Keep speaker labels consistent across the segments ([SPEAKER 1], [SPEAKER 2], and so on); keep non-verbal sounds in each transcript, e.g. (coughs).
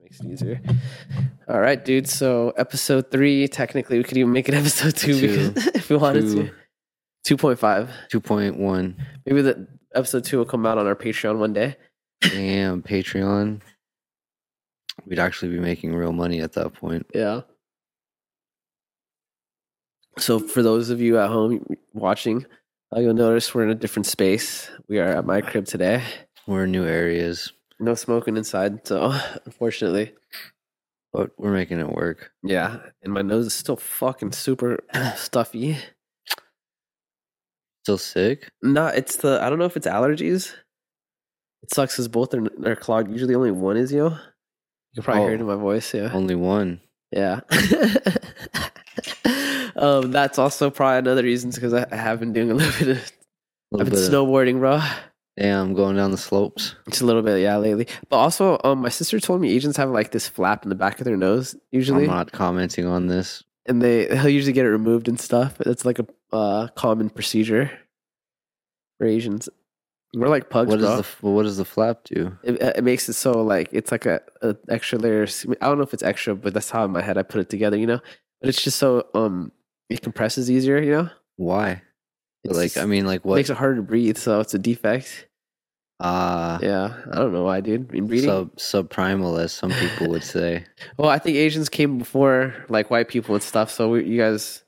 [SPEAKER 1] makes it easier. All right, dude. So episode three, technically, we could even make it (laughs) episode two,
[SPEAKER 2] Two.
[SPEAKER 1] because (laughs) if we wanted
[SPEAKER 2] Two.
[SPEAKER 1] to. Two point five.
[SPEAKER 2] Two point one.
[SPEAKER 1] Maybe the episode two will come out on our Patreon one day.
[SPEAKER 2] Damn, Patreon. We'd actually be making real money at that point.
[SPEAKER 1] Yeah. So for those of you at home watching, uh, you'll notice we're in a different space. We are at my crib today.
[SPEAKER 2] We're in new areas,
[SPEAKER 1] No smoking inside, so unfortunately.
[SPEAKER 2] but we're making it work.
[SPEAKER 1] Yeah, and my nose is still fucking super (clears throat) stuffy.
[SPEAKER 2] Still sick?
[SPEAKER 1] No, it's the I don't know if it's allergies. It sucks because both are, are clogged. Usually only one is, yo. You can probably hear it in my voice, yeah.
[SPEAKER 2] Oh, Only one.
[SPEAKER 1] Yeah. (laughs) um, that's also probably another reason because I, I have been doing a little bit of I've
[SPEAKER 2] Little
[SPEAKER 1] been
[SPEAKER 2] bit of-
[SPEAKER 1] snowboarding, bro.
[SPEAKER 2] Damn, going down the slopes.
[SPEAKER 1] Just a little bit, yeah, lately. But also, um, my sister told me Asians have like this flap in the back of their nose usually,
[SPEAKER 2] I'm not commenting on this.
[SPEAKER 1] and they they'll usually get it removed and stuff. That's like a uh, common procedure for Asians. We're like pugs,
[SPEAKER 2] What does
[SPEAKER 1] bro.
[SPEAKER 2] the f- what does the flap do?
[SPEAKER 1] it, uh, it makes it so like it's like a, a extra layer. of sm- I don't know if it's extra, but that's how in my head I put it together, you know. But it's just so um, it compresses easier, you know.
[SPEAKER 2] Why?
[SPEAKER 1] It's
[SPEAKER 2] like
[SPEAKER 1] just-
[SPEAKER 2] I mean, like
[SPEAKER 1] makes
[SPEAKER 2] what?
[SPEAKER 1] it harder to breathe, so it's a defect.
[SPEAKER 2] Ah,
[SPEAKER 1] Yeah, I don't know why, dude. I mean, breathing.
[SPEAKER 2] sub subprimal, as some people
[SPEAKER 1] (laughs)
[SPEAKER 2] would say.
[SPEAKER 1] Well, I think Asians came before like white people and stuff. So we, you guys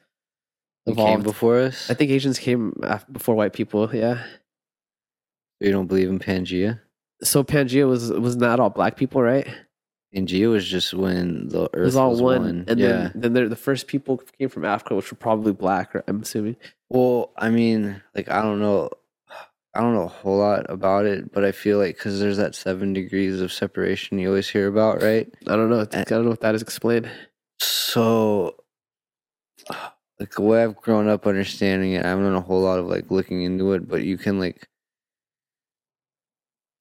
[SPEAKER 2] You came
[SPEAKER 1] evolved.
[SPEAKER 2] before us.
[SPEAKER 1] I think Asians came af- before white people. Yeah.
[SPEAKER 2] you don't believe in Pangea.
[SPEAKER 1] So Pangea was was not all black people, right?
[SPEAKER 2] Pangea was just when the
[SPEAKER 1] it
[SPEAKER 2] Earth
[SPEAKER 1] was all one, and
[SPEAKER 2] yeah.
[SPEAKER 1] then then they're- the first people came from Africa, which were probably black. Or, I'm assuming.
[SPEAKER 2] Well, I mean, like I don't know, I don't know a whole lot about it, but I feel like because there's that seven degrees of separation you always hear about, right?
[SPEAKER 1] I don't know. I don't know if that is explained.
[SPEAKER 2] So, (sighs) like the way I've grown up understanding it, I haven't done a whole lot of like looking into it, but you can like,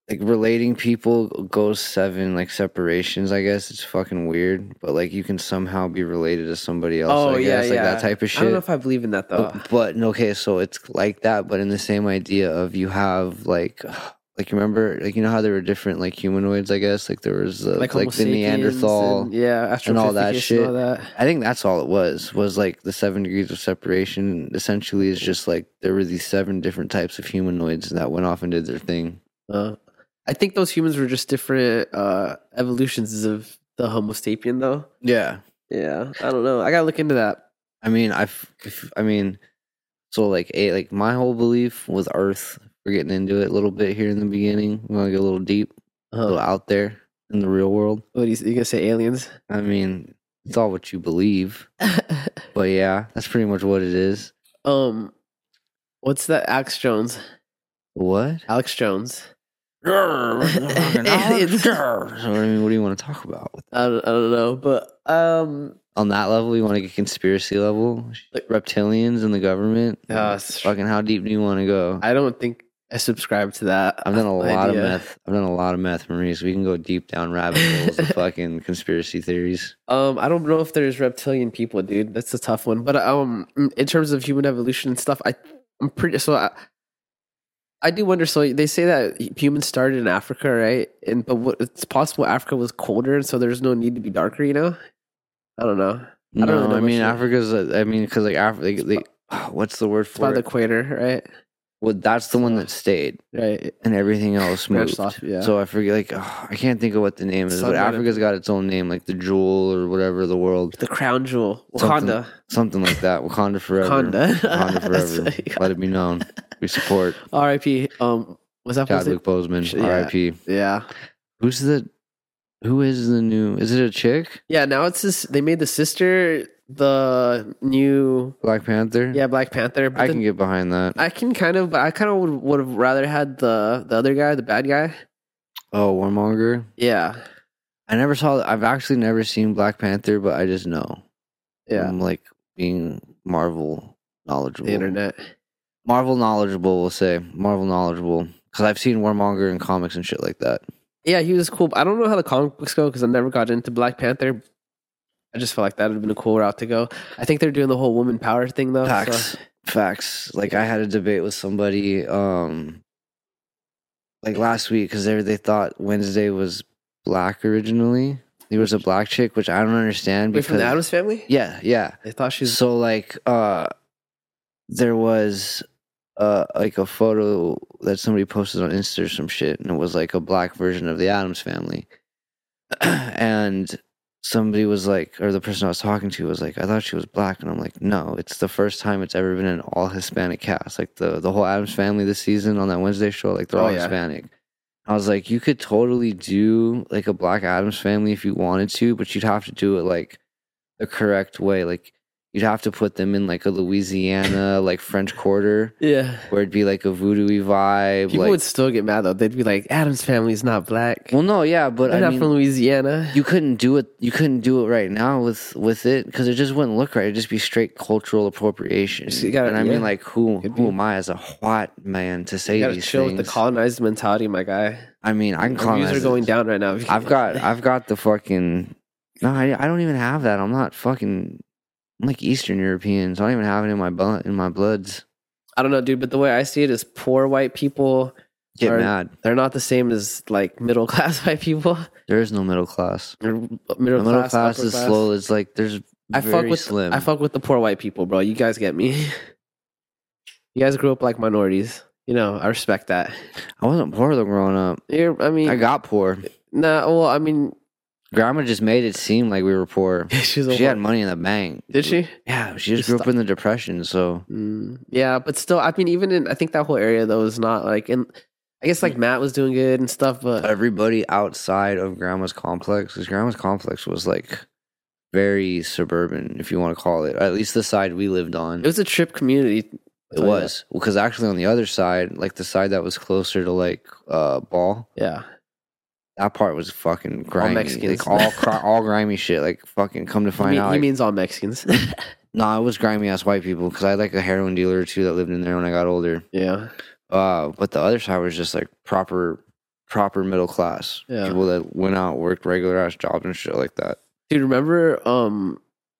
[SPEAKER 2] like relating people goes seven like separations. I guess it's fucking weird, but like you can somehow be related to somebody else.
[SPEAKER 1] Oh,
[SPEAKER 2] I
[SPEAKER 1] yeah,
[SPEAKER 2] guess, like
[SPEAKER 1] yeah.
[SPEAKER 2] that type of shit.
[SPEAKER 1] I don't know if I believe in that though.
[SPEAKER 2] But, but no, okay, so it's like that, but in the same idea of you have like, (sighs) like you remember, like you know how there were different like humanoids, I guess, like there was uh, like,
[SPEAKER 1] Homo
[SPEAKER 2] the
[SPEAKER 1] sapiens
[SPEAKER 2] Neanderthal.
[SPEAKER 1] and, yeah,
[SPEAKER 2] and all that
[SPEAKER 1] Australopithecus and all that.
[SPEAKER 2] I think that's all it was. Was like the seven degrees of separation. Essentially, is just like there were these seven different types of humanoids that went off and did their thing.
[SPEAKER 1] Uh, I think those humans were just different uh, evolutions of the Homo sapien, though.
[SPEAKER 2] Yeah,
[SPEAKER 1] Yeah, I don't know. I gotta look into that.
[SPEAKER 2] I mean, I've, if, I mean, so like a like my whole belief with Earth. We're getting into it a little bit here in the beginning. We're gonna get a little deep, a little
[SPEAKER 1] Uh,
[SPEAKER 2] out there in the real world.
[SPEAKER 1] what are you, you gonna say, (laughs) aliens?
[SPEAKER 2] I mean, it's all what you believe, but yeah, that's pretty much what it is.
[SPEAKER 1] um, what's that? Alex Jones.
[SPEAKER 2] What?
[SPEAKER 1] Alex Jones. Aliens.
[SPEAKER 2] (laughs) So, I mean, what do you want to talk about?
[SPEAKER 1] I don't, I don't know, but um,
[SPEAKER 2] on that level, you want to get conspiracy level,
[SPEAKER 1] Like-
[SPEAKER 2] reptilians and the government.
[SPEAKER 1] Yeah, it's-
[SPEAKER 2] fucking, how deep do you want to go? I,
[SPEAKER 1] I don't think I subscribe to that.
[SPEAKER 2] have done a lot
[SPEAKER 1] idea.
[SPEAKER 2] of meth. I've done a lot of meth, Maurice. We can go deep down rabbit
[SPEAKER 1] (laughs)
[SPEAKER 2] holes of fucking conspiracy theories.
[SPEAKER 1] Um, I don't know if there's reptilian people, dude. That's a tough one. But um, in terms of human evolution and stuff, I I'm pretty so. I, I do wonder. So they say that humans started in Africa, right? And but what, it's possible Africa was colder, and so there's no need to be darker. You know, I don't know. I
[SPEAKER 2] No,
[SPEAKER 1] don't
[SPEAKER 2] I,
[SPEAKER 1] really know much
[SPEAKER 2] mean
[SPEAKER 1] yet.
[SPEAKER 2] Africa's. a- I mean, because like Africa, they, they, (sighs) what's the word
[SPEAKER 1] It's by
[SPEAKER 2] for
[SPEAKER 1] the
[SPEAKER 2] it?
[SPEAKER 1] equator, right?
[SPEAKER 2] Well, that's the one that stayed,
[SPEAKER 1] Right.
[SPEAKER 2] and everything else
[SPEAKER 1] Branched
[SPEAKER 2] moved.
[SPEAKER 1] off. Yeah.
[SPEAKER 2] So I forget, like oh, I can't think of what the name is,
[SPEAKER 1] Something
[SPEAKER 2] but
[SPEAKER 1] like that.
[SPEAKER 2] Africa's got its own name, like the jewel or whatever the world,
[SPEAKER 1] the crown jewel,
[SPEAKER 2] Something-
[SPEAKER 1] Wakanda.
[SPEAKER 2] something like that. Wakanda forever.
[SPEAKER 1] Wakanda. (laughs)
[SPEAKER 2] Wakanda
[SPEAKER 1] That's
[SPEAKER 2] forever.
[SPEAKER 1] what you got.
[SPEAKER 2] Let it be known.
[SPEAKER 1] (laughs)
[SPEAKER 2] We support
[SPEAKER 1] R.I.P. Um, was that supposed to-
[SPEAKER 2] Chadwick Boseman,
[SPEAKER 1] Sh- yeah.
[SPEAKER 2] R.I.P.
[SPEAKER 1] Yeah.
[SPEAKER 2] Who's the who is the new? Is it a chick?
[SPEAKER 1] Yeah. Now it's this. They made the sister the new
[SPEAKER 2] Black Panther.
[SPEAKER 1] Yeah, Black Panther. But
[SPEAKER 2] Hmm. I
[SPEAKER 1] then-
[SPEAKER 2] can get behind that.
[SPEAKER 1] I can kind of, but I kind of would, would have rather had the the other guy, the bad guy.
[SPEAKER 2] oh, Warmonger.
[SPEAKER 1] Yeah,
[SPEAKER 2] I never saw. I've actually never seen Black Panther, but I just know.
[SPEAKER 1] yeah.
[SPEAKER 2] I'm like being Marvel knowledgeable.
[SPEAKER 1] The internet.
[SPEAKER 2] Marvel knowledgeable, we'll say Marvel knowledgeable, because I've seen Warmonger in comics and shit like that.
[SPEAKER 1] Yeah, he was cool. but I don't know how the comic books go because I never got into Black Panther. I just felt like that would have been a cool route to go. I think they're doing the whole woman power thing though. so-
[SPEAKER 2] Facts. Facts. Like I had a debate with somebody um like last week because they they thought Wednesday was black originally. There was a black chick, which I don't understand
[SPEAKER 1] Wait,
[SPEAKER 2] because
[SPEAKER 1] from the Adams family?
[SPEAKER 2] yeah, yeah.
[SPEAKER 1] I thought she was.
[SPEAKER 2] So like, uh, there was uh like a photo that somebody posted on Insta or some shit, and it was like a black version of the Adams family, (clears throat) and somebody was like, or the person I was talking to was like, I thought she was black, and I'm like, no, it's the first time it's ever been an all Hispanic cast, like the the whole Adams family this season on that Wednesday show, like they're
[SPEAKER 1] Oh,
[SPEAKER 2] all
[SPEAKER 1] yeah.
[SPEAKER 2] Hispanic. I was like, you could totally do like a Black Adams family if you wanted to, but you'd have to do it like the correct way. Like you'd have to put them in like a Louisiana, like French Quarter,
[SPEAKER 1] yeah.
[SPEAKER 2] where it'd be like a voodoo vibe.
[SPEAKER 1] People
[SPEAKER 2] like,
[SPEAKER 1] would still get mad though. They'd be like, "Adams family's not black.
[SPEAKER 2] well, no, yeah, but
[SPEAKER 1] They're
[SPEAKER 2] I
[SPEAKER 1] not
[SPEAKER 2] mean,
[SPEAKER 1] from Louisiana."
[SPEAKER 2] you couldn't do it. You couldn't do it right now with with it because it just wouldn't look right. It'd just be straight cultural appropriation.
[SPEAKER 1] So you gotta-
[SPEAKER 2] and I
[SPEAKER 1] yeah.
[SPEAKER 2] mean, like, who
[SPEAKER 1] Could
[SPEAKER 2] who
[SPEAKER 1] be.
[SPEAKER 2] am I as a white man to say
[SPEAKER 1] you gotta
[SPEAKER 2] these
[SPEAKER 1] chill
[SPEAKER 2] things?
[SPEAKER 1] with the colonized mentality, my guy.
[SPEAKER 2] I mean, I can
[SPEAKER 1] Our views
[SPEAKER 2] colonize
[SPEAKER 1] are
[SPEAKER 2] it.
[SPEAKER 1] going down right now.
[SPEAKER 2] I've got I've got the fucking no. I, I don't even have that. I'm not fucking. I'm like Eastern Europeans. I don't even have it in my blood. In my bloods,
[SPEAKER 1] I don't know, dude, but the way I see it is poor white people.
[SPEAKER 2] get
[SPEAKER 1] Or-
[SPEAKER 2] mad.
[SPEAKER 1] They're not the same as like (laughs) middle class white people.
[SPEAKER 2] There is no middle class.
[SPEAKER 1] Or middle,
[SPEAKER 2] The middle
[SPEAKER 1] class,
[SPEAKER 2] class,
[SPEAKER 1] upper
[SPEAKER 2] is
[SPEAKER 1] class.
[SPEAKER 2] slow. It's like there's
[SPEAKER 1] I
[SPEAKER 2] very
[SPEAKER 1] fuck with
[SPEAKER 2] slim.
[SPEAKER 1] I fuck with the poor white people, bro. You guys get me. (laughs) You guys grew up like minorities. You know, I respect that.
[SPEAKER 2] I wasn't poor though growing up.
[SPEAKER 1] You're, I mean,
[SPEAKER 2] I got poor.
[SPEAKER 1] nah. Well, I mean, (laughs)
[SPEAKER 2] Grandma just made it seem like we were poor.
[SPEAKER 1] she's a
[SPEAKER 2] She had money in the bank.
[SPEAKER 1] did she?
[SPEAKER 2] Yeah, she just
[SPEAKER 1] Just
[SPEAKER 2] grew up in the depression. So
[SPEAKER 1] Mm, yeah, but still, I mean, even in I think that whole area though is not like, and I guess like Matt was doing good and stuff, but
[SPEAKER 2] everybody outside of grandma's complex because grandma's complex was like very suburban if you want to call it at least the side we lived on
[SPEAKER 1] it was a trip community.
[SPEAKER 2] it was because actually on the other side like the side that was closer to like uh ball
[SPEAKER 1] Yeah,
[SPEAKER 2] that part was fucking grimy
[SPEAKER 1] Mexicans.
[SPEAKER 2] like all cri- all grimy shit like fucking come to
[SPEAKER 1] he,
[SPEAKER 2] find
[SPEAKER 1] mean-
[SPEAKER 2] out
[SPEAKER 1] he
[SPEAKER 2] like,
[SPEAKER 1] means all Mexicans. (laughs)
[SPEAKER 2] nah it was grimy ass white people because i had like a heroin dealer or two that lived in there when i got older
[SPEAKER 1] yeah,
[SPEAKER 2] uh but the other side was just like proper proper middle class
[SPEAKER 1] Yeah.
[SPEAKER 2] people that went out worked regular ass jobs and shit like that
[SPEAKER 1] dude, remember? Um,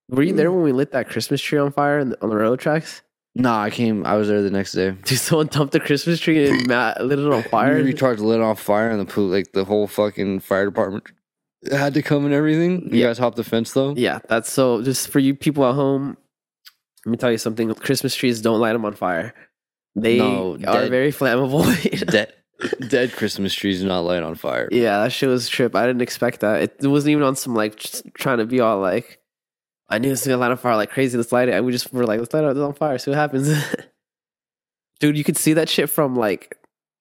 [SPEAKER 1] were you there when we lit that Christmas tree on fire in the, on the railroad tracks? (laughs)
[SPEAKER 2] No, I came. I was there the next day.
[SPEAKER 1] Dude, someone dumped the Christmas tree and Matt lit it on fire.
[SPEAKER 2] We charged lit off fire and the pool, like the whole fucking fire department had to come and everything. You
[SPEAKER 1] Yeah.
[SPEAKER 2] guys hopped the fence though.
[SPEAKER 1] Yeah, that's so. Just for you people at home, let me tell you something: Christmas trees don't light them on fire. They
[SPEAKER 2] No,
[SPEAKER 1] are
[SPEAKER 2] dead-
[SPEAKER 1] very flammable. (laughs)
[SPEAKER 2] dead, (laughs) dead Christmas trees do not light on fire.
[SPEAKER 1] yeah, that shit was a trip. I didn't expect that. It, it wasn't even on some like just trying to be all like, I knew this was gonna light on fire like crazy. Let's light it. And we just were like, let's light it on fire. See what happens. (laughs) Dude, you could see that shit from like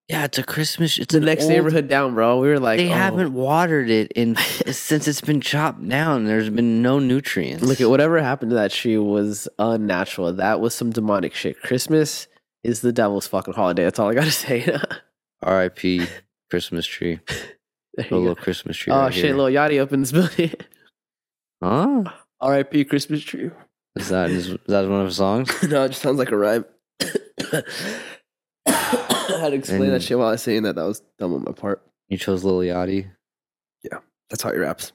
[SPEAKER 2] Yeah, it's a Christmas. It's
[SPEAKER 1] the
[SPEAKER 2] an
[SPEAKER 1] next
[SPEAKER 2] old-
[SPEAKER 1] neighborhood down, bro. We were like,
[SPEAKER 2] They
[SPEAKER 1] oh,
[SPEAKER 2] haven't watered it in since it's been chopped down. There's been no nutrients.
[SPEAKER 1] Look at whatever happened to that tree was unnatural. That was some demonic shit. Christmas is the devil's fucking holiday. That's all I gotta (laughs) say. There
[SPEAKER 2] R.I.P. Christmas tree.
[SPEAKER 1] you
[SPEAKER 2] A
[SPEAKER 1] go.
[SPEAKER 2] little Christmas tree.
[SPEAKER 1] oh
[SPEAKER 2] right
[SPEAKER 1] shit,
[SPEAKER 2] here.
[SPEAKER 1] little Yachty opened this building. (laughs)
[SPEAKER 2] Huh?
[SPEAKER 1] R.I.P. Christmas tree. (laughs)
[SPEAKER 2] Is that is, that one of the songs?
[SPEAKER 1] no, it just sounds like a rhyme. (coughs) I had to explain
[SPEAKER 2] And-
[SPEAKER 1] that shit while I was saying that. That was dumb on my part.
[SPEAKER 2] You chose Lil Yachty.
[SPEAKER 1] That's how he raps.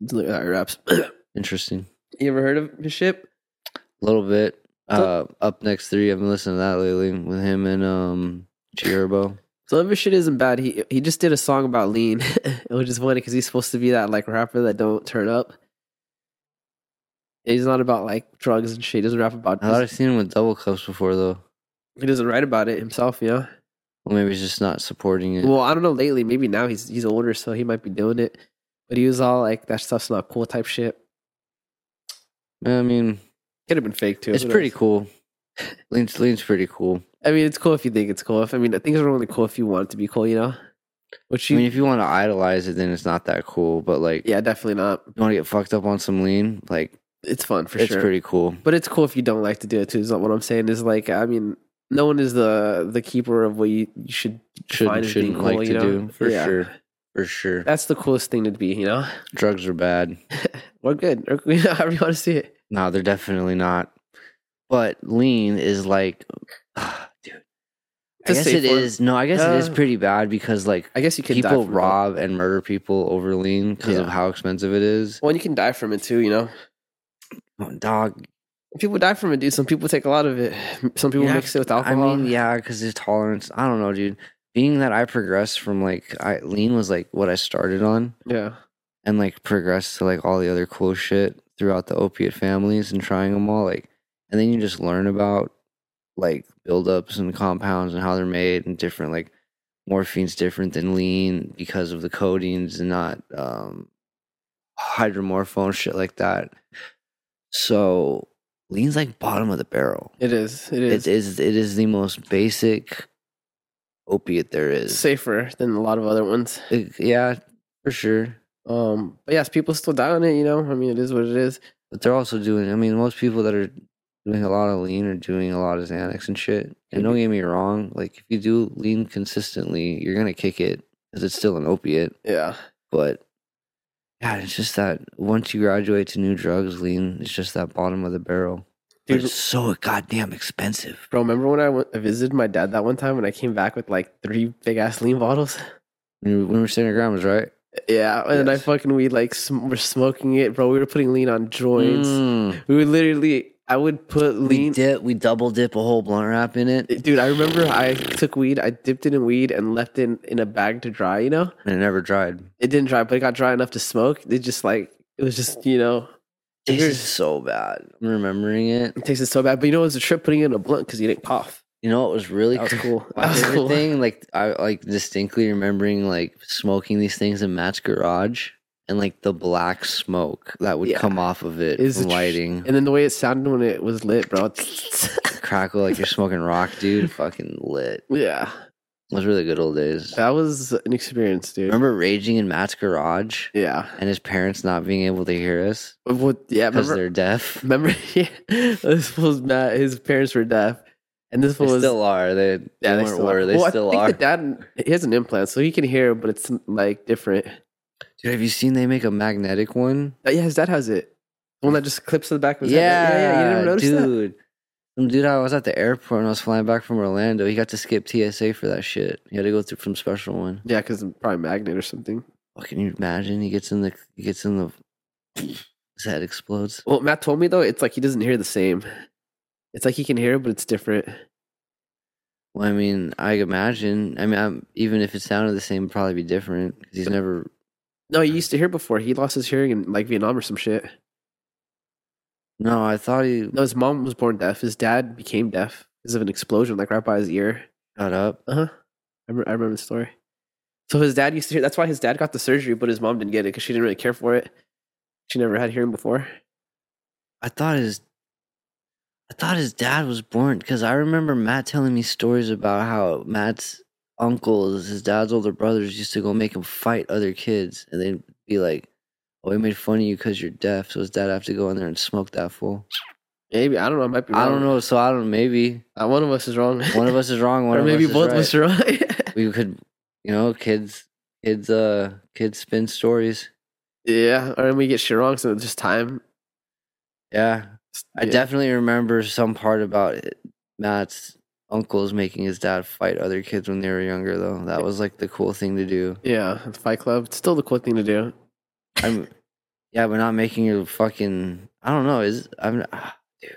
[SPEAKER 1] That's literally how he raps. (coughs)
[SPEAKER 2] Interesting.
[SPEAKER 1] you ever heard of his shit?
[SPEAKER 2] A little bit.
[SPEAKER 1] So-
[SPEAKER 2] Uh, up next three. I've been listening to that lately with him and um Chierbo.
[SPEAKER 1] Some of his shit isn't bad. He he just did a song about lean, (laughs) which is funny because he's supposed to be that like rapper that don't turn up. He's not about like drugs and shit. He doesn't rap about.
[SPEAKER 2] I thought I've seen him with double cups before though.
[SPEAKER 1] He doesn't write about it himself. Yeah.
[SPEAKER 2] Well, maybe he's just not supporting it.
[SPEAKER 1] Well, I don't know. Lately, maybe now he's he's older, so he might be doing it. But he was all like, "That stuff's not cool" type shit.
[SPEAKER 2] I mean,
[SPEAKER 1] Could have been fake too.
[SPEAKER 2] it's
[SPEAKER 1] Who knows?
[SPEAKER 2] pretty cool. Lean's Lean's pretty cool.
[SPEAKER 1] I mean, it's cool if you think it's cool. If I mean, things are only cool if you want it to be cool. You know. Which
[SPEAKER 2] I
[SPEAKER 1] you,
[SPEAKER 2] mean, if you want to idolize it, then it's not that cool. But like,
[SPEAKER 1] yeah, definitely not.
[SPEAKER 2] you want to get fucked up on some Lean, like
[SPEAKER 1] It's fun for
[SPEAKER 2] it's
[SPEAKER 1] sure.
[SPEAKER 2] pretty cool.
[SPEAKER 1] But it's cool if you don't like to do it too. Is not what I'm saying. Is like I mean, no one is the the keeper of what you, you should define
[SPEAKER 2] Shouldn't
[SPEAKER 1] as being
[SPEAKER 2] shouldn't
[SPEAKER 1] cool,
[SPEAKER 2] like
[SPEAKER 1] you
[SPEAKER 2] to
[SPEAKER 1] know?
[SPEAKER 2] do for
[SPEAKER 1] Yeah.
[SPEAKER 2] sure, for sure.
[SPEAKER 1] That's the coolest thing to be. You know,
[SPEAKER 2] Drugs are bad.
[SPEAKER 1] we're good. (laughs) Or, you know, however you want to see it.
[SPEAKER 2] No, they're definitely not. But lean is like, (sighs) dude. I
[SPEAKER 1] It's a
[SPEAKER 2] guess
[SPEAKER 1] safe
[SPEAKER 2] it is.
[SPEAKER 1] word.
[SPEAKER 2] No, I guess it is
[SPEAKER 1] Uh,
[SPEAKER 2] pretty bad because like
[SPEAKER 1] I guess you can die
[SPEAKER 2] people
[SPEAKER 1] from it, though.
[SPEAKER 2] rob and murder people over lean because of
[SPEAKER 1] Yeah.
[SPEAKER 2] how expensive it is.
[SPEAKER 1] Well, and you can die from it too. You know,
[SPEAKER 2] Oh, Dog.
[SPEAKER 1] people die from it, dude. Some people take a lot of it. (laughs) Some people
[SPEAKER 2] Yeah,
[SPEAKER 1] mix it with alcohol.
[SPEAKER 2] I mean, yeah, because his tolerance. I don't know, dude. Being that I progressed from like I, lean was like what I started on,
[SPEAKER 1] yeah.
[SPEAKER 2] and like progress to like all the other cool shit throughout the opiate families and trying them all like and then you just learn about like buildups and compounds and how they're made and different like morphine's different than lean because of the codeines and not um hydromorphone shit like that so lean's like bottom of the barrel
[SPEAKER 1] It is. It
[SPEAKER 2] it
[SPEAKER 1] is.
[SPEAKER 2] is it is the most basic opiate there is
[SPEAKER 1] safer than a lot of other ones.
[SPEAKER 2] It- yeah for sure
[SPEAKER 1] Um, but yes, people still die on it. You know, I mean, it is what it is.
[SPEAKER 2] But they're also doing. I mean, most people that are doing a lot of lean are doing a lot of Xanax and shit. And don't get me wrong, like if you do lean consistently, you're gonna kick it because it's still an opiate.
[SPEAKER 1] Yeah,
[SPEAKER 2] But yeah, it's just that once you graduate to new drugs, lean is just that bottom of the barrel. But
[SPEAKER 1] dude.
[SPEAKER 2] it's so goddamn expensive.
[SPEAKER 1] Bro, remember when I went, I visited my dad that one time and I came back with like three big ass lean bottles?
[SPEAKER 2] When we- when we were staying at grandma's, right?
[SPEAKER 1] Yeah, and I
[SPEAKER 2] Yes.
[SPEAKER 1] fucking we like sm- were smoking it, bro. We were putting lean on joints.
[SPEAKER 2] Mm.
[SPEAKER 1] We would literally, I would put
[SPEAKER 2] We
[SPEAKER 1] lean.
[SPEAKER 2] dip, we double dip a whole blunt wrap in it,
[SPEAKER 1] Dude, I remember I took weed, I dipped it in weed and left it in, in a bag to dry, you know?
[SPEAKER 2] and it never dried.
[SPEAKER 1] It didn't dry, but it got dry enough to smoke. It just like, it was just, you know,
[SPEAKER 2] This is so bad. I'm remembering it.
[SPEAKER 1] it tasted so bad. But you know, it was a trip putting it in a blunt because you didn't cough.
[SPEAKER 2] You know what was really
[SPEAKER 1] That was
[SPEAKER 2] cr-
[SPEAKER 1] cool. (laughs)
[SPEAKER 2] My
[SPEAKER 1] That was
[SPEAKER 2] favorite
[SPEAKER 1] cool.
[SPEAKER 2] thing, like I like distinctly remembering like smoking these things in Matt's garage and like the black smoke that would
[SPEAKER 1] Yeah.
[SPEAKER 2] come off of it
[SPEAKER 1] Is
[SPEAKER 2] from
[SPEAKER 1] it tr-
[SPEAKER 2] lighting
[SPEAKER 1] And then the way it sounded when it was lit, bro. (laughs)
[SPEAKER 2] crackle like you're smoking rock, dude. Fucking lit.
[SPEAKER 1] yeah.
[SPEAKER 2] It was really good old days.
[SPEAKER 1] That was an experience, dude.
[SPEAKER 2] Remember raging in Matt's garage
[SPEAKER 1] Yeah.
[SPEAKER 2] and his parents not being able to hear us
[SPEAKER 1] What, yeah.
[SPEAKER 2] because
[SPEAKER 1] Remember,
[SPEAKER 2] they're deaf.
[SPEAKER 1] remember (laughs) yeah, this was Matt. His parents were deaf. And this
[SPEAKER 2] They
[SPEAKER 1] one was.
[SPEAKER 2] still are. They, they
[SPEAKER 1] yeah,
[SPEAKER 2] weren't
[SPEAKER 1] still
[SPEAKER 2] were. They
[SPEAKER 1] Well,
[SPEAKER 2] still
[SPEAKER 1] I think
[SPEAKER 2] are.
[SPEAKER 1] The dad, he has an implant, so he can hear, but it's like different.
[SPEAKER 2] Dude, have you seen they make a magnetic one?
[SPEAKER 1] Uh, yeah, his dad has it. The one that just clips to the back of his
[SPEAKER 2] Yeah,
[SPEAKER 1] head. Yeah, yeah, you didn't notice that?
[SPEAKER 2] dude. Some dude, I was at the airport and I was flying back from Orlando. He got to skip TSA for that shit. He had to go through some special one.
[SPEAKER 1] Yeah, because probably magnet or something.
[SPEAKER 2] Oh, can you imagine? He gets in the, he gets in the, (sniffs) his head explodes.
[SPEAKER 1] Well, Matt told me though, it's like he doesn't hear the same. It's like he can hear, but it's different.
[SPEAKER 2] Well, I mean, I imagine. I mean, I'm, even if it sounded the same, it'd probably be different because he's never.
[SPEAKER 1] No, he used to hear before. He lost his hearing in like Vietnam or some shit.
[SPEAKER 2] No, I thought he
[SPEAKER 1] No, his mom was born deaf. His dad became deaf because of an explosion, like right by his ear.
[SPEAKER 2] got up.
[SPEAKER 1] Uh huh. I, remember- I remember the story. So his dad used to hear. That's why his dad got the surgery, but his mom didn't get it because she didn't really care for it. She never had hearing before.
[SPEAKER 2] I thought his, I thought his dad was born because I remember Matt telling me stories about how Matt's uncles, his dad's older brothers, used to go make him fight other kids, and they'd be like, "Oh, we made fun of you because you're deaf, so his dad have to go in there and smoke that fool."
[SPEAKER 1] Maybe I don't know. I might be. Wrong.
[SPEAKER 2] I don't know, so I don't. Maybe
[SPEAKER 1] Uh, one of us is wrong. (laughs)
[SPEAKER 2] one of us is wrong. One
[SPEAKER 1] or
[SPEAKER 2] of
[SPEAKER 1] maybe
[SPEAKER 2] us
[SPEAKER 1] both of
[SPEAKER 2] is
[SPEAKER 1] us are wrong. (laughs)
[SPEAKER 2] right. We could, you know, kids, kids, uh, kids spin stories.
[SPEAKER 1] yeah, or we get shit wrong, so it's just time.
[SPEAKER 2] Yeah, I
[SPEAKER 1] Yeah.
[SPEAKER 2] definitely remember some part about it. Matt's uncles making his dad fight other kids when they were younger, though. That was like the cool thing to do.
[SPEAKER 1] Yeah, the Fight Club. It's still the cool thing to do.
[SPEAKER 2] I'm, yeah, but not making your fucking. I don't know. Is I'm. ah, dude.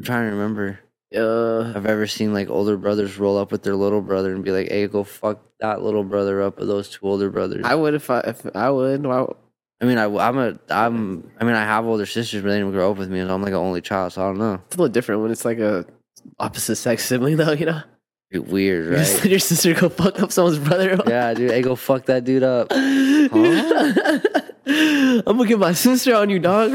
[SPEAKER 2] I'm trying to remember.
[SPEAKER 1] Uh,
[SPEAKER 2] I've ever seen like older brothers roll up with their little brother and be like, "Hey, go fuck that little brother up with those two older brothers."
[SPEAKER 1] I would if I if I would. Why,
[SPEAKER 2] I mean, I, I'm a, I'm, I mean, I have older sisters, but they didn't grow up with me, and I'm like an only child, so I don't know.
[SPEAKER 1] it's a little different when it's like a opposite sex sibling, though. You know,
[SPEAKER 2] It's
[SPEAKER 1] (laughs)
[SPEAKER 2] weird,
[SPEAKER 1] You just
[SPEAKER 2] right?
[SPEAKER 1] let your sister go fuck up someone's brother. (laughs)
[SPEAKER 2] yeah, dude. Hey, go fuck that dude up.
[SPEAKER 1] I'm gonna get my sister on you, dog.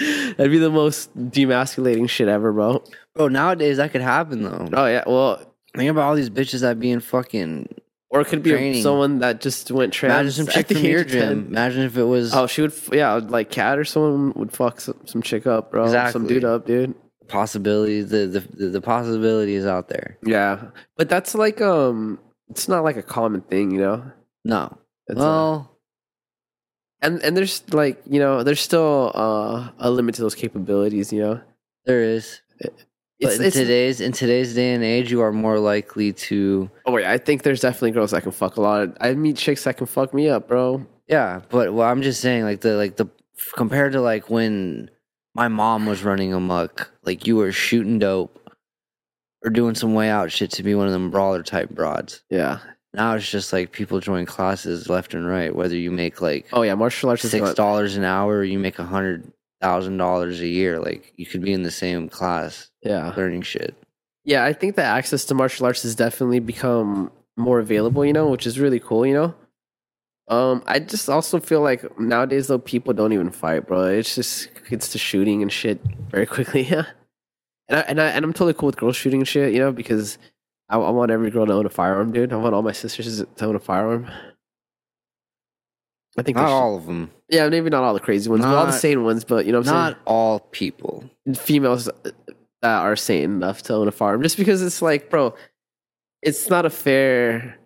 [SPEAKER 1] That'd be the most demasculating shit ever, bro.
[SPEAKER 2] Bro, nowadays that could happen though.
[SPEAKER 1] Oh yeah, well,
[SPEAKER 2] Think about all these bitches that be in fucking.
[SPEAKER 1] or it could be
[SPEAKER 2] Training.
[SPEAKER 1] someone that just went trans.
[SPEAKER 2] Imagine some
[SPEAKER 1] at
[SPEAKER 2] chick
[SPEAKER 1] the
[SPEAKER 2] from your
[SPEAKER 1] age of 10.
[SPEAKER 2] gym. Imagine if it was
[SPEAKER 1] Oh, she would, f- yeah, like Cat or someone would fuck some, some chick up, bro. Some
[SPEAKER 2] Exactly.
[SPEAKER 1] dude up, dude.
[SPEAKER 2] possibility. The, the the the possibility is out there.
[SPEAKER 1] Yeah, but that's like, um, it's not like a common thing, you know.
[SPEAKER 2] No.
[SPEAKER 1] That's uh,
[SPEAKER 2] well,
[SPEAKER 1] and and there's like, you know, there's still uh, a limit to those capabilities, you know.
[SPEAKER 2] there is. But
[SPEAKER 1] It's,
[SPEAKER 2] in
[SPEAKER 1] it's
[SPEAKER 2] today's in today's day and age, you are more likely to.
[SPEAKER 1] Oh wait, I think there's definitely girls that can fuck a lot. I meet chicks that can fuck me up, bro.
[SPEAKER 2] Yeah, but well, I'm just saying, like the like the compared to like when my mom was running amok, like you were shooting dope or doing some way out shit to be one of them brawler type broads.
[SPEAKER 1] Yeah,
[SPEAKER 2] Now it's just like people join classes left and right. Whether you make like
[SPEAKER 1] Oh yeah, martial arts is
[SPEAKER 2] six
[SPEAKER 1] not-
[SPEAKER 2] dollars an hour, or you make a hundred thousand dollars a year. Like you could be in the same class
[SPEAKER 1] Yeah.
[SPEAKER 2] learning shit.
[SPEAKER 1] Yeah, I think that access to martial arts has definitely become more available, you know, which is really cool, you know. Um, I just also feel like nowadays though people don't even fight, bro. It's just it's to shooting and shit very (laughs) quickly, yeah. And I and I and I'm totally cool with girls shooting and shit, you know, because I, I want every girl to own a firearm, dude. I want all my sisters to own a firearm. I think they
[SPEAKER 2] Not
[SPEAKER 1] should-
[SPEAKER 2] all of them.
[SPEAKER 1] yeah, maybe not all the crazy ones, but all the
[SPEAKER 2] Not-
[SPEAKER 1] sane ones. But you know, what I'm saying?
[SPEAKER 2] Not all people.
[SPEAKER 1] females uh, that are sane enough to own a farm just because it's like bro it's not a fair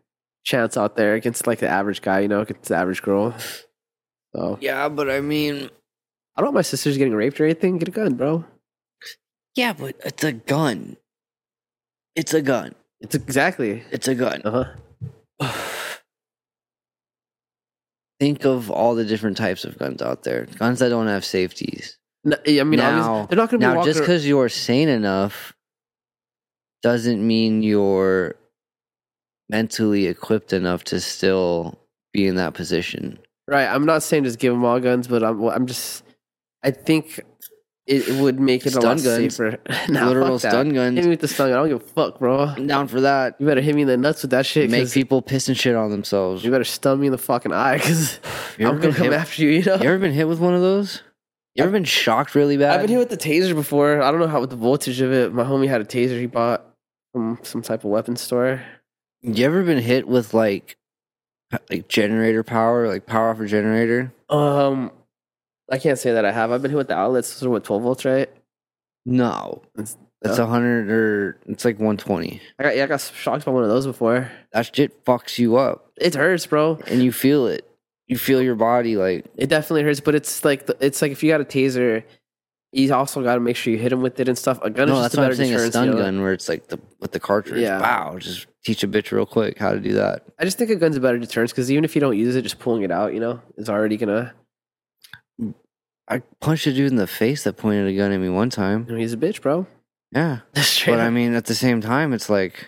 [SPEAKER 1] chance out there against like the average guy you know against the average girl so
[SPEAKER 2] Yeah, but I mean,
[SPEAKER 1] i don't want my sisters getting raped or anything get a gun bro
[SPEAKER 2] yeah, but it's a gun. It's a gun.
[SPEAKER 1] it's exactly
[SPEAKER 2] It's a gun.
[SPEAKER 1] uh-huh
[SPEAKER 2] Think of all the different types of guns out there. Guns that don't have safeties.
[SPEAKER 1] No, i mean obviously
[SPEAKER 2] now,
[SPEAKER 1] they're not gonna be
[SPEAKER 2] now
[SPEAKER 1] walking
[SPEAKER 2] just because you're sane enough doesn't mean you're mentally equipped enough to still be in that position.
[SPEAKER 1] right i'm not saying just give them all guns but i'm, well, I'm just i think it, it would make it a lot
[SPEAKER 2] Stun guns.
[SPEAKER 1] safer (laughs) nah,
[SPEAKER 2] Literal
[SPEAKER 1] fuck that.
[SPEAKER 2] stun
[SPEAKER 1] hit me
[SPEAKER 2] guns.
[SPEAKER 1] with the stun gun i don't give a fuck bro
[SPEAKER 2] I'm down for that.
[SPEAKER 1] you better hit me in the nuts with that shit
[SPEAKER 2] Make
[SPEAKER 1] 'cause-
[SPEAKER 2] people piss and shit on themselves.
[SPEAKER 1] You better stun me in the fucking eye because
[SPEAKER 2] You ever
[SPEAKER 1] I'm
[SPEAKER 2] been
[SPEAKER 1] gonna come
[SPEAKER 2] hit-
[SPEAKER 1] after you. You know,
[SPEAKER 2] You ever been hit with one of those? You ever been shocked really bad?
[SPEAKER 1] I've been hit with the taser before. I don't know how with the voltage of it. My homie had a taser he bought from some type of weapon store.
[SPEAKER 2] You ever been hit with like like generator power, like power off a generator?
[SPEAKER 1] Um, I can't say that I have. I've been hit with the outlets. Those are what 12 volts, right?
[SPEAKER 2] No.
[SPEAKER 1] It's-
[SPEAKER 2] That's
[SPEAKER 1] no.
[SPEAKER 2] a hundred or it's like one twenty.
[SPEAKER 1] I got yeah, I got shocked by one of those before.
[SPEAKER 2] That shit fucks you up.
[SPEAKER 1] It hurts, bro.
[SPEAKER 2] And you feel it. You feel your body like
[SPEAKER 1] It definitely hurts, but it's like the, it's like if you got a taser, you also got to make sure you hit him with it and stuff. A gun
[SPEAKER 2] No,
[SPEAKER 1] is
[SPEAKER 2] that's
[SPEAKER 1] just a better
[SPEAKER 2] what I'm saying, a
[SPEAKER 1] deterrence.
[SPEAKER 2] stun
[SPEAKER 1] you know?
[SPEAKER 2] gun where it's like the with the cartridge.
[SPEAKER 1] Yeah.
[SPEAKER 2] Wow, just teach a bitch real quick how to do that.
[SPEAKER 1] I just think a gun's a better deterrence because even if you don't use it, just pulling it out, you know, is already gonna.
[SPEAKER 2] I punched a dude in the face that pointed a gun at me one time.
[SPEAKER 1] You know, he's a bitch, bro.
[SPEAKER 2] Yeah. But I mean at the same time it's like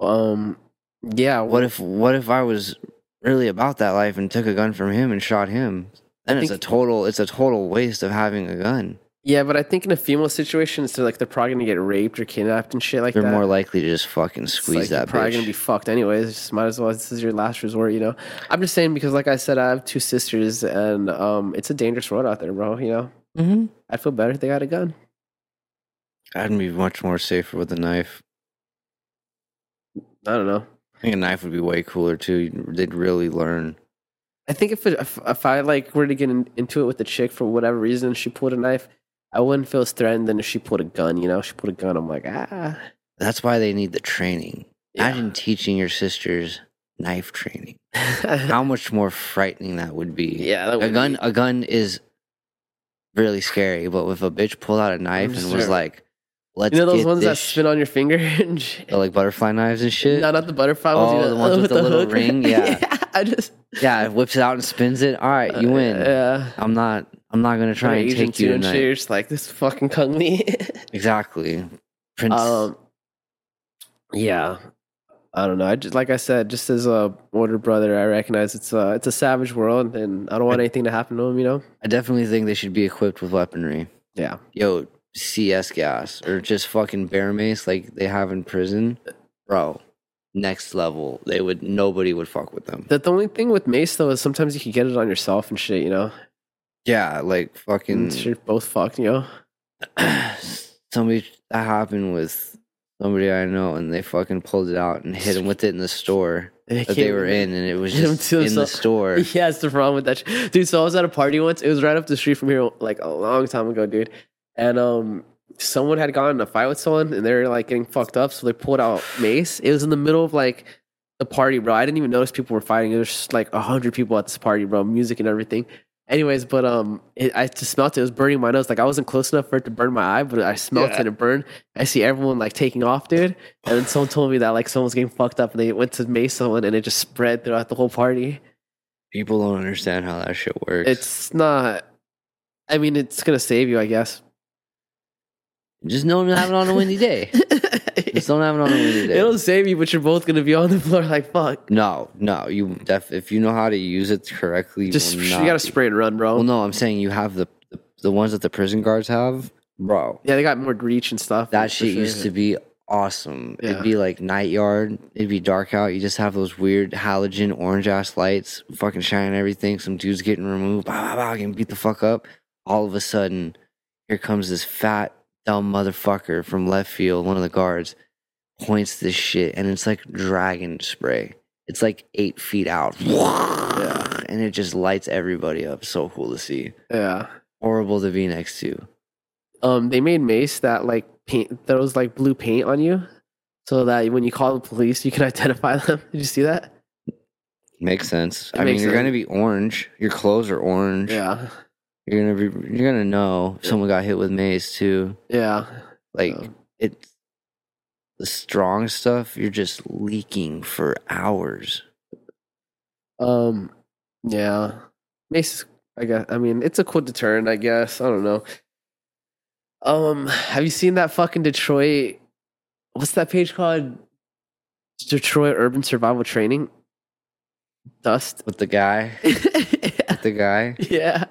[SPEAKER 1] Um, yeah.
[SPEAKER 2] What if what if I was really about that life and took a gun from him and shot him? Then
[SPEAKER 1] I
[SPEAKER 2] it's a
[SPEAKER 1] think-
[SPEAKER 2] total it's a total waste of having a gun.
[SPEAKER 1] Yeah, but I think in a female situation, it's like they're probably gonna get raped or kidnapped and shit like
[SPEAKER 2] They're
[SPEAKER 1] that.
[SPEAKER 2] more likely to just fucking
[SPEAKER 1] It's
[SPEAKER 2] squeeze
[SPEAKER 1] like you're
[SPEAKER 2] that
[SPEAKER 1] Probably
[SPEAKER 2] bitch.
[SPEAKER 1] gonna be fucked anyways. Just might as well. This is your last resort, you know. I'm just saying because, like I said, I have two sisters, and um, it's a dangerous road out there, bro. You know,
[SPEAKER 2] mm-hmm.
[SPEAKER 1] I'd feel better if they got a gun.
[SPEAKER 2] I'd be much more safer with a knife.
[SPEAKER 1] I don't know.
[SPEAKER 2] I think a knife would be way cooler too. You'd- They'd really learn.
[SPEAKER 1] I think if it, if, if I like were to get in, into it with a chick for whatever reason, she pulled a knife. I wouldn't feel as threatened than if she pulled a gun. You know, she pulled a gun. I'm like, ah.
[SPEAKER 2] That's why they need the training.
[SPEAKER 1] Yeah.
[SPEAKER 2] Imagine teaching your sisters
[SPEAKER 1] (laughs)
[SPEAKER 2] knife training. How much more frightening that would be.
[SPEAKER 1] yeah, that
[SPEAKER 2] a
[SPEAKER 1] would
[SPEAKER 2] gun
[SPEAKER 1] be-
[SPEAKER 2] a gun is really scary, but if a bitch pulled out a knife and was
[SPEAKER 1] sure.
[SPEAKER 2] like, "Let's
[SPEAKER 1] You know those
[SPEAKER 2] get
[SPEAKER 1] ones that
[SPEAKER 2] this
[SPEAKER 1] spin on your finger (laughs) and shit?
[SPEAKER 2] The, like butterfly knives and shit.
[SPEAKER 1] No, not the butterfly ones.
[SPEAKER 2] Oh,
[SPEAKER 1] you know,
[SPEAKER 2] the ones with the little
[SPEAKER 1] hook. (laughs)
[SPEAKER 2] ring? Yeah.
[SPEAKER 1] I just.
[SPEAKER 2] Yeah, it whips it out and spins it. All right, you win.
[SPEAKER 1] Uh, Yeah.
[SPEAKER 2] I'm not. I'm not gonna try and take you
[SPEAKER 1] and
[SPEAKER 2] tonight.
[SPEAKER 1] shit, you're just like this fucking kung me. (laughs)
[SPEAKER 2] Exactly, Prince.
[SPEAKER 1] um. Yeah. I don't know. I just like I said, just as a older brother, I recognize it's a it's a savage world, and I don't want anything to happen to him. You know.
[SPEAKER 2] I definitely think they should be equipped with weaponry.
[SPEAKER 1] Yeah.
[SPEAKER 2] Yo, CS gas or just fucking bear mace like they have in prison, bro. Next level. They would. Nobody would fuck with them.
[SPEAKER 1] The, the only thing with mace though is sometimes you can get it on yourself and shit. You know.
[SPEAKER 2] Yeah, like fucking.
[SPEAKER 1] And you're both fucked. You know.
[SPEAKER 2] (clears throat) somebody that happened with somebody I know, and they fucking pulled it out and hit him with it in the store.
[SPEAKER 1] And it
[SPEAKER 2] that they
[SPEAKER 1] can't-
[SPEAKER 2] were in, and it was
[SPEAKER 1] Him
[SPEAKER 2] just
[SPEAKER 1] too,
[SPEAKER 2] in the
[SPEAKER 1] so-
[SPEAKER 2] (laughs) store.
[SPEAKER 1] (laughs) Yeah, it's the problem with that, sh- dude. So I was at a party once. It was right up the street from here, like a long time ago, dude. And um, someone had gotten in a fight with someone, and they were like getting fucked up. So they pulled out mace. It was in the middle of like the party, bro. I didn't even notice people were fighting. There's just, like a hundred people at this party, bro. Music and everything. Anyways, but um, it, I just smelt it. It was burning my nose. Like I wasn't close enough for it to burn my eye, but I smelt
[SPEAKER 2] Yeah.
[SPEAKER 1] it and it burned. I see everyone like taking off, dude. And then someone told me that like someone was getting fucked up, and they went to mace someone, and it just spread throughout the whole party.
[SPEAKER 2] People don't understand how that shit works.
[SPEAKER 1] It's not. I mean, (laughs) it's gonna save you, I guess.
[SPEAKER 2] (laughs) just know to have it on a windy day. Just don't have it on a rainy day.
[SPEAKER 1] It'll save you, but you're both gonna be on the floor like fuck.
[SPEAKER 2] no, no. You def- if you know how to use it correctly, you
[SPEAKER 1] Just
[SPEAKER 2] will
[SPEAKER 1] you
[SPEAKER 2] not
[SPEAKER 1] gotta
[SPEAKER 2] be-
[SPEAKER 1] spray and run, bro.
[SPEAKER 2] Well, no, I'm saying you have the, the the ones that the prison guards have, bro.
[SPEAKER 1] Yeah, they got more reach and stuff.
[SPEAKER 2] That
[SPEAKER 1] for
[SPEAKER 2] shit
[SPEAKER 1] sure.
[SPEAKER 2] used to be awesome.
[SPEAKER 1] Yeah.
[SPEAKER 2] It'd be like night yard. It'd be dark out. You just have those weird halogen orange ass lights, fucking shining everything. Some dudes getting removed, bah, bah, bah, getting beat the fuck up. All of a sudden, here comes this fat dumb motherfucker from left field. One of the guards points this shit, and it's like dragon spray. It's like eight feet out, (laughs) and it just lights everybody up. So cool to see.
[SPEAKER 1] Yeah.
[SPEAKER 2] Horrible to be next to.
[SPEAKER 1] Um, they made mace that like paint that was like blue paint on you, so that when you call the police, you can (laughs) identify them. Did you see
[SPEAKER 2] (laughs)
[SPEAKER 1] that?
[SPEAKER 2] Makes sense.
[SPEAKER 1] It
[SPEAKER 2] I mean,
[SPEAKER 1] makes
[SPEAKER 2] you're
[SPEAKER 1] sense.
[SPEAKER 2] gonna be orange. Your clothes are orange.
[SPEAKER 1] Yeah.
[SPEAKER 2] You're gonna be. You're gonna know if someone got hit with mace too.
[SPEAKER 1] Yeah.
[SPEAKER 2] Like
[SPEAKER 1] So-
[SPEAKER 2] it's the strong stuff. You're just leaking for hours.
[SPEAKER 1] Um, yeah, Mace. is- I guess. I mean, it's a cool deterrent. I guess. I don't know. Um, have you seen that fucking Detroit? What's that page called? Detroit Urban Survival Training.
[SPEAKER 2] (laughs)
[SPEAKER 1] Dust. (laughs)
[SPEAKER 2] With the guy. With the guy.
[SPEAKER 1] yeah,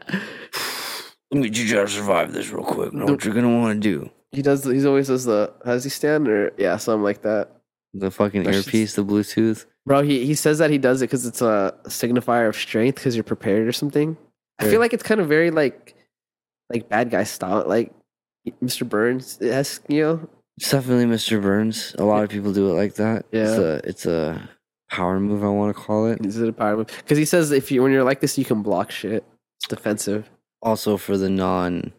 [SPEAKER 2] Let me teach you how to survive this real quick. Know what you're gonna want to do.
[SPEAKER 1] he does. He's always does the. How does he stand? Or yeah, something like that.
[SPEAKER 2] The fucking
[SPEAKER 1] That shit's-
[SPEAKER 2] earpiece, the Bluetooth.
[SPEAKER 1] Bro, he, he says that he does it because it's a signifier of strength because you're prepared or something. I
[SPEAKER 2] Sure.
[SPEAKER 1] feel like it's kind of very like like bad guy style, like Mr. Burns esque, you know?
[SPEAKER 2] It's definitely Mr. Burns. A lot of people do it like that.
[SPEAKER 1] Yeah.
[SPEAKER 2] It's a, it's a power move. I want to call it.
[SPEAKER 1] Is it a power move? Because he says if you when you're like this, you can block shit. It's defensive.
[SPEAKER 2] also for the non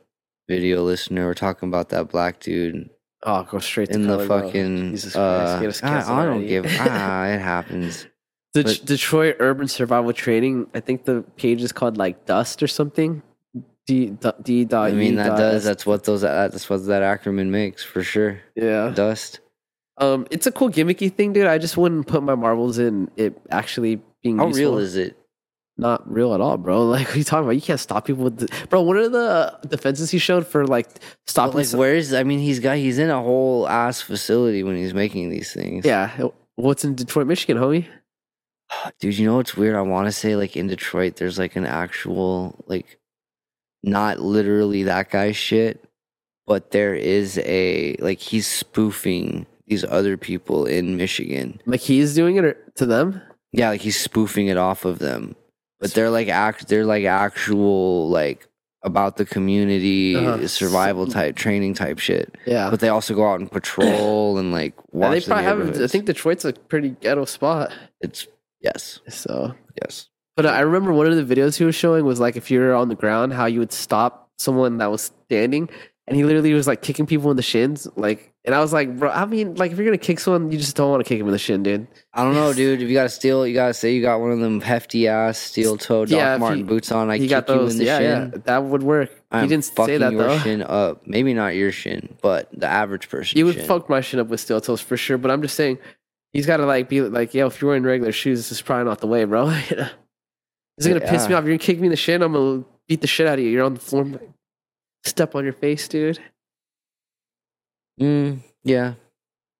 [SPEAKER 2] video listener, we're talking about that black dude
[SPEAKER 1] Oh, go straight to
[SPEAKER 2] in the
[SPEAKER 1] color, bro.
[SPEAKER 2] fucking.
[SPEAKER 1] Jesus Christ,
[SPEAKER 2] uh,
[SPEAKER 1] get us
[SPEAKER 2] I,
[SPEAKER 1] canceled
[SPEAKER 2] I don't
[SPEAKER 1] already. (laughs)
[SPEAKER 2] give. Ah, it happens.
[SPEAKER 1] the
[SPEAKER 2] but-
[SPEAKER 1] Detroit Urban Survival Training. I think the page is called like Dust or something. D d- d dot.
[SPEAKER 2] I mean,
[SPEAKER 1] E
[SPEAKER 2] that
[SPEAKER 1] dot
[SPEAKER 2] does.
[SPEAKER 1] S.
[SPEAKER 2] That's what those. That's what that acronym makes for sure.
[SPEAKER 1] yeah.
[SPEAKER 2] Dust.
[SPEAKER 1] Um, it's a cool gimmicky thing, dude. I just wouldn't put my marbles in it actually being
[SPEAKER 2] How
[SPEAKER 1] useful.
[SPEAKER 2] real is it?
[SPEAKER 1] not real at all, bro. (laughs) Like what are you talking about? You can't stop people with the- bro. One of the defenses he showed for like
[SPEAKER 2] But
[SPEAKER 1] stopping,
[SPEAKER 2] like,
[SPEAKER 1] some-
[SPEAKER 2] where is? I mean, he's got. He's in a whole ass facility when he's making these things.
[SPEAKER 1] yeah. What's in Detroit, Michigan, homie?
[SPEAKER 2] (sighs) dude. You know what's weird? I want to say like in Detroit, there's like an actual like, not literally that guy's shit, but there is a like he's spoofing these other people in Michigan.
[SPEAKER 1] Like he's doing it or, to them.
[SPEAKER 2] Yeah, like he's spoofing it off of them. But they're like act they're like actual like about the community uh,
[SPEAKER 1] Uh-huh.
[SPEAKER 2] survival type training type shit.
[SPEAKER 1] Yeah,
[SPEAKER 2] But they also go out and patrol and like watch.
[SPEAKER 1] and they
[SPEAKER 2] the
[SPEAKER 1] probably have. I
[SPEAKER 2] neighborhoods.
[SPEAKER 1] think Detroit's a pretty ghetto spot.
[SPEAKER 2] it's yes,
[SPEAKER 1] So,
[SPEAKER 2] yes.
[SPEAKER 1] but I remember one of the videos he was showing was like if you're on the ground, how you would stop someone that was standing, and he literally was like kicking people in the shins, like. And I was like, bro, I mean, like if you're gonna kick someone, you just don't want to kick him in the shin, dude.
[SPEAKER 2] I don't know, dude. If you got a steel, you gotta say you got one of them hefty ass steel toe Doc
[SPEAKER 1] Yeah, if
[SPEAKER 2] Martin
[SPEAKER 1] you-
[SPEAKER 2] boots on. I
[SPEAKER 1] he
[SPEAKER 2] kick
[SPEAKER 1] got
[SPEAKER 2] you
[SPEAKER 1] those.
[SPEAKER 2] in the
[SPEAKER 1] yeah,
[SPEAKER 2] shin.
[SPEAKER 1] yeah, that would work.
[SPEAKER 2] I'm
[SPEAKER 1] he didn't
[SPEAKER 2] fucking
[SPEAKER 1] say that
[SPEAKER 2] your
[SPEAKER 1] though.
[SPEAKER 2] shin up. Maybe not your shin, but the average person.
[SPEAKER 1] You would
[SPEAKER 2] shin.
[SPEAKER 1] fuck my shit up with steel toes for sure. But I'm just saying, he's got to like be like, yo, if you're wearing regular shoes, this is probably not the way, bro. (laughs) You know? It's gonna piss me
[SPEAKER 2] Yeah.
[SPEAKER 1] off. You're gonna kick me in the shin. I'm gonna beat the shit out of you. You're on the floor. I'm gonna Step on your face, dude.
[SPEAKER 2] Mm, yeah,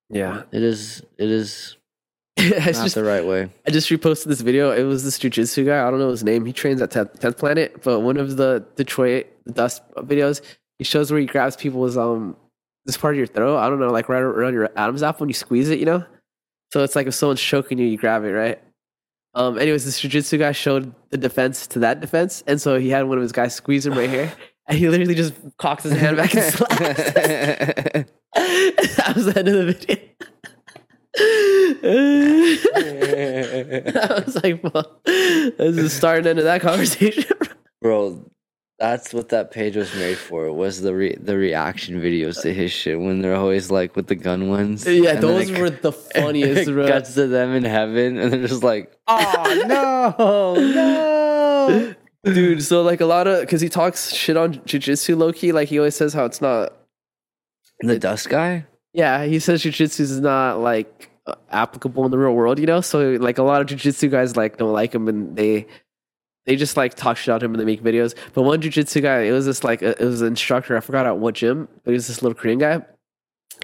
[SPEAKER 1] Yeah,
[SPEAKER 2] it is. It is
[SPEAKER 1] (laughs) it's
[SPEAKER 2] not
[SPEAKER 1] just
[SPEAKER 2] the right way.
[SPEAKER 1] I just reposted this video. It was this jujitsu guy. I don't know his name. He trains at 10th, 10th Planet, but one of the Detroit Dust videos, he shows where he grabs people's um this part of your throat. I don't know, like right around your Adam's apple when you squeeze it, you know. So it's like if someone's choking you, you grab it, right? Um. Anyways, this jujitsu guy showed the defense to that defense, and so he had one of his guys squeeze him right here, and he literally just cocks his hand back and slaps. (laughs) that was the end of the video. (laughs) I was like, well, this is the start and end of that conversation. (laughs)
[SPEAKER 2] (laughs) Bro, that's what that page was made for. Was the re- the reaction videos to his shit when they're always like with the gun ones.
[SPEAKER 1] yeah,
[SPEAKER 2] And then
[SPEAKER 1] those
[SPEAKER 2] it (laughs)
[SPEAKER 1] were the funniest.
[SPEAKER 2] it
[SPEAKER 1] bro.
[SPEAKER 2] cuts to them in heaven, and they're just like, (laughs) "Oh no, no!"
[SPEAKER 1] Dude, so like a lot of, because he talks shit on jujitsu low key. Like he always says how it's not,
[SPEAKER 2] The dust guy.
[SPEAKER 1] yeah, he says jujitsu is not like applicable in the real world, you know? So like a lot of jujitsu guys like don't like him and they. They just like talk shit on him and they make videos. But one jujitsu guy, it was this like, it was an instructor. I forgot at what gym, but he was this little Korean guy.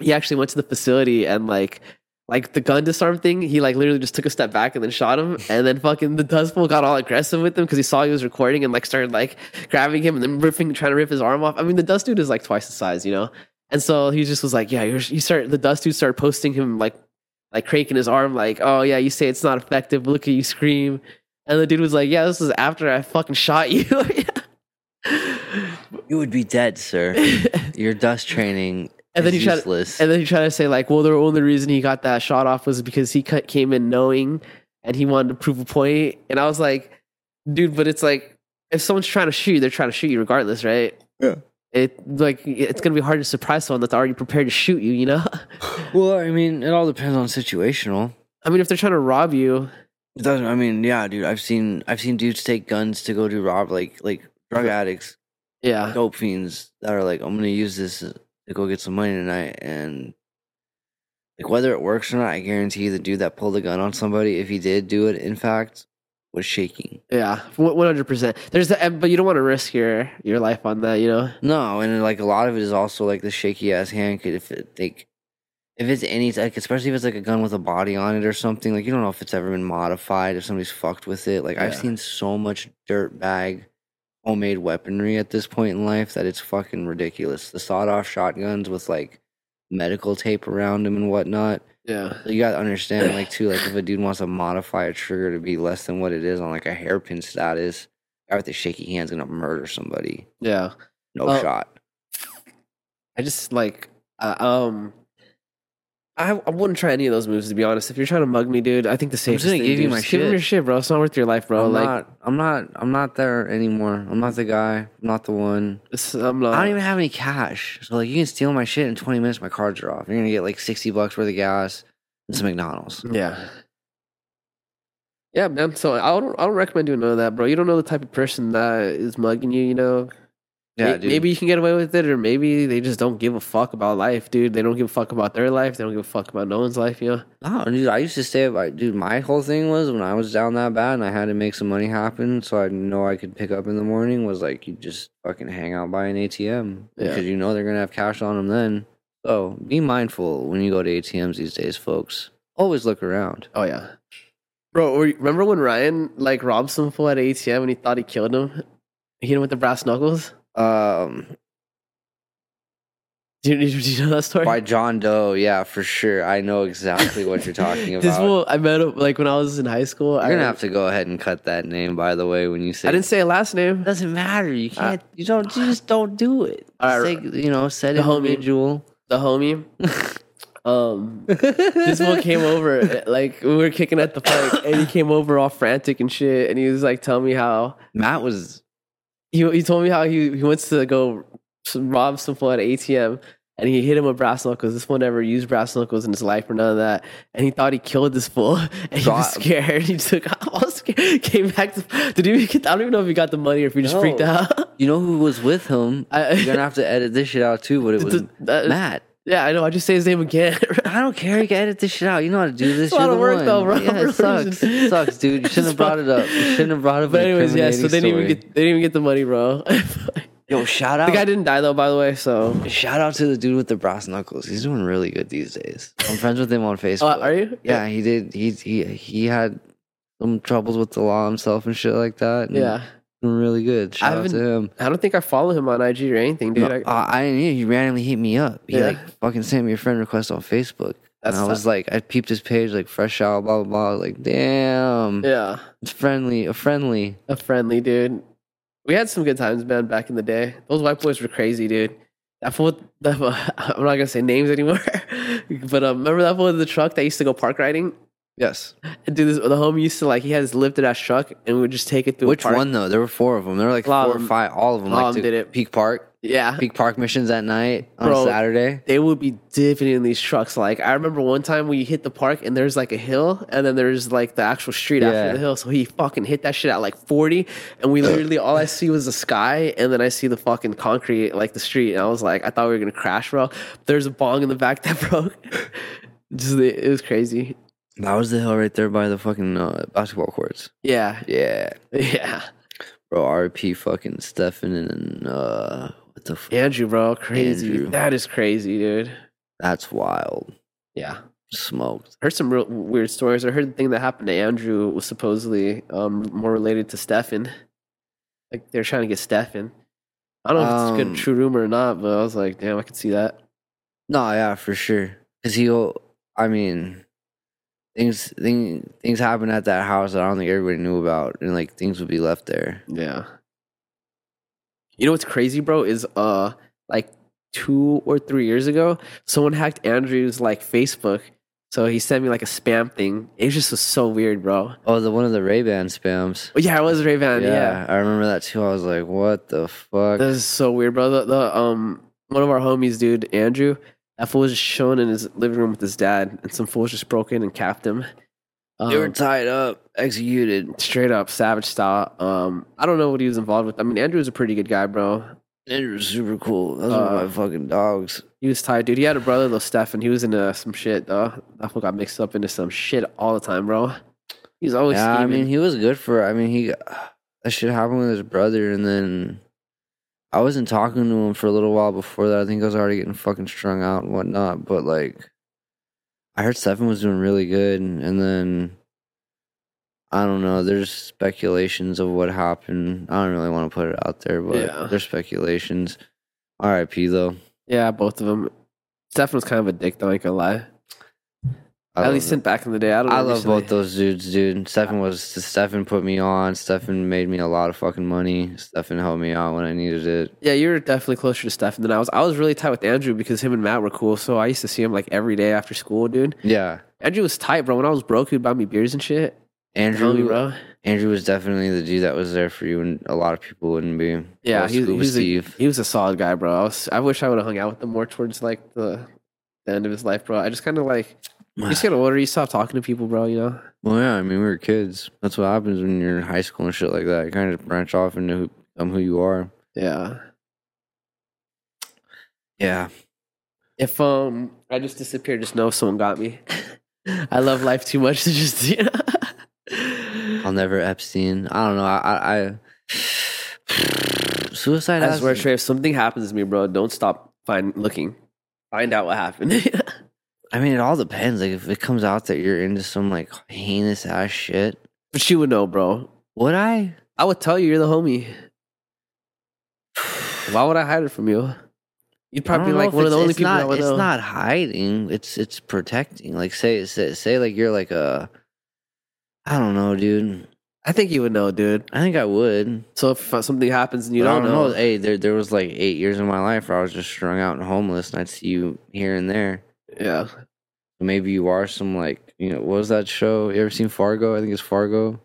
[SPEAKER 1] he actually went to the facility and like like the gun disarm thing, he like literally just took a step back and then shot him, and then fucking the dustful got all aggressive with him because he saw he was recording and like started like grabbing him and then ripping, trying to rip his arm off. I mean, the dust dude is like twice the size, you know, and so he just was like, yeah, you're, you start the dust dude started posting him like like cranking his arm, like, oh yeah, you say it's not effective, but look at you scream, and the dude was like, yeah, this is after I fucking shot you. (laughs)
[SPEAKER 2] You would be dead, sir.
[SPEAKER 1] (laughs)
[SPEAKER 2] Your dust training
[SPEAKER 1] And then
[SPEAKER 2] is
[SPEAKER 1] he tried-
[SPEAKER 2] useless.
[SPEAKER 1] And then he tried to say like, well, the only reason he got that shot off was because he cut, came in knowing, and he wanted to prove a point. And I was like, dude, but it's like if someone's trying to shoot you, they're trying to shoot you regardless, right?
[SPEAKER 2] Yeah.
[SPEAKER 1] It like it's gonna be hard to surprise someone that's already prepared to shoot you. You know, (laughs)
[SPEAKER 2] well, I mean, it all depends on situational.
[SPEAKER 1] I mean, if they're trying to rob you,
[SPEAKER 2] It doesn't. I mean, yeah, dude. I've seen I've seen dudes take guns to go do rob like like drug addicts,
[SPEAKER 1] yeah,
[SPEAKER 2] dope fiends that are like, I'm gonna use this to go get some money tonight, and like whether it works or not, I guarantee the dude that pulled the gun on somebody, if he did do it, in fact, was shaking.
[SPEAKER 1] yeah, one hundred percent. There's the, and- but you don't want to risk your your life on that. You know,
[SPEAKER 2] No, and like a lot of it is also like the shaky ass hand. Could if it like if it's any like especially if it's like a gun with a body on it or something, like you don't know if it's ever been modified. If somebody's fucked with it, like I've
[SPEAKER 1] Yeah.
[SPEAKER 2] seen so much dirt bag homemade weaponry at this point in life that it's fucking ridiculous. The sawed off shotguns with like medical tape around them and whatnot.
[SPEAKER 1] yeah,
[SPEAKER 2] You gotta understand, like too, like if a dude wants to modify a trigger to be less than what it is on like a hairpin status, guy with a shaky hand's gonna murder somebody.
[SPEAKER 1] yeah.
[SPEAKER 2] No
[SPEAKER 1] Uh,
[SPEAKER 2] shot.
[SPEAKER 1] I just like uh, um. I, I wouldn't try any of those moves to be honest. If you're trying to mug me, dude, I think the safest
[SPEAKER 2] gonna
[SPEAKER 1] thing,
[SPEAKER 2] give you
[SPEAKER 1] dude,
[SPEAKER 2] my
[SPEAKER 1] just give him
[SPEAKER 2] shit.
[SPEAKER 1] your shit, bro. It's not worth your life, bro.
[SPEAKER 2] I'm
[SPEAKER 1] like
[SPEAKER 2] not, I'm not, I'm not there anymore. I'm not the guy. I'm not the one.
[SPEAKER 1] This- I'm not.
[SPEAKER 2] I don't even have any cash. So like, you can steal my shit in 20 minutes. My cards are off. You're gonna get like 60 bucks worth of gas and some McDonald's.
[SPEAKER 1] Yeah. Yeah, man. So I don't. I don't recommend doing none of that, bro. You don't know the type of person that is mugging you. You know. May- Maybe you can get away with it, or maybe they just don't give a fuck about life, dude. They don't give a fuck about their life. They don't give a fuck about no one's life. You know.
[SPEAKER 2] No, dude. I used to stay up. I, dude, my whole thing was when I was down that bad and I had to make some money happen, so I know I could pick up in the morning. Was like, you just fucking hang out by an ATM
[SPEAKER 1] Yeah.
[SPEAKER 2] because you know they're gonna have cash on them then. So be mindful when you go to ATMs these days, folks. Always look around.
[SPEAKER 1] Oh yeah. Bro, were you- remember when Ryan like robbed some fool at an ATM and he thought he killed him? He hit him with the brass knuckles. (laughs)
[SPEAKER 2] Um,
[SPEAKER 1] Do you, did you know that story? (laughs)
[SPEAKER 2] By John Doe, yeah, for sure. I know exactly what you're talking (laughs) about.
[SPEAKER 1] This fool I met him like when I was in high school.
[SPEAKER 2] you're
[SPEAKER 1] I,
[SPEAKER 2] gonna have to go ahead and cut that name, by the way, when you say
[SPEAKER 1] I
[SPEAKER 2] Uh,
[SPEAKER 1] didn't say a last name.
[SPEAKER 2] (laughs) It doesn't matter. You can't. you don't. You just don't do it.
[SPEAKER 1] All
[SPEAKER 2] Say,
[SPEAKER 1] right.
[SPEAKER 2] you know, said
[SPEAKER 1] The homie.
[SPEAKER 2] (laughs) individual.
[SPEAKER 1] The homie. Um, this
[SPEAKER 2] this (laughs)
[SPEAKER 1] one came over eh, like we were kicking at the park and he came over all frantic and shit and he was like telling me how
[SPEAKER 2] Matt was.
[SPEAKER 1] he, he told me how he, he wants to go s- rob some fool at an ATM and he hit him with brass knuckles. This fool never used brass knuckles in his life or none of that. And he thought he killed this fool (laughs) and he was
[SPEAKER 2] God.
[SPEAKER 1] scared. (laughs) He took off. I was scared. Came back. To, did he even get, I don't even know if he got the money or if he just
[SPEAKER 2] No.
[SPEAKER 1] freaked out. (laughs)
[SPEAKER 2] You know who was with him.
[SPEAKER 1] I-
[SPEAKER 2] (laughs) You're gonna have to edit this shit out too. But it was
[SPEAKER 1] The- that-
[SPEAKER 2] Matt.
[SPEAKER 1] yeah, I know. I just say his name again. (laughs)
[SPEAKER 2] I don't care. You can edit this shit out. You know how (laughs) to do this.
[SPEAKER 1] It's a lot
[SPEAKER 2] You're
[SPEAKER 1] of
[SPEAKER 2] the
[SPEAKER 1] work,
[SPEAKER 2] one.
[SPEAKER 1] though, bro.
[SPEAKER 2] (laughs) Yeah, it sucks. It sucks, dude. You shouldn't have brought it up. You shouldn't have brought up.
[SPEAKER 1] but
[SPEAKER 2] an
[SPEAKER 1] anyways, yeah. So
[SPEAKER 2] incriminating
[SPEAKER 1] they didn't even
[SPEAKER 2] story.
[SPEAKER 1] get they didn't even get the money, bro. (laughs)
[SPEAKER 2] Yo, shout out.
[SPEAKER 1] The guy didn't die though, by the way. So,
[SPEAKER 2] Shout out to the dude with the brass knuckles. He's doing really good these days. I'm friends with him on
[SPEAKER 1] Oh,
[SPEAKER 2] Facebook.
[SPEAKER 1] are you?
[SPEAKER 2] Yeah, he did. He he he had some troubles with the law himself and shit like that. and
[SPEAKER 1] Yeah,
[SPEAKER 2] doing really good. Shout out
[SPEAKER 1] haven't-
[SPEAKER 2] to him.
[SPEAKER 1] I don't think I follow him on IG or anything, dude.
[SPEAKER 2] No,
[SPEAKER 1] I,
[SPEAKER 2] uh, I didn't. Either. He randomly hit me up. He
[SPEAKER 1] Yeah.
[SPEAKER 2] like fucking sent me a friend request on Facebook.
[SPEAKER 1] That's
[SPEAKER 2] and I was
[SPEAKER 1] tough.
[SPEAKER 2] like, I peeped his page, like fresh out, blah blah blah. I was like, damn,
[SPEAKER 1] yeah,
[SPEAKER 2] it's friendly, a friendly.
[SPEAKER 1] a friendly dude. We had some good times, man, back in the day. Those white boys were crazy, dude. That fool, that fool- (laughs) I'm not gonna say names anymore, (laughs) but um, remember that fool in the truck that used to go park riding?
[SPEAKER 2] Yes.
[SPEAKER 1] Dude, this, the homie used to like he had his lifted ass truck, and we would just take it through. a
[SPEAKER 2] Which
[SPEAKER 1] park.
[SPEAKER 2] one though? There were four of them. There were like
[SPEAKER 1] A lot
[SPEAKER 2] four
[SPEAKER 1] of
[SPEAKER 2] or
[SPEAKER 1] 'em-
[SPEAKER 2] five. All of them.
[SPEAKER 1] a lot
[SPEAKER 2] like
[SPEAKER 1] of 'em
[SPEAKER 2] to
[SPEAKER 1] did it.
[SPEAKER 2] Peak Park.
[SPEAKER 1] Yeah,
[SPEAKER 2] Peak Park missions at night on
[SPEAKER 1] Bro.
[SPEAKER 2] Saturday.
[SPEAKER 1] they would be dipping in these trucks. Like I remember one time we hit the park and there's like a hill and then there's like the actual street
[SPEAKER 2] Yeah.
[SPEAKER 1] after the hill. So he fucking hit that shit at like 40 and we literally all I see was the sky and then I see the fucking concrete like the street and I was like I thought we were gonna crash, bro. There's a bong in the back that (laughs) broke. Just the- it was crazy.
[SPEAKER 2] That was the hill right there by the fucking uh, basketball courts.
[SPEAKER 1] Yeah, (laughs)
[SPEAKER 2] Yeah,
[SPEAKER 1] yeah.
[SPEAKER 2] bro. R.P. Fucking Stefan and uh, what the fuck?
[SPEAKER 1] Andrew, bro, crazy.
[SPEAKER 2] Andrew.
[SPEAKER 1] That is crazy, dude.
[SPEAKER 2] That's wild.
[SPEAKER 1] Yeah.
[SPEAKER 2] Smoked.
[SPEAKER 1] Heard some real weird stories. I heard the thing that happened to Andrew was supposedly um, more related to Stefan. Like they're trying to get Stefan. I don't know if it's a
[SPEAKER 2] Um,
[SPEAKER 1] good true rumor or not, but I was like, damn, I could see that.
[SPEAKER 2] No, yeah, for sure. Cause he'll. I mean, things thing, things happen at that house that I don't think everybody knew about, and like things would be left there.
[SPEAKER 1] Yeah. You know what's crazy, bro? Is uh like two or three years ago, someone hacked Andrew's like Facebook. So he sent me like a spam thing. It just was so weird, bro.
[SPEAKER 2] Oh, the one of the Ray Ban spams.
[SPEAKER 1] But yeah, it was Ray Van. Uh, Yeah.
[SPEAKER 2] I remember that too. I was like, "What the fuck?"
[SPEAKER 1] That is so weird, bro. The, the um one of our homies, dude, Andrew, that fool was just chilling in his living room with his dad, and some fools just broke in and capped him.
[SPEAKER 2] they were
[SPEAKER 1] Um,
[SPEAKER 2] tied up, executed.
[SPEAKER 1] straight up savage style. Um, I don't know what he was involved with. I mean, Andrew was a pretty good guy, bro.
[SPEAKER 2] It was super cool. Those were
[SPEAKER 1] Uh,
[SPEAKER 2] my fucking dogs.
[SPEAKER 1] He was tired, dude. He had a brother though, Stefan. He was into some shit though. That fool got mixed up into some shit all the time, bro. He's always
[SPEAKER 2] Yeah, I
[SPEAKER 1] scheming.
[SPEAKER 2] mean, he was good for. I mean, he that shit happened with his brother, and then I wasn't talking to him for a little while before that. I think I was already getting fucking strung out and whatnot. But like, I heard Stefan was doing really good, and, and then I don't know. There's speculations of what happened. I don't really want to put it out there, but
[SPEAKER 1] Yeah.
[SPEAKER 2] there's speculations. R.I.P. Though.
[SPEAKER 1] yeah, both of them. Stefan was kind of a dick though, I ain't gonna lie.
[SPEAKER 2] I
[SPEAKER 1] At
[SPEAKER 2] love
[SPEAKER 1] least
[SPEAKER 2] it.
[SPEAKER 1] in back in the day. I don't know.
[SPEAKER 2] I love
[SPEAKER 1] recently.
[SPEAKER 2] both those dudes, dude. Stefan was Stefan put me on. Stefan made me a lot of fucking money. Stefan helped me out when I needed it.
[SPEAKER 1] Yeah, you were definitely closer to Stefan than I was. I was really tight with Andrew because him and Matt were cool, so I used to see him like every day after school, dude.
[SPEAKER 2] Yeah,
[SPEAKER 1] Andrew was tight, bro. When I was broke, he'd buy me beers and shit. Tell me,
[SPEAKER 2] Andrew.
[SPEAKER 1] bro.
[SPEAKER 2] Andrew was definitely the dude that was there for you, and a lot of people wouldn't be.
[SPEAKER 1] Yeah,
[SPEAKER 2] Old
[SPEAKER 1] he, he
[SPEAKER 2] Scuba
[SPEAKER 1] was a,
[SPEAKER 2] Steve.
[SPEAKER 1] he was a solid guy, bro. I, was, I wish I would have hung out with him more towards like the, the end of his life, bro. I just kind of like You
[SPEAKER 2] (sighs)
[SPEAKER 1] just get older, you stop talking to people, bro, you know?
[SPEAKER 2] well, yeah, I mean, we were kids. That's what happens when you're in high school and shit like that. You kind of branch off into who, um, who you are.
[SPEAKER 1] Yeah.
[SPEAKER 2] Yeah,
[SPEAKER 1] If um I just disappeared, just know someone got
[SPEAKER 2] (laughs)
[SPEAKER 1] me. I love life too much to just (laughs) you know.
[SPEAKER 2] I'll never Epstein. I don't know. I, I, (sighs) I suicide.
[SPEAKER 1] I
[SPEAKER 2] has
[SPEAKER 1] swear, Trey, if something happens to me, bro, don't stop find looking. Find out what happened. (laughs)
[SPEAKER 2] I mean, it all depends. Like, if it comes out that you're into some like heinous ass shit,
[SPEAKER 1] but she would know, bro.
[SPEAKER 2] would I?
[SPEAKER 1] I would tell you you're the homie. (sighs) Why would I hide it from you? You'd
[SPEAKER 2] I don't
[SPEAKER 1] probably be
[SPEAKER 2] know
[SPEAKER 1] like
[SPEAKER 2] if
[SPEAKER 1] one of
[SPEAKER 2] it's-
[SPEAKER 1] the only
[SPEAKER 2] it's
[SPEAKER 1] people
[SPEAKER 2] Not,
[SPEAKER 1] that would
[SPEAKER 2] it's
[SPEAKER 1] know.
[SPEAKER 2] not hiding. It's it's protecting. Like, say say say like you're like a. I don't know, dude.
[SPEAKER 1] I think you would know, dude.
[SPEAKER 2] I think I would.
[SPEAKER 1] So if uh, something happens and you
[SPEAKER 2] But I
[SPEAKER 1] don't, know,
[SPEAKER 2] Hey, there there was like eight years of my life where I was just strung out and homeless, and I'd see you here and there.
[SPEAKER 1] yeah,
[SPEAKER 2] Maybe you are some like you know what was that show? You ever seen Fargo? I think it's Fargo,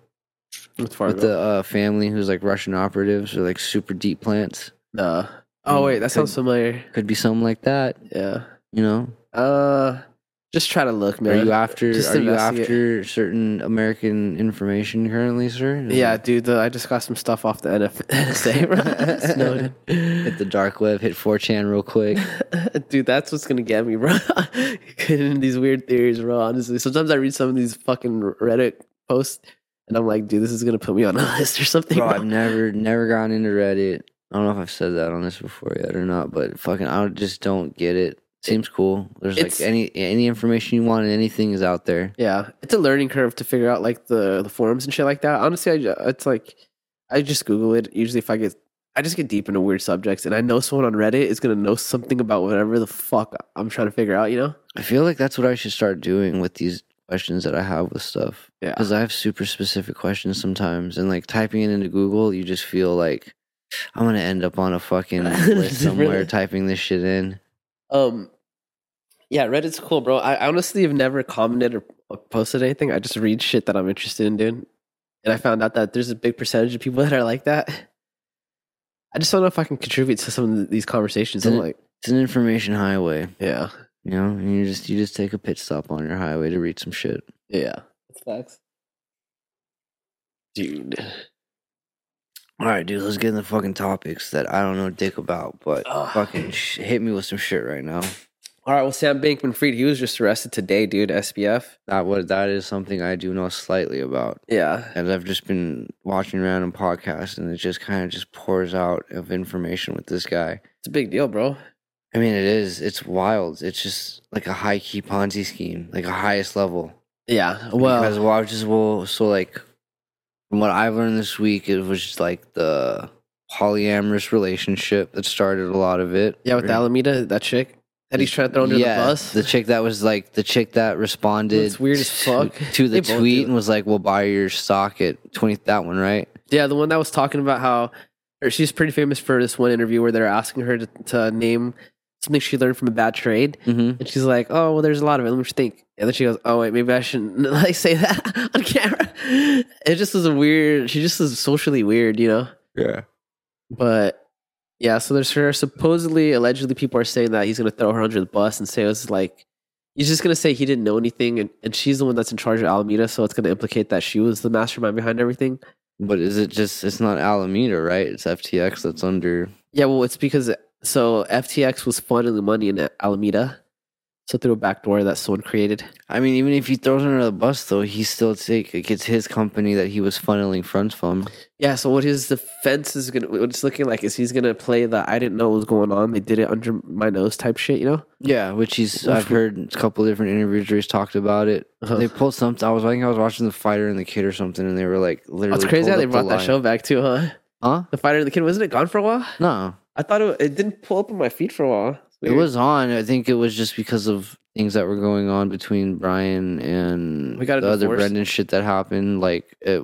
[SPEAKER 1] with
[SPEAKER 2] with the uh, family who's like Russian operatives or like super deep plants.
[SPEAKER 1] Nah. Oh wait, that sounds
[SPEAKER 2] Mm, Could-
[SPEAKER 1] familiar.
[SPEAKER 2] Could be something like that.
[SPEAKER 1] Yeah.
[SPEAKER 2] You know,
[SPEAKER 1] Uh, just try to look, man.
[SPEAKER 2] Are you after?
[SPEAKER 1] Just
[SPEAKER 2] are you
[SPEAKER 1] investigate.
[SPEAKER 2] after certain American information currently, sir?
[SPEAKER 1] yeah, dude. The, I just got some stuff off the (laughs) NF- NSA. bro. Snowden.
[SPEAKER 2] (laughs) Hit the dark web. Hit 4chan
[SPEAKER 1] (laughs)
[SPEAKER 2] real quick.
[SPEAKER 1] Dude, that's what's gonna get me, bro. (laughs) Getting into these weird theories, bro. Honestly, sometimes I read some of these fucking Reddit posts, and I'm like, dude, this is gonna put me on a (laughs) list or something.
[SPEAKER 2] Bro,
[SPEAKER 1] bro.
[SPEAKER 2] I've never, never gone into Reddit. I don't know if I've said that on this before yet or not, but fucking, I don't- just don't get it. Seems cool. There's
[SPEAKER 1] It's-
[SPEAKER 2] like any any information you want and anything is out there.
[SPEAKER 1] Yeah, it's a learning curve to figure out like the the forums and shit like that. Honestly, I ju- it's like I just Google it. Usually, if I get I just get deep into weird subjects, and I know someone on Reddit is gonna know something about whatever the fuck I'm trying to figure out. You know?
[SPEAKER 2] I feel like that's what I should start doing with these questions that I have with stuff.
[SPEAKER 1] Yeah.
[SPEAKER 2] because I have super specific questions sometimes, and like typing it into Google, you just feel like I'm gonna end up on a (laughs) fucking list somewhere
[SPEAKER 1] Really?
[SPEAKER 2] typing this shit in.
[SPEAKER 1] Um. Yeah, Reddit's cool, bro. I honestly have never commented or posted anything. I just read shit that I'm interested in doing, and I found out that there's a big percentage of people (laughs) that are like that. I just don't know if I can contribute to some of these conversations. I'm
[SPEAKER 2] Didn't-
[SPEAKER 1] like,
[SPEAKER 2] It's an information highway,
[SPEAKER 1] yeah,
[SPEAKER 2] you know. And you just you just take a pit stop on your highway to read some shit.
[SPEAKER 1] yeah, that's facts, dude.
[SPEAKER 2] All right, dude, let's get in the fucking topics that I don't know dick about, but
[SPEAKER 1] Ugh.
[SPEAKER 2] fucking sh- hit me with some shit right now.
[SPEAKER 1] All right. Well, Sam Bankman Fried, he was just arrested today, dude. SBF.
[SPEAKER 2] That what that is something I do know slightly about.
[SPEAKER 1] Yeah.
[SPEAKER 2] And I've just been watching random podcasts, and it just kind of just pours out of information with this guy.
[SPEAKER 1] It's a big deal, bro.
[SPEAKER 2] I mean, it is. It's wild. It's just like a high key Ponzi scheme, like a highest level.
[SPEAKER 1] Yeah. Well,
[SPEAKER 2] because what I was just well, so like from what I've learned this week, it was just like the polyamorous relationship that started a lot of it.
[SPEAKER 1] yeah, with Alameda, that chick that he's trying to throw under the bus.
[SPEAKER 2] The chick that was like the chick that responded.
[SPEAKER 1] That's weird as
[SPEAKER 2] to-
[SPEAKER 1] fuck.
[SPEAKER 2] to
[SPEAKER 1] They
[SPEAKER 2] the
[SPEAKER 1] both do
[SPEAKER 2] tweet
[SPEAKER 1] it.
[SPEAKER 2] and was like, "We'll buy your stock at twenty. That one, right?
[SPEAKER 1] yeah, the one that was talking about how or she's pretty famous for this one interview where they're asking her to, to name something she learned from a bad trade.
[SPEAKER 2] Mm-hmm.
[SPEAKER 1] And she's like, "Oh, well, there's a lot of it. Let me just think." And then she goes, "Oh wait, maybe I shouldn't (laughs) like say that (laughs) on camera." It just is a weird. She just is socially weird, you know.
[SPEAKER 2] Yeah.
[SPEAKER 1] But yeah, so there's her. Supposedly, allegedly, people are saying that he's gonna throw her under the bus and say it was like he's just gonna say he didn't know anything, and, and she's the one that's in charge of Alameda, so it's gonna implicate that she was the mastermind behind everything.
[SPEAKER 2] But is it just? It's not Alameda, right? It's FTX that's under.
[SPEAKER 1] Yeah, well, it's because so FTX was funneling money in Alameda, so through a back door that someone created.
[SPEAKER 2] I mean, even if he throws her under the bus, though, he's still take. Like, it's his company that he was funneling funds from.
[SPEAKER 1] Yeah, so what his defense is gonna what it's looking like is he's gonna play the I didn't know what was going on, they did it under my nose type shit, you know?
[SPEAKER 2] Yeah, which he's.
[SPEAKER 1] Which
[SPEAKER 2] I've
[SPEAKER 1] we-
[SPEAKER 2] heard a couple different interviews where he's talked about it.
[SPEAKER 1] Uh-huh.
[SPEAKER 2] They pulled something. I was. I think I was watching the fighter and the kid or something, and they were like, literally.
[SPEAKER 1] That's crazy
[SPEAKER 2] pulled
[SPEAKER 1] how they
[SPEAKER 2] up the
[SPEAKER 1] brought that
[SPEAKER 2] line.
[SPEAKER 1] show back too, huh?
[SPEAKER 2] Huh?
[SPEAKER 1] The fighter and the kid wasn't it gone for a while?
[SPEAKER 2] No,
[SPEAKER 1] I thought it, it didn't pull up on my feed for a while. It's
[SPEAKER 2] it
[SPEAKER 1] weird.
[SPEAKER 2] was on. I think it was just because of things that were going on between Brian and
[SPEAKER 1] We got a
[SPEAKER 2] the other
[SPEAKER 1] divorce.
[SPEAKER 2] Brendan shit that happened. Like it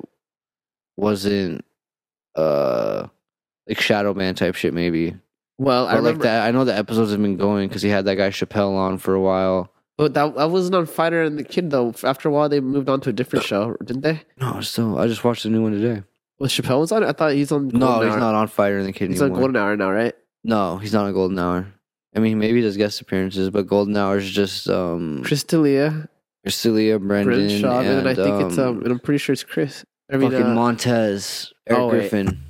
[SPEAKER 2] wasn't uh like Shadow Man type shit, maybe.
[SPEAKER 1] well. I
[SPEAKER 2] I like
[SPEAKER 1] remember, that.
[SPEAKER 2] that. I know the episodes have been going because he had that guy Chappelle on for a while.
[SPEAKER 1] But that I wasn't on Fighter and the Kid though. After a while, they moved on to a different show, didn't they?
[SPEAKER 2] No, still, I just watched the new one today.
[SPEAKER 1] Was Chappelle was on it? I thought he's on.
[SPEAKER 2] No,
[SPEAKER 1] Golden
[SPEAKER 2] he's
[SPEAKER 1] Hour.
[SPEAKER 2] not on Fire in the Kid
[SPEAKER 1] He's on
[SPEAKER 2] anymore.
[SPEAKER 1] Golden Hour now, right?
[SPEAKER 2] no, he's not on Golden Hour. I mean, maybe he does guest appearances, but Golden Hour is just um,
[SPEAKER 1] Chris D'Elia,
[SPEAKER 2] Priscilla, Brendan,
[SPEAKER 1] Brinshaw, and,
[SPEAKER 2] and,
[SPEAKER 1] then I think it's um,
[SPEAKER 2] um,
[SPEAKER 1] and I'm pretty sure it's Chris. I mean,
[SPEAKER 2] fucking
[SPEAKER 1] uh,
[SPEAKER 2] Montez, Eric
[SPEAKER 1] oh, wait.
[SPEAKER 2] Griffin,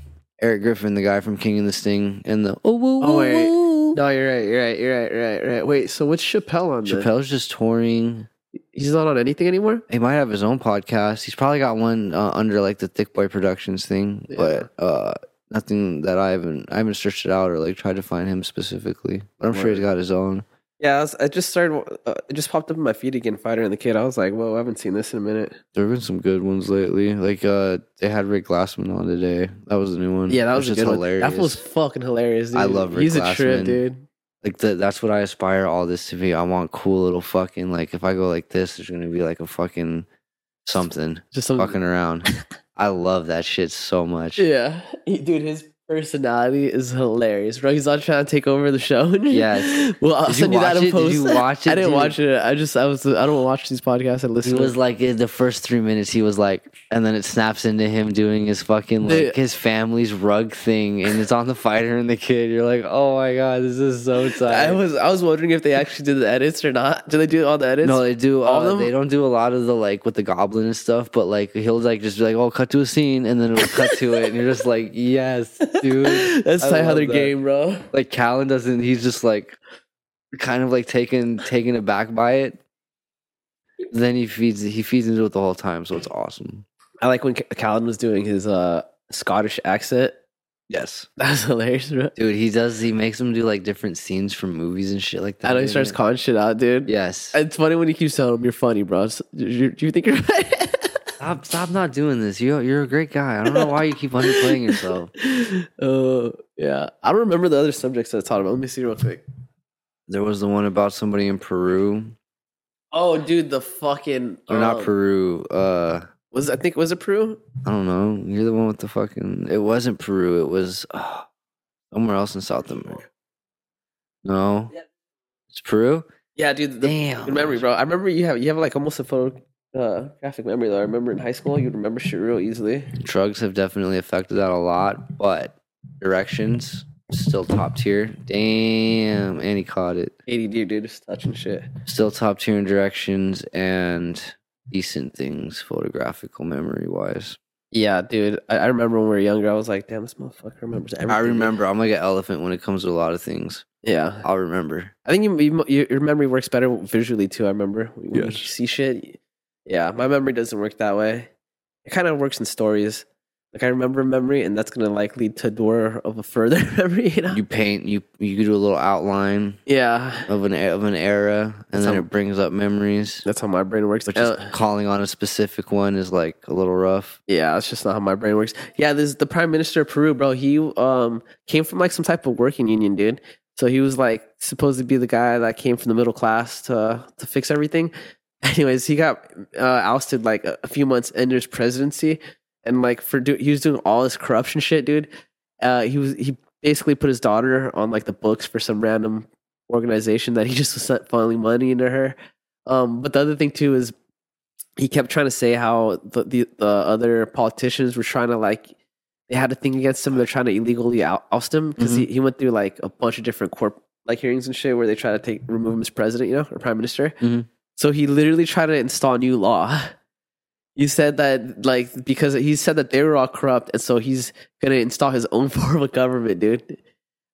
[SPEAKER 2] Eric Griffin, the guy from King and the Sting, and the oh woo
[SPEAKER 1] Oh,
[SPEAKER 2] woo
[SPEAKER 1] wait.
[SPEAKER 2] woo.
[SPEAKER 1] no, you're right, you're right, you're right, you're right, right. Wait, so what's Chappelle on? then?
[SPEAKER 2] Chappelle's just touring.
[SPEAKER 1] He's not on anything anymore.
[SPEAKER 2] He might have his own podcast. He's probably got one uh, under like the Thick Boy Productions thing, but uh, nothing that I haven't I haven't searched it out or like tried to find him specifically. But I'm sure
[SPEAKER 1] Word.
[SPEAKER 2] he's got his own.
[SPEAKER 1] Yeah, I, was, I just started. Uh, it just popped up in my feed again. Fighter and the Kid. I was like, whoa, I haven't seen this in a minute.
[SPEAKER 2] There have been some good ones lately. Like uh, they had Rick Glassman on today. That was the new one.
[SPEAKER 1] Yeah, that was
[SPEAKER 2] Mm, which
[SPEAKER 1] a
[SPEAKER 2] is
[SPEAKER 1] good
[SPEAKER 2] hilarious.
[SPEAKER 1] One. That was fucking hilarious. Dude.
[SPEAKER 2] I love Rick
[SPEAKER 1] He's a
[SPEAKER 2] Glassman.
[SPEAKER 1] trip, dude.
[SPEAKER 2] like the, that's what I aspire all this to be. I want cool little fucking like if I go like this, there's gonna be like a fucking something
[SPEAKER 1] Just some
[SPEAKER 2] fucking around. I love that shit so
[SPEAKER 1] (laughs)
[SPEAKER 2] much.
[SPEAKER 1] Yeah, He- dude, his personality is hilarious. Bro, he's not trying to take over the show. (laughs)
[SPEAKER 2] Yes.
[SPEAKER 1] Well, I'll
[SPEAKER 2] Did you
[SPEAKER 1] send you that
[SPEAKER 2] watch
[SPEAKER 1] in
[SPEAKER 2] it? Did
[SPEAKER 1] post.
[SPEAKER 2] you watch
[SPEAKER 1] (laughs)
[SPEAKER 2] it,
[SPEAKER 1] I didn't
[SPEAKER 2] dude?
[SPEAKER 1] watch it. I just I was I don't watch these podcasts. I
[SPEAKER 2] He
[SPEAKER 1] listen. to
[SPEAKER 2] was like in the first three minutes, he was like, and then it snaps into him doing his fucking like
[SPEAKER 1] Dude.
[SPEAKER 2] his family's rug thing, and it's on the fighter and the kid. You're like, oh my god, this is so
[SPEAKER 1] (laughs)
[SPEAKER 2] tight.
[SPEAKER 1] I was I was wondering if they actually did the edits or not. Do they do all the edits?
[SPEAKER 2] No, they do.
[SPEAKER 1] All
[SPEAKER 2] All
[SPEAKER 1] of them?
[SPEAKER 2] They don't do a lot of the like with the goblin and stuff, but like he'll like just be like, "Oh, cut to a scene," and then it'll cut to it, and you're just like, "Yes,
[SPEAKER 1] (laughs)
[SPEAKER 2] dude."
[SPEAKER 1] that's
[SPEAKER 2] I
[SPEAKER 1] tight how
[SPEAKER 2] love
[SPEAKER 1] they're
[SPEAKER 2] that.
[SPEAKER 1] game, bro.
[SPEAKER 2] Like Callan doesn't. He's just like, kind of like taken taken aback by it. Then he feeds he feeds into it the whole time, so it's awesome.
[SPEAKER 1] I like when Ca- Callan was doing his uh Scottish accent.
[SPEAKER 2] Yes,
[SPEAKER 1] (laughs) That was hilarious, bro.
[SPEAKER 2] dude. He does. He makes them do like different scenes from movies and shit like that.
[SPEAKER 1] I know he
[SPEAKER 2] in
[SPEAKER 1] starts
[SPEAKER 2] it.
[SPEAKER 1] calling shit out, dude.
[SPEAKER 2] Yes.
[SPEAKER 1] It's funny when he keeps telling him you're funny, bro. It's- Do you, do you think you're (laughs)
[SPEAKER 2] Stop! Stop not doing this. You you're a great guy. I don't know why you keep underplaying
[SPEAKER 1] (laughs)
[SPEAKER 2] yourself.
[SPEAKER 1] Uh, yeah. I don't remember the other subjects that I taught him. Let me see real quick.
[SPEAKER 2] There was the one about somebody in Peru
[SPEAKER 1] Oh, dude, the fucking.
[SPEAKER 2] Or not
[SPEAKER 1] um,
[SPEAKER 2] Peru. Uh,
[SPEAKER 1] Was I think was it Peru?
[SPEAKER 2] I don't know. You're the one with the fucking. It wasn't Peru. It was uh, somewhere else in South America. No,
[SPEAKER 1] Yeah.
[SPEAKER 2] it's Peru.
[SPEAKER 1] Yeah, dude. The,
[SPEAKER 2] Damn.
[SPEAKER 1] good memory, bro. I remember you have you have like almost a photographic memory though. I remember in high school you'd remember shit real easily.
[SPEAKER 2] Drugs have definitely affected that a lot, but directions still top tier. Damn, and he caught it.
[SPEAKER 1] ADD, dude, just touching shit.
[SPEAKER 2] Still top tier in directions and decent things, photographical memory wise.
[SPEAKER 1] Yeah, dude. I, I remember when we were younger. I was like, damn, this motherfucker remembers everything.
[SPEAKER 2] I remember. I'm like an elephant when it comes to a lot of things.
[SPEAKER 1] Yeah,
[SPEAKER 2] I'll remember.
[SPEAKER 1] I think you, you, your memory works better visually too. I remember when you
[SPEAKER 2] Yes.
[SPEAKER 1] see shit. Yeah, my memory doesn't work that way. It kind of works in stories. Like I remember a memory, and that's gonna like lead to a door of a further (laughs) memory. You know?
[SPEAKER 2] You paint you you do a little outline
[SPEAKER 1] yeah,
[SPEAKER 2] of an e-, of an era, and
[SPEAKER 1] That's
[SPEAKER 2] then
[SPEAKER 1] how-
[SPEAKER 2] it brings up memories.
[SPEAKER 1] that's how my brain works.
[SPEAKER 2] But
[SPEAKER 1] Uh,
[SPEAKER 2] just calling on a specific one is like a little rough.
[SPEAKER 1] Yeah, that's just not how my brain works. Yeah, this is the prime minister of Peru, bro. He um came from like some type of working union, dude. So he was like supposed to be the guy that came from the middle class to to fix everything. (laughs) Anyways, he got uh, ousted like a, a few months into his presidency, and like for do- he was doing all this corruption shit, dude. Uh, he was he basically put his daughter on like the books for some random organization that he (laughs) just was funneling money into her. Um, but the other thing too is he kept trying to say how the, the the other politicians were trying to like they had a thing against him. They're trying to illegally ou- oust him because he, he went through like a bunch of different corp like hearings and shit where they try to take remove him as president, you know, or prime minister.
[SPEAKER 2] Mhm.
[SPEAKER 1] So he literally tried to install a new law. He said that like because he said that they were all corrupt, and so he's gonna install his own (laughs) form of government, dude.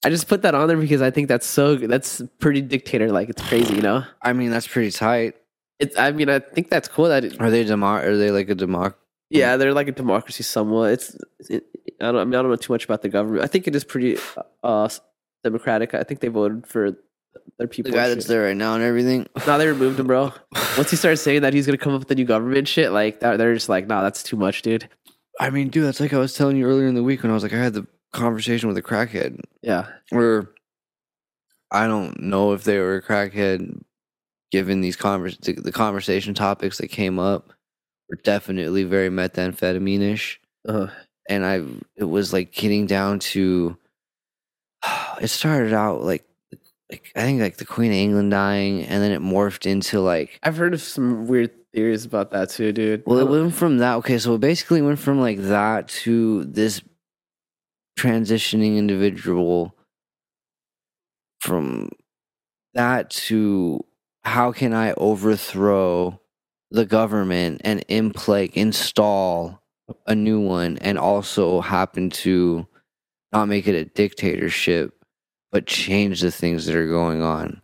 [SPEAKER 1] I just put that on there because I think that's so that's pretty dictator like. It's crazy, you know.
[SPEAKER 2] I mean, that's pretty tight.
[SPEAKER 1] It's I mean I think that's cool that it,
[SPEAKER 2] Are they demo? Are they like a democ?
[SPEAKER 1] Yeah, they're like a democracy somewhat. It's it, I don't I, mean, I don't know too much about the government. I think it is pretty uh democratic. I think they voted for their
[SPEAKER 2] The
[SPEAKER 1] people.
[SPEAKER 2] guy
[SPEAKER 1] and
[SPEAKER 2] that's
[SPEAKER 1] shit.
[SPEAKER 2] there right now and everything.
[SPEAKER 1] Nah, they removed him, bro. Once he started saying that he's gonna come up with a new government and shit, like that, they're just like, nah, that's too much, dude.
[SPEAKER 2] I mean, dude, that's like I was telling you earlier in the week when I was like, I had the conversation with a crackhead
[SPEAKER 1] Yeah,
[SPEAKER 2] where I don't know if they were a crackhead, given these convers the, the conversation topics that came up were definitely very methamphetamine ish.
[SPEAKER 1] uh-huh.
[SPEAKER 2] and I it was like getting down to (sighs) it started out like like I think like the Queen of England dying and then it morphed into like
[SPEAKER 1] I've heard of some weird theories about that too, dude.
[SPEAKER 2] well
[SPEAKER 1] I
[SPEAKER 2] it
[SPEAKER 1] don't-
[SPEAKER 2] went from that okay so it basically went from like that to this transitioning individual from that to how can I overthrow the government and in play install a new one and also happen to not make it a dictatorship but change the things that are going on.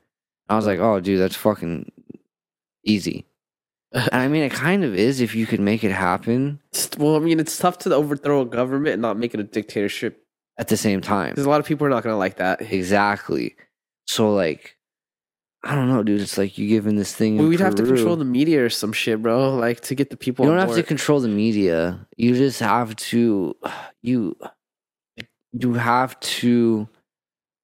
[SPEAKER 2] I was like, oh dude, that's fucking easy. and I mean it kind of is if you could make it happen
[SPEAKER 1] It's- well, I mean, it's tough to overthrow a government and not make it a dictatorship
[SPEAKER 2] at the same time.
[SPEAKER 1] because a lot of people are not gonna like that.
[SPEAKER 2] Exactly. So like, I don't know, dude. It's like you giving this thing.
[SPEAKER 1] Well,
[SPEAKER 2] in
[SPEAKER 1] we'd have to
[SPEAKER 2] Peru-
[SPEAKER 1] control the media or some shit, bro. Like to get the people.
[SPEAKER 2] You don't
[SPEAKER 1] on
[SPEAKER 2] have to
[SPEAKER 1] board.
[SPEAKER 2] control the media. You just have to. (sighs) You. You have to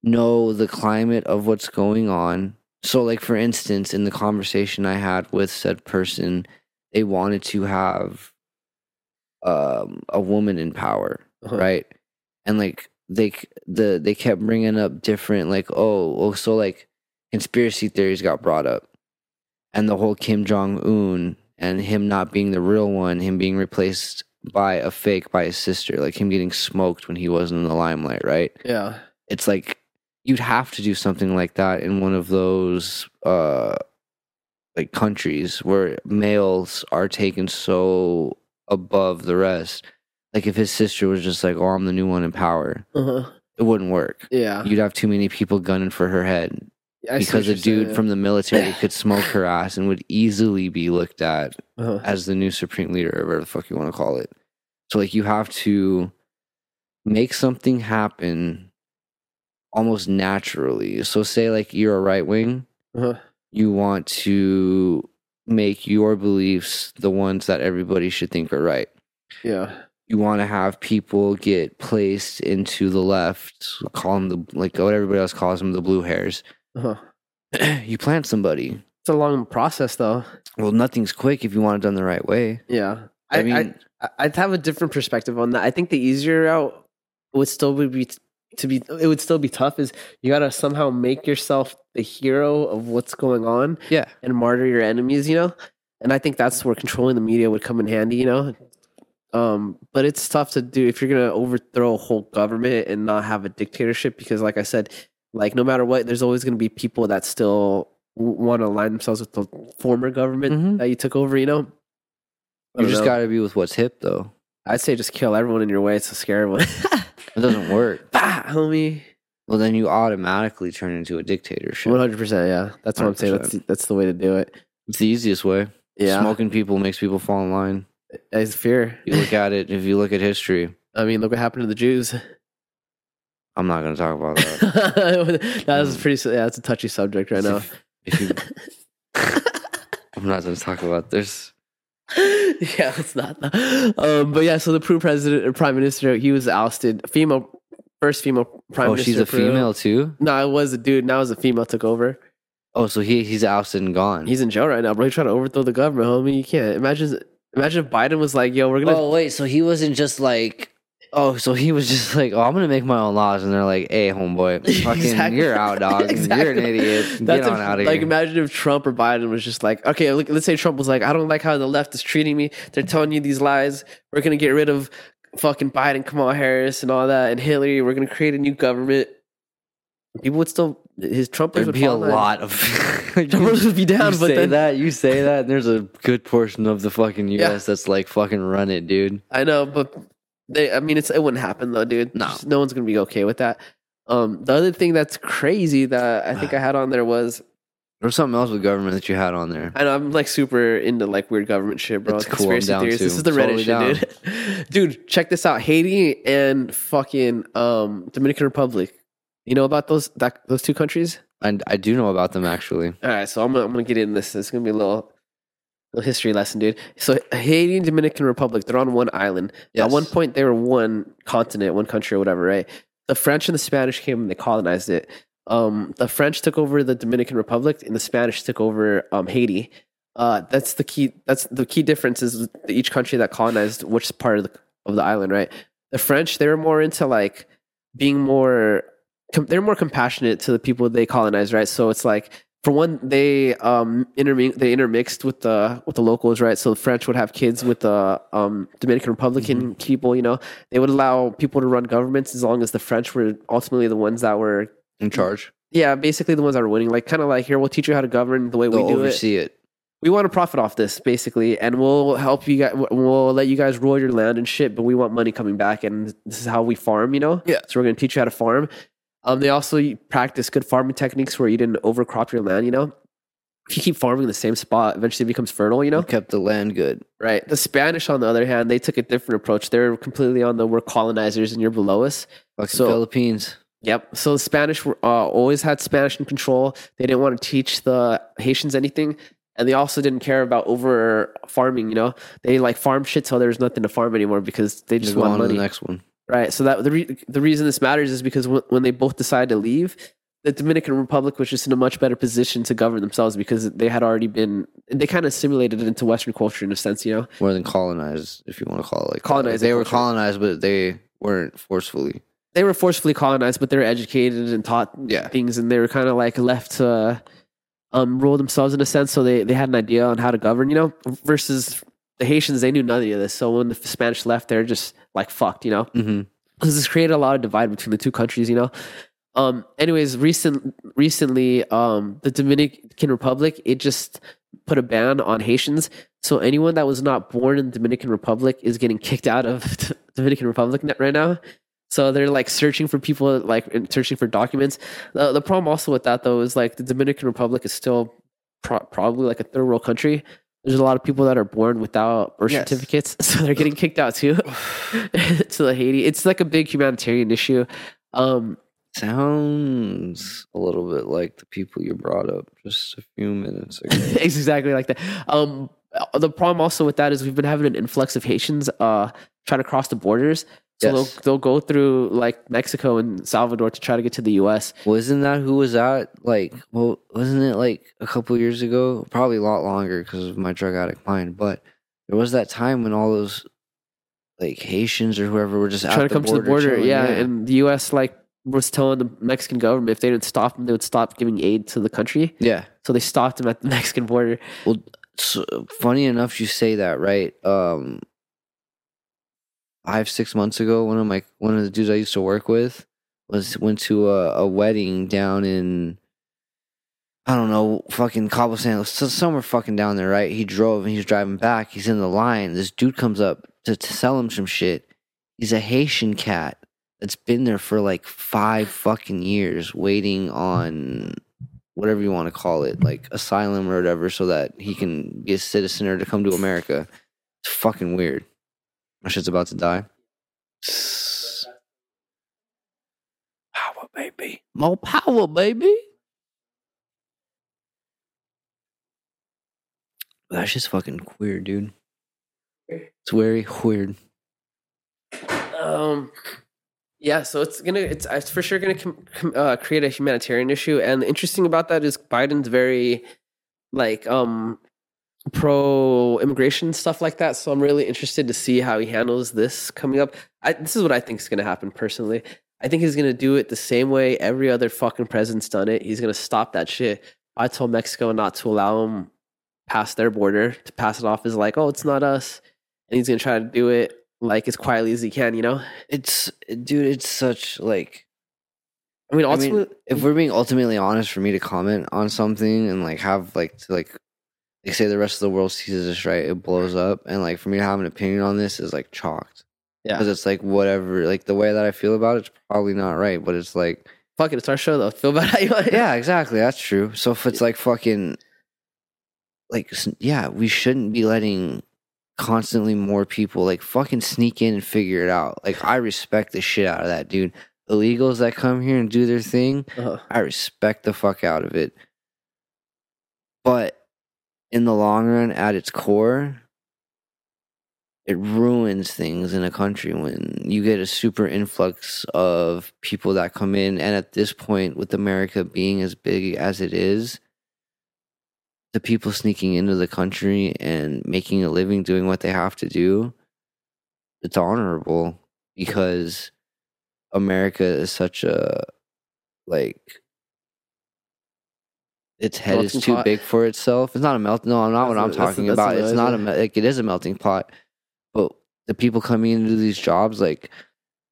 [SPEAKER 2] know the climate of what's going on. So, like for instance, in the conversation I had with said person, they wanted to have um, a woman in power.
[SPEAKER 1] Uh-huh.
[SPEAKER 2] right? And like they c- the they kept bringing up different like oh oh so like conspiracy theories got brought up, and the whole Kim Jong Un and him not being the real one, him being replaced by a fake by his sister, like him getting smoked when he wasn't in the limelight, right?
[SPEAKER 1] Yeah.
[SPEAKER 2] It's like you'd have to do something like that in one of those uh like countries where males are taken so above the rest. Like if his sister was just like, "Oh, I'm the new one in power,"
[SPEAKER 1] Uh-huh.
[SPEAKER 2] it wouldn't work.
[SPEAKER 1] Yeah.
[SPEAKER 2] You'd have too many people gunning for her head
[SPEAKER 1] I see what
[SPEAKER 2] because a
[SPEAKER 1] you're saying,
[SPEAKER 2] dude
[SPEAKER 1] yeah.
[SPEAKER 2] from the
[SPEAKER 1] (laughs)
[SPEAKER 2] military could smoke her ass and would easily be looked at
[SPEAKER 1] Uh-huh.
[SPEAKER 2] as the new supreme leader or whatever the fuck you want to call it. So like you have to make something happen almost naturally. So say like you're a right wing,
[SPEAKER 1] Uh-huh.
[SPEAKER 2] you want to make your beliefs the ones that everybody should think are right.
[SPEAKER 1] Yeah.
[SPEAKER 2] You want to have people get placed into the left, call them the like what everybody else calls them the blue hairs. (clears throat)
[SPEAKER 1] Uh-huh.
[SPEAKER 2] you plant somebody.
[SPEAKER 1] It's a long process though.
[SPEAKER 2] Well, nothing's quick if you want it done the right way.
[SPEAKER 1] Yeah.
[SPEAKER 2] I,
[SPEAKER 1] I,
[SPEAKER 2] mean,
[SPEAKER 1] I, I, I'd have a different perspective on that. I think the easier route would still be- be to be it would still be tough is you gotta somehow make yourself the hero of what's going on
[SPEAKER 2] yeah.
[SPEAKER 1] and martyr your enemies, you know? And I think that's where controlling the media would come in handy, you know? Um, but it's tough to do if you're gonna overthrow a whole government and not have a dictatorship because like I said, like no matter what, there's always gonna be people that still want to align themselves with the former government
[SPEAKER 2] Mhm.
[SPEAKER 1] that you took over, you know? I
[SPEAKER 2] You
[SPEAKER 1] don't
[SPEAKER 2] just
[SPEAKER 1] know.
[SPEAKER 2] got to be with what's hip, though.
[SPEAKER 1] I'd say just kill everyone in your way. It's a scary
[SPEAKER 2] (laughs)
[SPEAKER 1] one.
[SPEAKER 2] It doesn't work.
[SPEAKER 1] (laughs) bah, homie.
[SPEAKER 2] Well, then you automatically turn into a dictatorship.
[SPEAKER 1] One hundred percent. Yeah, that's what I'm saying. That's that's the way to do it.
[SPEAKER 2] It's the easiest way.
[SPEAKER 1] Yeah,
[SPEAKER 2] Smoking people makes people fall in line.
[SPEAKER 1] it's fear.
[SPEAKER 2] You look at it, if you look at history,
[SPEAKER 1] I mean, look what happened to the Jews.
[SPEAKER 2] I'm not gonna talk about that.
[SPEAKER 1] that was
[SPEAKER 2] Mm.
[SPEAKER 1] pretty. Yeah, that's a touchy subject right
[SPEAKER 2] (laughs)
[SPEAKER 1] now. (laughs)
[SPEAKER 2] If you, I'm not gonna talk about this.
[SPEAKER 1] yeah, it's not. Um, but yeah, so the Peru president or prime minister, he was ousted. Female, first female prime
[SPEAKER 2] oh,
[SPEAKER 1] minister.
[SPEAKER 2] she's a
[SPEAKER 1] of Peru.
[SPEAKER 2] female too.
[SPEAKER 1] No, it was a dude. Now it's a female took over.
[SPEAKER 2] Oh, so he he's ousted and gone.
[SPEAKER 1] He's in jail right now, bro. He tried to overthrow the government, homie. You can't imagine. Imagine if Biden was like, "Yo, we're gonna."
[SPEAKER 2] oh wait, so he wasn't just like. Oh, so he was just (laughs) like, oh, I'm gonna make my own laws, and they're like, hey,
[SPEAKER 1] (laughs)
[SPEAKER 2] homeboy, fucking,
[SPEAKER 1] Exactly.
[SPEAKER 2] you're
[SPEAKER 1] (laughs)
[SPEAKER 2] out, dog. You're an
[SPEAKER 1] Exactly.
[SPEAKER 2] idiot.
[SPEAKER 1] That's
[SPEAKER 2] Get on
[SPEAKER 1] if-
[SPEAKER 2] out of
[SPEAKER 1] Like,
[SPEAKER 2] here.
[SPEAKER 1] imagine if Trump or Biden was just like, okay, look, let's say Trump was like, I don't like how the left is treating me. They're telling you these lies. We're gonna get rid of fucking Biden, Kamala Harris, and all that, and Hillary. We're gonna create a new government. People would still his Trump.
[SPEAKER 2] There'd
[SPEAKER 1] would
[SPEAKER 2] be a
[SPEAKER 1] fall in line. (laughs)
[SPEAKER 2] lot of. (laughs)
[SPEAKER 1] Trumpers would be down,
[SPEAKER 2] you
[SPEAKER 1] but
[SPEAKER 2] say
[SPEAKER 1] then
[SPEAKER 2] that you say that, and there's a good portion of the fucking U.S.
[SPEAKER 1] Yeah.
[SPEAKER 2] that's like fucking run it, dude.
[SPEAKER 1] I know, but they, I mean, it's it wouldn't happen though, dude.
[SPEAKER 2] No.
[SPEAKER 1] Just no one's gonna be okay with that. Um, the other thing that's crazy that I
[SPEAKER 2] (sighs)
[SPEAKER 1] think I had on there was
[SPEAKER 2] There's something else with government that you had on there.
[SPEAKER 1] I know I'm like super into like weird government shit, bro.
[SPEAKER 2] That's cool, I'm
[SPEAKER 1] Conspiracy
[SPEAKER 2] down
[SPEAKER 1] theories.
[SPEAKER 2] too.
[SPEAKER 1] This is the
[SPEAKER 2] Totally
[SPEAKER 1] Reddit shit, dude. (laughs) dude, check this out. Haiti and fucking um Dominican Republic. You know about those that, those two countries?
[SPEAKER 2] And I do know about them actually.
[SPEAKER 1] All right, so I'm gonna, I'm gonna get in this. It's gonna be a little little history lesson, dude. So Haiti and Dominican Republic, they're on one island. At one point, they were one continent, one country, or whatever, right? The French and the Spanish came and they colonized it. Um, the French took over the Dominican Republic, and the Spanish took over um, Haiti. Uh, that's the key. That's the key difference is the- each country that colonized which part of the of the island, right? The French they were more into like being more. Com- they're more compassionate to the people they colonized, right? So it's like for one, they um intermi- they intermixed with the with the locals, right? So the French would have kids with the um Dominican Republican people, you know. They would allow people to run governments as long as the French were ultimately the ones that were
[SPEAKER 2] in charge.
[SPEAKER 1] yeah, basically the ones that were winning. Like kind of like here, we'll teach you how to govern the way
[SPEAKER 2] They'll
[SPEAKER 1] we do it.
[SPEAKER 2] oversee it.
[SPEAKER 1] We want to profit off this basically, and we'll help you guys. We'll let you guys rule your land and shit, but we want money coming back, and this is how we farm, you know.
[SPEAKER 2] Yeah.
[SPEAKER 1] So we're gonna teach you how to farm. Um, they also practice good farming techniques where you didn't overcrop your land, you know. If you keep farming in the same spot, eventually it becomes fertile, you know?
[SPEAKER 2] Kept the land good.
[SPEAKER 1] Right. The Spanish, on the other hand, they took a different approach. They're completely on the we're colonizers and you're below us.
[SPEAKER 2] Fucking
[SPEAKER 1] So-
[SPEAKER 2] Philippines.
[SPEAKER 1] Yep. So the Spanish were, uh, always had Spanish in control. They didn't want to teach the Haitians anything, and they also didn't care about over farming. You know, they like farm shit till there was nothing to farm anymore because they just
[SPEAKER 2] Just go
[SPEAKER 1] want
[SPEAKER 2] on to
[SPEAKER 1] money,
[SPEAKER 2] the next one.
[SPEAKER 1] right? So that the re- the reason this matters is because w- when they both decided to leave, the Dominican Republic was just in a much better position to govern themselves because they had already been they kind of assimilated into Western culture in a sense. You know,
[SPEAKER 2] More than colonized, if you want to call it like that.
[SPEAKER 1] Colonized,
[SPEAKER 2] They were
[SPEAKER 1] culture.
[SPEAKER 2] colonized, but they weren't forcefully.
[SPEAKER 1] they were forcefully colonized, but they were educated and taught
[SPEAKER 2] Yeah.
[SPEAKER 1] things, and they were kind of like left to um, rule themselves in a sense. So they, they had an idea on how to govern, you know, versus the Haitians, they knew none of this. So when the Spanish left, they're just like fucked, you know.
[SPEAKER 2] Mm-hmm.
[SPEAKER 1] This has created a lot of divide between the two countries, you know. Um, anyways, recent recently, um, the Dominican Republic it just put a ban on Haitians. So anyone that was not born in the Dominican Republic is getting kicked out of (laughs) the Dominican Republic net- right now. So they're like searching for people, like and searching for documents. The, the problem also with that though is like the Dominican Republic is still pro- probably like a third world country. There's a lot of people that are born without birth
[SPEAKER 2] Yes.
[SPEAKER 1] certificates, (laughs) so they're getting kicked out too (laughs) to the Haiti. It's like a big humanitarian issue. Um,
[SPEAKER 2] Sounds a little bit like the people you brought up just a few minutes ago.
[SPEAKER 1] (laughs) it's exactly like that. Um, the problem also with that is we've been having an influx of Haitians uh, trying to cross the borders. So
[SPEAKER 2] Yes.
[SPEAKER 1] they'll, they'll go through like Mexico and Salvador to try to get to the U.S.
[SPEAKER 2] (laughs) Wasn't that who was at like? Well, wasn't it like a couple years ago? Probably a lot longer because of my drug addict mind. But there was that time when all those like Haitians or whoever were just at
[SPEAKER 1] trying to come to the border.
[SPEAKER 2] chilling,
[SPEAKER 1] yeah, and the U.S. like was telling the Mexican government if they didn't stop them, they would stop giving aid to the country.
[SPEAKER 2] yeah.
[SPEAKER 1] So they stopped them at the (laughs) Mexican border.
[SPEAKER 2] So, funny enough, you say that right. Um, five six months ago, one of my one of the dudes I used to work with was went to a, a wedding down in I don't know, fucking Cabo San, so somewhere fucking down there, right? He drove and he's driving back. He's in the line. This dude comes up to, to sell him some shit. He's a Haitian cat that's been there for like five fucking years, waiting on whatever you want to call it, like asylum or whatever, so that he can get citizen or to come to America. It's fucking weird. My shit's about to die. Power, baby. More power, baby. That's just fucking weird, dude. It's very weird.
[SPEAKER 1] Um, yeah, so it's gonna it's, it's for sure gonna com- com- uh, create a humanitarian issue, and the interesting about that is Biden's very like um pro immigration stuff like that. So I'm really interested to see how he handles this coming up. I, this is what I think is gonna happen personally. I think he's gonna do it the same way every other fucking president's done it. He's gonna stop that shit. I told Mexico not to allow him past their border to pass it off as like, oh, it's not us, and he's gonna try to do it like as quietly as he can. You know,
[SPEAKER 2] It's dude, it's such like
[SPEAKER 1] I mean,
[SPEAKER 2] I
[SPEAKER 1] ultimately,
[SPEAKER 2] mean, if we're being ultimately honest, for me to comment on something and like have like to like like say the rest of the world sees this right, it blows up, and like for me to have an opinion on this is like chalked
[SPEAKER 1] yeah.
[SPEAKER 2] because it's like whatever, like the way that I feel about it's probably not right, but it's like
[SPEAKER 1] Fuck it, it's our show though. Feel bad how you want.
[SPEAKER 2] yeah, exactly, that's true. So if it's like fucking like s- yeah, we shouldn't be letting constantly more people like fucking sneak in and figure it out. Like I respect the shit out of that dude. Illegals that come here and do their thing.
[SPEAKER 1] (laughs) Uh-huh.
[SPEAKER 2] I respect the fuck out of it. But in the long run, at its core, it ruins things in a country when you get a super influx of people that come in. And at this point, with America being as big as it is, the people sneaking into the country and making a living doing what they have to do, it's honorable because America is such a like its head
[SPEAKER 1] Melting
[SPEAKER 2] is too
[SPEAKER 1] pot.
[SPEAKER 2] big for itself. It's not a melt. No, not what
[SPEAKER 1] That's
[SPEAKER 2] I'm
[SPEAKER 1] a- that's a-
[SPEAKER 2] talking
[SPEAKER 1] that's
[SPEAKER 2] about. It's not a
[SPEAKER 1] amazing.
[SPEAKER 2] mel- like it is a melting pot, but the people coming into these jobs, like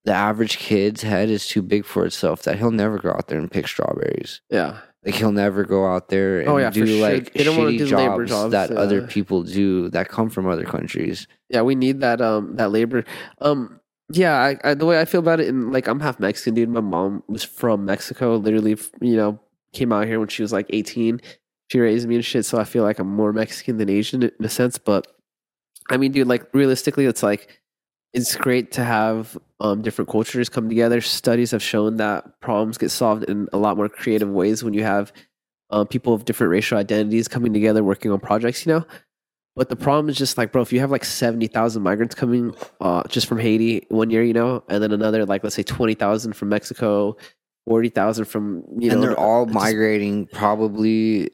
[SPEAKER 2] the average kid's head is too big for itself. That he'll never go out there and pick strawberries.
[SPEAKER 1] Yeah.
[SPEAKER 2] Like he'll never go out there and
[SPEAKER 1] Oh, yeah, for
[SPEAKER 2] do
[SPEAKER 1] sure.
[SPEAKER 2] like
[SPEAKER 1] They don't wanna
[SPEAKER 2] shitty
[SPEAKER 1] do labor
[SPEAKER 2] jobs,
[SPEAKER 1] jobs,
[SPEAKER 2] that other
[SPEAKER 1] yeah.
[SPEAKER 2] people do that come from other countries.
[SPEAKER 1] Yeah, we need that um that labor. Um yeah, I, I the way I feel about it and like I'm half Mexican dude. My mom was from Mexico, literally, f- you know, came out here when she was like 18. She raised me and shit, so I feel like I'm more Mexican than Asian in a sense, but I mean, dude, like realistically, it's like it's great to have um, different cultures come together. Studies have shown that problems get solved in a lot more creative ways when you have uh, people of different racial identities coming together working on projects. You know, but the problem is just like, bro, if you have like seventy thousand migrants coming uh, just from Haiti one year, you know, and then another like let's say twenty thousand from Mexico, forty thousand from you know,
[SPEAKER 2] and they're all
[SPEAKER 1] just-
[SPEAKER 2] migrating probably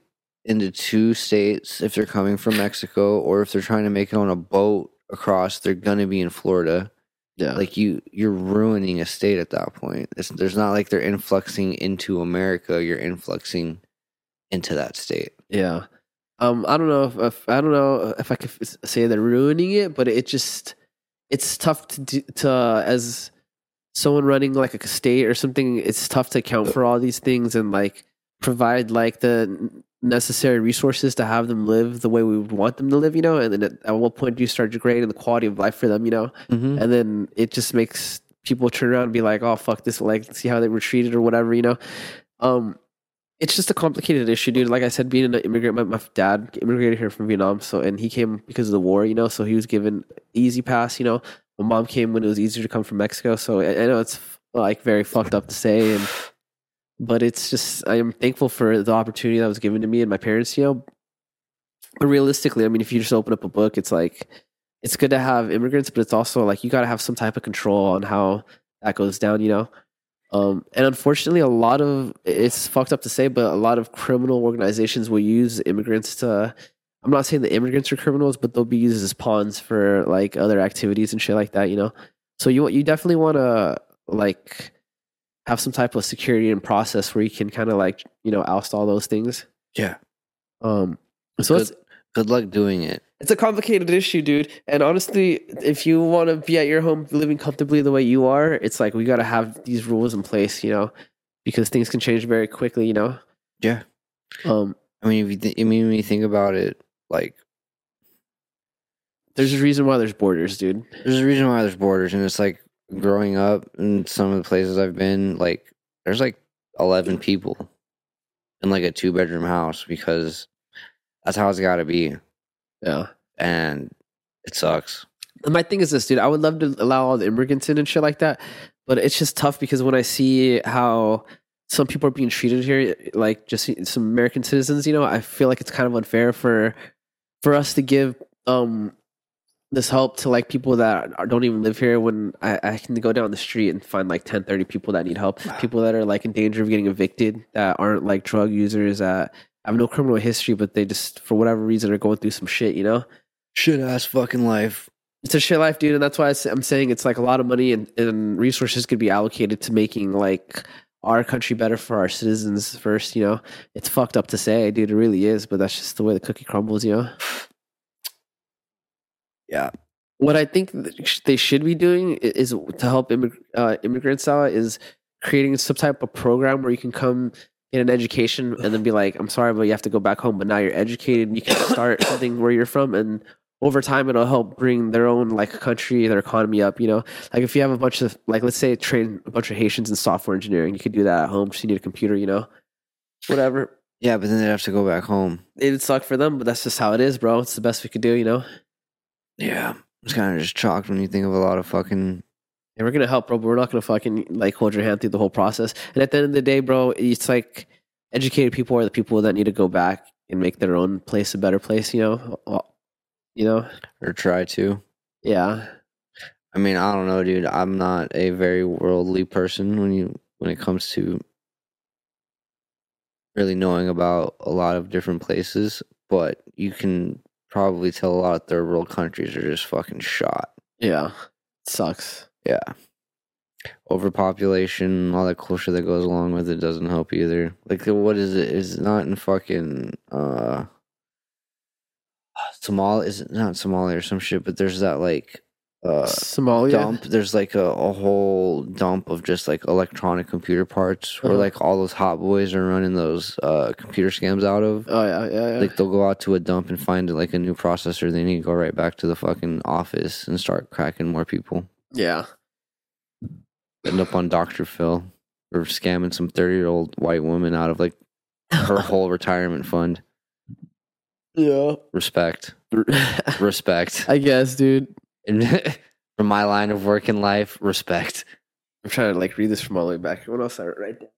[SPEAKER 2] into two states if they're coming from Mexico or if they're trying to make it on a boat across, they're gonna be in Florida.
[SPEAKER 1] yeah,
[SPEAKER 2] Like you you're ruining a state at that point. It's, there's not like they're influxing into America, you're influxing into that state.
[SPEAKER 1] Yeah. Um, I don't know if, if I don't know if I could f- say they're ruining it, but it just it's tough to do, to uh, as someone running like a state or something. It's tough to account for all these things and like provide like the necessary resources to have them live the way we would want them to live. You know, and then at, at what point do you start degrading the quality of life for them? You know,
[SPEAKER 2] Mm-hmm.
[SPEAKER 1] and then it just makes people turn around and be like, "Oh fuck this!" Like, see how they were treated or whatever, you know. Um, it's just a complicated issue, dude. Like I said, being an immigrant, my, my dad immigrated here from Vietnam, so and he came because of the war, you know. So he was given easy pass, you know. My mom came when it was easier to come from Mexico, so I, I know it's like very fucked up to say, and but it's just I am thankful for the opportunity that was given to me and my parents, you know. But realistically, I mean, if you just open up a book, it's like it's good to have immigrants, but it's also like you got to have some type of control on how that goes down, you know. Um, and unfortunately, a lot of it's fucked up to say, but a lot of criminal organizations will use immigrants to. I'm not saying the immigrants are criminals, but they'll be used as pawns for like other activities and shit like that, you know. So you you definitely want to like have some type of security and process where you can kind of like you know oust all those things.
[SPEAKER 2] Yeah.
[SPEAKER 1] Um. So it's
[SPEAKER 2] Good luck doing it.
[SPEAKER 1] it's a complicated issue, dude. And honestly, if you want to be at your home living comfortably the way you are, it's like we got to have these rules in place, you know, because things can change very quickly, you know.
[SPEAKER 2] Yeah.
[SPEAKER 1] Um,
[SPEAKER 2] I mean, if you th- I mean, when you think about it, like
[SPEAKER 1] there's a reason why there's borders, dude.
[SPEAKER 2] there's a reason why there's borders, and it's like growing up in some of the places I've been, like there's like eleven people in like a two bedroom house because that's how it's got to be,
[SPEAKER 1] Yeah.
[SPEAKER 2] and it sucks.
[SPEAKER 1] And my thing is this, dude. I would love to allow all the immigrants in and shit like that, but it's just tough because when I see how some people are being treated here, like just some American citizens, you know, I feel like it's kind of unfair for for us to give um this help to like people that are- don't even live here when I, I can go down the street and find like 10 30 people that need help people that are like in danger of getting evicted that aren't like drug users that have no criminal history but they just for whatever reason are going through some shit you know
[SPEAKER 2] Shit ass fucking life.
[SPEAKER 1] it's a shit life, dude, and that's why I s- I'm saying it's like a lot of money and, and resources could be allocated to making like our country better for our citizens first. You know, it's fucked up to say, dude. It really is, but that's just the way the cookie crumbles. You know.
[SPEAKER 2] Yeah.
[SPEAKER 1] What I think th- sh- they should be doing i- is to help immig- uh, immigrants out is creating some type of program where you can come get an education and then be like, I'm sorry, but you have to go back home. But now you're educated and you can start something where you're from and over time it'll help bring their own like country their economy up you know like if you have a bunch of like let's say train a bunch of haitians in software engineering you could do that at home just you need a computer you know whatever
[SPEAKER 2] Yeah, but then they'd have to go back home.
[SPEAKER 1] it'd suck for them but that's just how it is bro it's the best we could do you know
[SPEAKER 2] Yeah. It's kind of just chalked when you think of a lot of fucking.
[SPEAKER 1] and we're gonna help bro but we're not gonna fucking like hold your hand through the whole process and at the end of the day bro it's like educated people are the people that need to go back and make their own place a better place you know Well, you know
[SPEAKER 2] Or try to.
[SPEAKER 1] yeah
[SPEAKER 2] I mean, I don't know, dude. I'm not a very worldly person when you when it comes to really knowing about a lot of different places, but you can probably tell a lot of third world countries are just fucking shot.
[SPEAKER 1] yeah sucks
[SPEAKER 2] Yeah. Overpopulation, all that cool shit that goes along with it doesn't help either. Like what is it? Is it not in fucking uh Somalia is it not Somalia or some shit, but there's that like uh
[SPEAKER 1] somalia
[SPEAKER 2] dump. There's like a, a whole dump of just like electronic computer parts where
[SPEAKER 1] Uh-huh.
[SPEAKER 2] like all those hot boys are running those uh, computer scams out of.
[SPEAKER 1] oh yeah yeah, yeah.
[SPEAKER 2] Like they'll go out to a dump and find like a new processor. They need to go right back to the fucking office and start cracking more people.
[SPEAKER 1] Yeah.
[SPEAKER 2] End up on Dr. Phil or scamming some 30 year old white woman out of like (laughs) her whole retirement fund.
[SPEAKER 1] Yeah.
[SPEAKER 2] Respect. Respect.
[SPEAKER 1] (laughs) I guess, dude.
[SPEAKER 2] (laughs) From my line of work and life, respect.
[SPEAKER 1] I'm trying to like read this from all the way back. What else I wrote right there?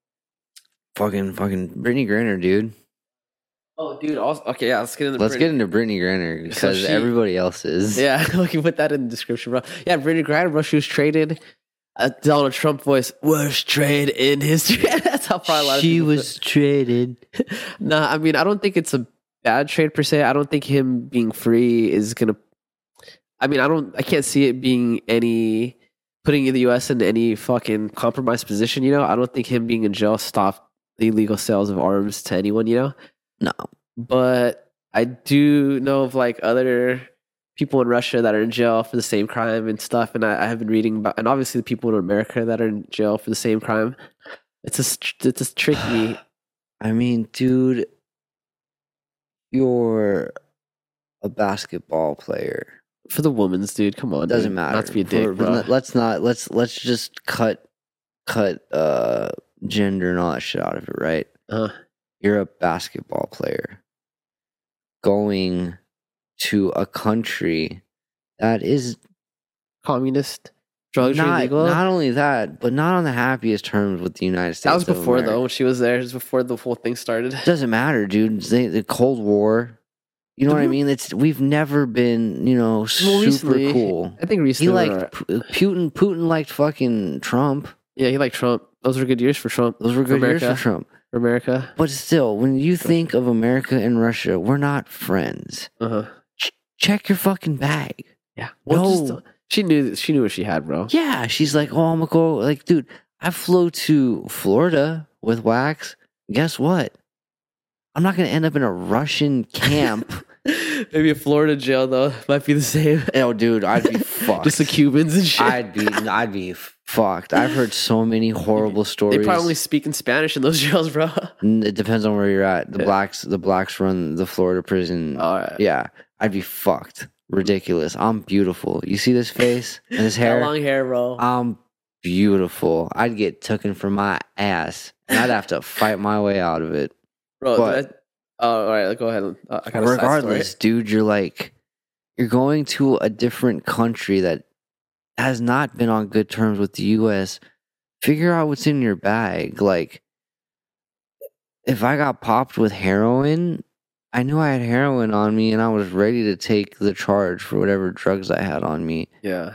[SPEAKER 2] Fucking, fucking Brittany Griner, dude.
[SPEAKER 1] Oh, dude. Also, okay, yeah. Let's get in the.
[SPEAKER 2] Let's get into Brittany Griner because
[SPEAKER 1] So she-
[SPEAKER 2] everybody else is.
[SPEAKER 1] Yeah, (laughs) we can put that in the description, bro. Yeah, Brittany Griner, bro. She was traded. Uh, Donald Trump voice. Worst trade in history. (laughs) That's how probably a lot of
[SPEAKER 2] she
[SPEAKER 1] people feel.
[SPEAKER 2] was traded.
[SPEAKER 1] Nah, I mean, I don't think it's a bad trade per se. I don't think him being free is gonna. I mean, I don't. I can't see it being any putting the U.S. in any fucking compromised position. You know, I don't think him being in jail stopped the illegal sales of arms to anyone. You know,
[SPEAKER 2] No,
[SPEAKER 1] but I do know of like other people in Russia that are in jail for the same crime and stuff. And I, I have been reading about, and obviously the people in America that are in jail for the same crime. It's just it's just tricky.
[SPEAKER 2] I mean, dude, you're a basketball player.
[SPEAKER 1] for the women's dude. Come on,
[SPEAKER 2] It doesn't
[SPEAKER 1] dude.
[SPEAKER 2] matter.
[SPEAKER 1] Not to be a
[SPEAKER 2] For-
[SPEAKER 1] dick,
[SPEAKER 2] for-
[SPEAKER 1] bro.
[SPEAKER 2] let- Let's not. Let's let's just cut cut uh gender and all that shit out of it. Right?
[SPEAKER 1] Uh,
[SPEAKER 2] You're a basketball player going to a country that is
[SPEAKER 1] communist drugs are
[SPEAKER 2] not,
[SPEAKER 1] illegal.
[SPEAKER 2] Not only that, but not on the happiest terms with the United States.
[SPEAKER 1] that was
[SPEAKER 2] of
[SPEAKER 1] before
[SPEAKER 2] America.
[SPEAKER 1] though. When she was there, it was before the whole thing started. (laughs)
[SPEAKER 2] Doesn't matter, dude. They, the Cold War. You know what I
[SPEAKER 1] Mhm.
[SPEAKER 2] mean? It's we've never been, you know, super
[SPEAKER 1] recently,
[SPEAKER 2] cool.
[SPEAKER 1] I think
[SPEAKER 2] He
[SPEAKER 1] recently, we're all right.
[SPEAKER 2] liked P- Putin. Putin liked fucking Trump.
[SPEAKER 1] yeah, he liked Trump. Those were good years for Trump
[SPEAKER 2] Those were good years
[SPEAKER 1] America.
[SPEAKER 2] for Trump.
[SPEAKER 1] for America.
[SPEAKER 2] But still, when you think of America and Russia, we're not friends.
[SPEAKER 1] Uh huh.
[SPEAKER 2] Check your fucking bag.
[SPEAKER 1] Yeah. Well,
[SPEAKER 2] No.
[SPEAKER 1] just, she knew. She knew what she had, bro.
[SPEAKER 2] Yeah, she's like, oh, I'm gonna go. Like, dude, I flew to Florida with Wax. Guess what? I'm not gonna end up in a Russian camp.
[SPEAKER 1] (laughs)
[SPEAKER 2] (laughs)
[SPEAKER 1] Maybe a Florida jail though (laughs) might be the same.
[SPEAKER 2] oh, dude, I'd (laughs) be fucked.
[SPEAKER 1] Just the Cubans and shit.
[SPEAKER 2] I'd be, I'd be fucked. I've heard so many horrible
[SPEAKER 1] (laughs)
[SPEAKER 2] stories.
[SPEAKER 1] they probably only speak in Spanish in those (laughs) jails, bro.
[SPEAKER 2] N- It depends on where you're at. The
[SPEAKER 1] Yeah.
[SPEAKER 2] blacks, the blacks run the Florida prison.
[SPEAKER 1] All right.
[SPEAKER 2] yeah, I'd be fucked. Ridiculous. I'm beautiful. You see this face
[SPEAKER 1] (laughs)
[SPEAKER 2] and this hair.
[SPEAKER 1] That long hair, Uh, bro.
[SPEAKER 2] I'm beautiful. I'd get taken for my ass. And I'd have to fight my way out of it.
[SPEAKER 1] bro,
[SPEAKER 2] but-
[SPEAKER 1] that, oh, all right. Go ahead. Uh, I got a side story.
[SPEAKER 2] Regardless, dude, you're like you're going to a different country that has not been on good terms with the US, figure out what's in your bag. Like, if I got popped with heroin, I knew I had heroin on me and I was ready to take the charge for whatever drugs I had on me.
[SPEAKER 1] Yeah.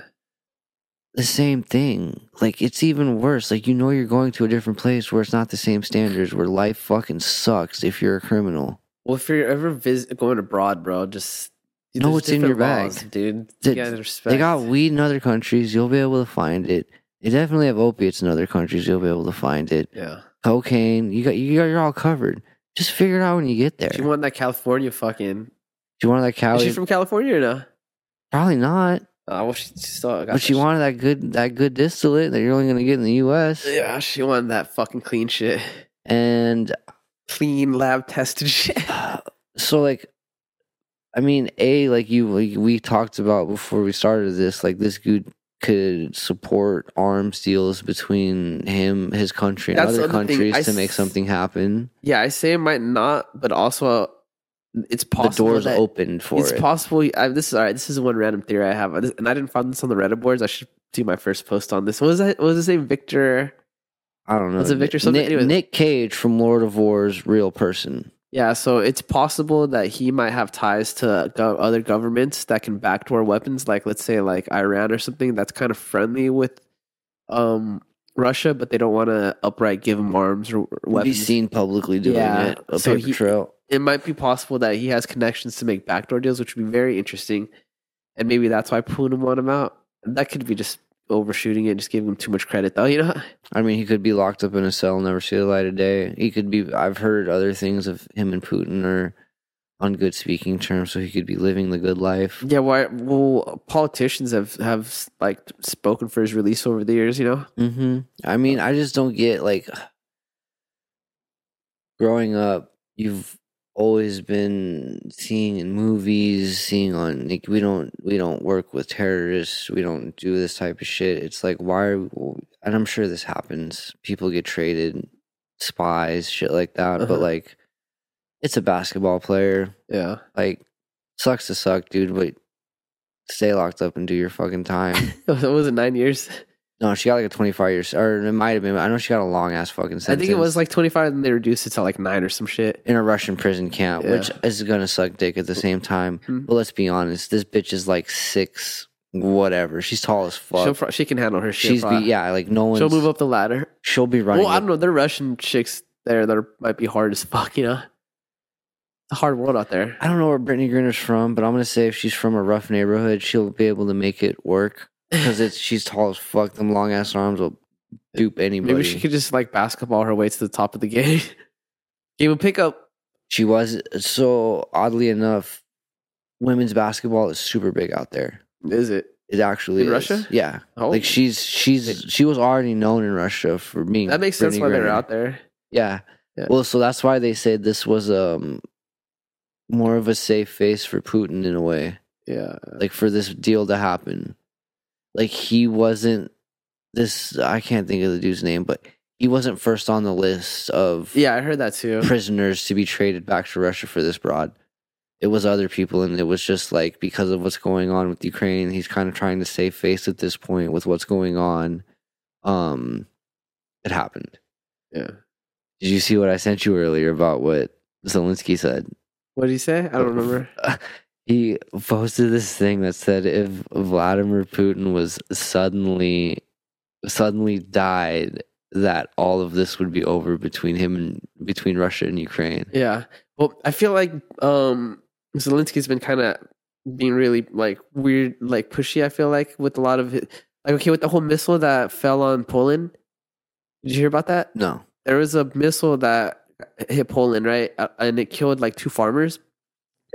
[SPEAKER 2] The same thing. Like, it's even worse. Like, you know, you're going to a different place where it's not the same standards, where life fucking sucks if you're a criminal.
[SPEAKER 1] Well, if you're ever visit, going abroad, bro, just
[SPEAKER 2] Know
[SPEAKER 1] there's
[SPEAKER 2] what's in your
[SPEAKER 1] different
[SPEAKER 2] bag.
[SPEAKER 1] dude.
[SPEAKER 2] They-
[SPEAKER 1] you gotta respect.
[SPEAKER 2] They got weed in other countries. You'll be able to find it. They definitely have opiates in other countries. You'll be able to find it.
[SPEAKER 1] yeah.
[SPEAKER 2] Cocaine. You got. You got. You're all covered. Just figure it out when you get there.
[SPEAKER 1] If
[SPEAKER 2] Do
[SPEAKER 1] you want that California fucking?
[SPEAKER 2] you want that
[SPEAKER 1] Is she
[SPEAKER 2] Cali?
[SPEAKER 1] from California or no?
[SPEAKER 2] Probably not.
[SPEAKER 1] Uh, well, she, she still got
[SPEAKER 2] But she
[SPEAKER 1] that
[SPEAKER 2] wanted that good. That good distillate that you're only gonna get in the U.S.
[SPEAKER 1] shit. Yeah, she wanted that fucking clean shit, (laughs)
[SPEAKER 2] And
[SPEAKER 1] clean lab tested (laughs) shit.
[SPEAKER 2] so, like, I mean, a like you like we talked about before we started this. Like, this dude could support arms deals between him, his country, and
[SPEAKER 1] That's
[SPEAKER 2] other
[SPEAKER 1] the other thing.
[SPEAKER 2] countries
[SPEAKER 1] I
[SPEAKER 2] to make
[SPEAKER 1] s-
[SPEAKER 2] something happen.
[SPEAKER 1] Yeah, I say it might not, but also uh, it's
[SPEAKER 2] the
[SPEAKER 1] possible
[SPEAKER 2] doors
[SPEAKER 1] that
[SPEAKER 2] opened for
[SPEAKER 1] it's
[SPEAKER 2] it.
[SPEAKER 1] possible. I, this is all right. This is one random theory I have, and I didn't find this on the Reddit boards. I should do my first post on this. What was that? What was his name? Victor.
[SPEAKER 2] I don't know.
[SPEAKER 1] Was it Victor
[SPEAKER 2] Nick-
[SPEAKER 1] something?
[SPEAKER 2] Nick,
[SPEAKER 1] Anyways.
[SPEAKER 2] Nick Cage from Lord of War's real person.
[SPEAKER 1] Yeah, so it's possible that he might have ties to go- other governments that can backdoor weapons, like let's say like Iran or something that's kind of friendly with um, Russia, but they don't want to upright give him arms or
[SPEAKER 2] Would be
[SPEAKER 1] weapons.
[SPEAKER 2] seen publicly doing
[SPEAKER 1] Yeah,
[SPEAKER 2] it. A
[SPEAKER 1] so
[SPEAKER 2] paper
[SPEAKER 1] he-
[SPEAKER 2] trail.
[SPEAKER 1] it might be possible that he has connections to make backdoor deals, which would be very interesting, and maybe that's why Putin want him out. That could be just overshooting it, just giving him too much credit, though. You know, (laughs)
[SPEAKER 2] I mean, he could be locked up in a cell, never see the light of day. He could be. I've heard other things of him and Putin are on good speaking terms, so he could be living the good life.
[SPEAKER 1] yeah. Why? Well, politicians have have like spoken for his release over the years. You know.
[SPEAKER 2] hmm I mean, I just don't get like growing up. You've always been seeing in movies, seeing on like we don't we don't work with terrorists. We don't do this type of shit. It's like why? Are we, and I'm sure this happens. People get traded, spies, shit like that.
[SPEAKER 1] Uh-huh.
[SPEAKER 2] But like, it's a basketball player.
[SPEAKER 1] Yeah.
[SPEAKER 2] Like, sucks to suck, dude. But stay locked up and do your fucking time.
[SPEAKER 1] (laughs) What was it? Nine years.
[SPEAKER 2] No, she got like a 25 years, or it might have been. I know she got a long ass fucking sentence.
[SPEAKER 1] I think it was like 25 and they reduced it to like 9 or some shit.
[SPEAKER 2] in a Russian prison camp,
[SPEAKER 1] Yeah.
[SPEAKER 2] which is gonna suck dick at the same time.
[SPEAKER 1] Mhm.
[SPEAKER 2] But let's be honest, this bitch is like six, whatever. She's tall as
[SPEAKER 1] She'll
[SPEAKER 2] fuck.
[SPEAKER 1] pro- she can handle her shit.
[SPEAKER 2] She's
[SPEAKER 1] bro.
[SPEAKER 2] be, yeah, like no one's.
[SPEAKER 1] She'll move up the ladder.
[SPEAKER 2] She'll be running.
[SPEAKER 1] Well, I
[SPEAKER 2] with-
[SPEAKER 1] don't know. They're Russian chicks there that are, might be hard as fuck, you know? It's a hard world out there.
[SPEAKER 2] I don't know where Brittany Griner's from, but I'm gonna say if she's from a rough neighborhood, she'll be able to make it
[SPEAKER 1] (laughs)
[SPEAKER 2] work because it's she's tall as fuck. Them long ass arms will dupe anybody.
[SPEAKER 1] Maybe she could just like basketball her way to the top of the game. (laughs) game of pickup.
[SPEAKER 2] She was so oddly enough, women's basketball is super big out there.
[SPEAKER 1] Is it?
[SPEAKER 2] It actually
[SPEAKER 1] In
[SPEAKER 2] is.
[SPEAKER 1] Russia?
[SPEAKER 2] Yeah,
[SPEAKER 1] Oh,
[SPEAKER 2] like she's she's she was already known in Russia for being.
[SPEAKER 1] that makes sense
[SPEAKER 2] Brittany
[SPEAKER 1] why they're
[SPEAKER 2] Griner.
[SPEAKER 1] out there.
[SPEAKER 2] Yeah.
[SPEAKER 1] Yeah.
[SPEAKER 2] Well, so that's why they say this was um more of a safe face for Putin in a way,
[SPEAKER 1] Yeah.
[SPEAKER 2] like for this deal to happen. Like he wasn't this. I can't think of the dude's name, but he wasn't first on the list of
[SPEAKER 1] Yeah, I heard that too.
[SPEAKER 2] prisoners to be traded back to Russia for this broad. It was other people, and it was just like because of what's going on with Ukraine, he's kind of trying to save face at this point with what's going on. Um, it happened.
[SPEAKER 1] Yeah.
[SPEAKER 2] Did you see what I sent you earlier about what Zelensky said?
[SPEAKER 1] What did he say? I don't remember.
[SPEAKER 2] He posted this thing that said if Vladimir Putin was suddenly suddenly died, that all of this would be over between him and between Russia and Ukraine.
[SPEAKER 1] Yeah. Well, I feel like um Zelensky's been kind of being really like weird, like pushy. I feel like with a lot of hi- like okay with the whole missile that fell on Poland. Did you hear about that?
[SPEAKER 2] No.
[SPEAKER 1] There was a missile that hit Poland, right, Uh, and it killed like two farmers.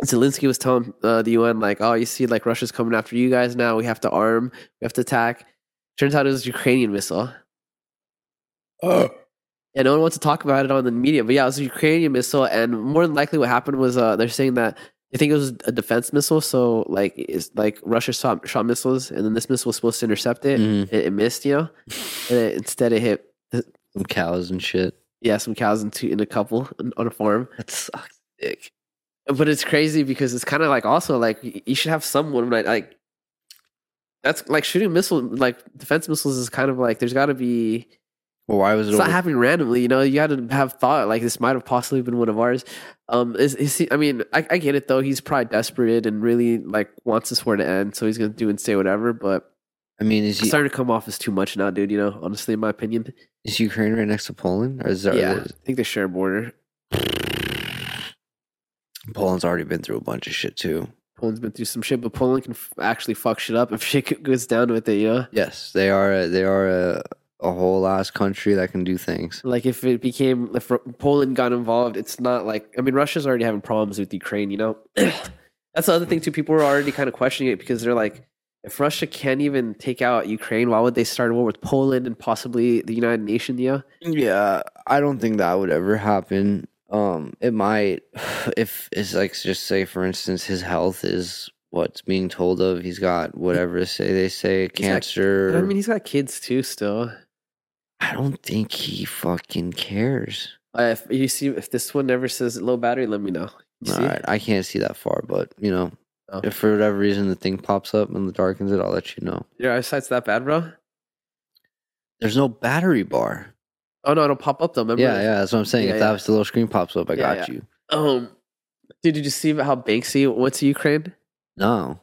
[SPEAKER 1] And Zelensky was telling uh, the UN like, "Oh, you see, like Russia's coming after you guys now. We have to arm. We have to attack." Turns out it was Ukrainian missile.
[SPEAKER 2] Oh.
[SPEAKER 1] Yeah, no one wants to talk about it on the media, but yeah, it was a Ukrainian missile, and more than likely, what happened was uh, they're saying that they think it was a defense missile. So like, it's like Russia shot, shot missiles, and then this missile was supposed to intercept it.
[SPEAKER 2] Mhm.
[SPEAKER 1] It, it missed, you know, and it, instead it hit
[SPEAKER 2] Some cows and shit.
[SPEAKER 1] yeah some cows and two in a couple on- on a farm.
[SPEAKER 2] That sucks dick.
[SPEAKER 1] but it's crazy because it's kind of like also like y- you should have someone like like that's like shooting missile like defense missiles is kind of like there's got to be
[SPEAKER 2] Well, why was it?
[SPEAKER 1] it's not
[SPEAKER 2] over-
[SPEAKER 1] happening randomly you know you got to have thought like this might have possibly been one of ours um is, is he, i mean I, I get it though he's probably desperate and really like wants this war to end so he's gonna do and say whatever but
[SPEAKER 2] I mean, is
[SPEAKER 1] it's
[SPEAKER 2] he,
[SPEAKER 1] starting to come off as too much now dude you know honestly in my opinion
[SPEAKER 2] is Ukraine right next to Poland, or is that
[SPEAKER 1] yeah i think they share a border
[SPEAKER 2] Poland's already been through a bunch of shit too?
[SPEAKER 1] poland's been through some shit but poland can f- actually fuck shit up if (laughs) shit goes down with it you know
[SPEAKER 2] Yes, they are. A, they are a, a whole ass country that can do things.
[SPEAKER 1] Like if it became if Ru- Poland got involved, it's not like I mean Russia's already having problems with Ukraine. You know, (clears throat) that's the other thing too. People are already kind of questioning it because they're like, if Russia can't even take out Ukraine, why would they start a war with Poland and possibly the United Nations? You know,
[SPEAKER 2] Yeah, I don't think that would ever happen. Um, it might (sighs) if it's like just say for instance his health is what's being told of. He's got whatever say they say
[SPEAKER 1] He's got-
[SPEAKER 2] cancer.
[SPEAKER 1] But I mean he's got kids too still.
[SPEAKER 2] I don't think he fucking cares.
[SPEAKER 1] Uh, if you see if this one never says low battery, let me know. You
[SPEAKER 2] All
[SPEAKER 1] see?
[SPEAKER 2] right, I can't see that far, but you know,
[SPEAKER 1] Oh.
[SPEAKER 2] if for whatever reason the thing pops up and darkens it, I'll let you know.
[SPEAKER 1] Your eyesight's that bad, bro?
[SPEAKER 2] There's no battery bar.
[SPEAKER 1] Oh no, it'll pop up though. Remember?
[SPEAKER 2] Yeah, yeah, that's what I'm saying.
[SPEAKER 1] Yeah,
[SPEAKER 2] if
[SPEAKER 1] yeah.
[SPEAKER 2] that was the little screen pops up, I
[SPEAKER 1] Yeah,
[SPEAKER 2] got
[SPEAKER 1] yeah.
[SPEAKER 2] you.
[SPEAKER 1] Um, dude, did you see how Banksy went to Ukraine?
[SPEAKER 2] No,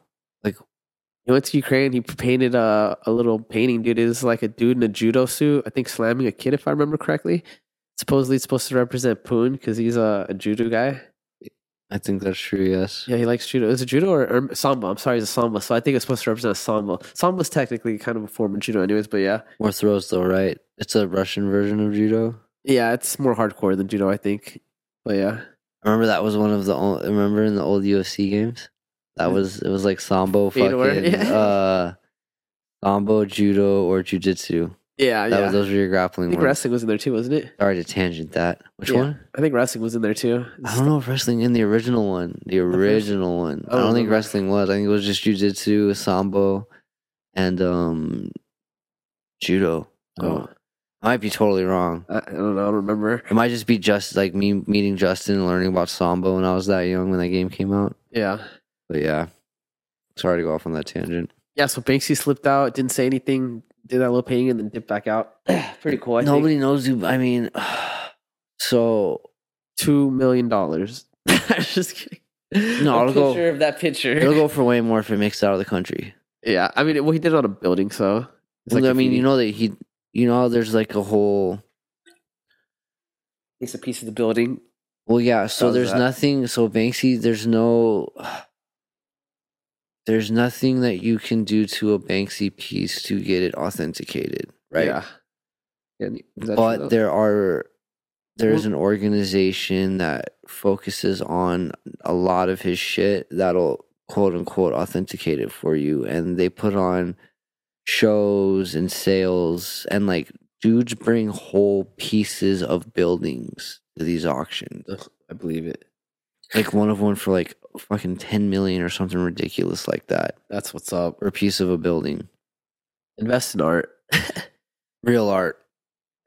[SPEAKER 1] He went to Ukraine. He painted a, a little painting, dude. It was like a dude in a judo suit, I think slamming a kid, if I remember correctly. Supposedly, it's supposed to represent Poon because he's a, a judo guy.
[SPEAKER 2] I think that's true. Yes.
[SPEAKER 1] Yeah, he likes judo. Is it judo or, or samba? I'm sorry, it's a samba. So I think it's supposed to represent a samba. Samba's technically kind of a form of judo, anyways, but yeah.
[SPEAKER 2] More throws though, right? It's a Russian version of judo.
[SPEAKER 1] Yeah, it's more hardcore than judo, I think. But yeah.
[SPEAKER 2] I remember that was one of the ol- remember in the old UFC games. That was it was like sambo,
[SPEAKER 1] Fedor, (laughs)
[SPEAKER 2] fucking
[SPEAKER 1] yeah.
[SPEAKER 2] uh, sambo, judo, or jujitsu.
[SPEAKER 1] Yeah,
[SPEAKER 2] That
[SPEAKER 1] yeah.
[SPEAKER 2] was those were your
[SPEAKER 1] I
[SPEAKER 2] grappling
[SPEAKER 1] think
[SPEAKER 2] ones.
[SPEAKER 1] wrestling was in there too, wasn't it?
[SPEAKER 2] Sorry to tangent that. Which
[SPEAKER 1] Yeah.
[SPEAKER 2] one?
[SPEAKER 1] I think wrestling was in there too.
[SPEAKER 2] I don't know if wrestling in the original one. The
[SPEAKER 1] first-
[SPEAKER 2] original one. I
[SPEAKER 1] Oh,
[SPEAKER 2] don't think
[SPEAKER 1] okay.
[SPEAKER 2] wrestling was. I think it was just jujitsu, sambo, and um, judo.
[SPEAKER 1] Oh.
[SPEAKER 2] Oh. I might be totally wrong.
[SPEAKER 1] I, I don't know. I don't remember.
[SPEAKER 2] It might just be just like me meeting Justin and learning about sambo when I was that young when that game came out.
[SPEAKER 1] Yeah.
[SPEAKER 2] But yeah, sorry to go off on that tangent.
[SPEAKER 1] Yeah, so Banksy slipped out, didn't say anything, did that little painting, and then dipped back out. (clears throat) Pretty cool. I
[SPEAKER 2] Nobody
[SPEAKER 1] think.
[SPEAKER 2] knows who. I mean, (sighs) so
[SPEAKER 1] two million dollars. (laughs) Just kidding.
[SPEAKER 2] No,
[SPEAKER 1] a
[SPEAKER 2] it'll go-
[SPEAKER 1] picture of that picture.
[SPEAKER 2] it'll go for way more if it makes it out of the country.
[SPEAKER 1] (laughs) yeah, I mean, well, he did it on a building, so. it's
[SPEAKER 2] Well,
[SPEAKER 1] like
[SPEAKER 2] I
[SPEAKER 1] if
[SPEAKER 2] mean,
[SPEAKER 1] he
[SPEAKER 2] you know that he, you know, how there's like a whole.
[SPEAKER 1] takes a piece of the building.
[SPEAKER 2] Well, yeah. So
[SPEAKER 1] How's
[SPEAKER 2] there's
[SPEAKER 1] that?
[SPEAKER 2] nothing. So Banksy, there's no. There's nothing that you can do to a Banksy piece to get it authenticated, right?
[SPEAKER 1] Yeah. Yeah, and- is that true,
[SPEAKER 2] but
[SPEAKER 1] though?
[SPEAKER 2] there are there is
[SPEAKER 1] Well-
[SPEAKER 2] an organization that focuses on a lot of his shit that'll quote unquote authenticate it for you and they put on shows and sales and like dudes bring whole pieces of buildings to these auctions
[SPEAKER 1] Ugh, I believe it.
[SPEAKER 2] like one of one for like fucking 10 million or something ridiculous like that
[SPEAKER 1] That's what's up.
[SPEAKER 2] or a piece of a building
[SPEAKER 1] Invest in art. (laughs)
[SPEAKER 2] real art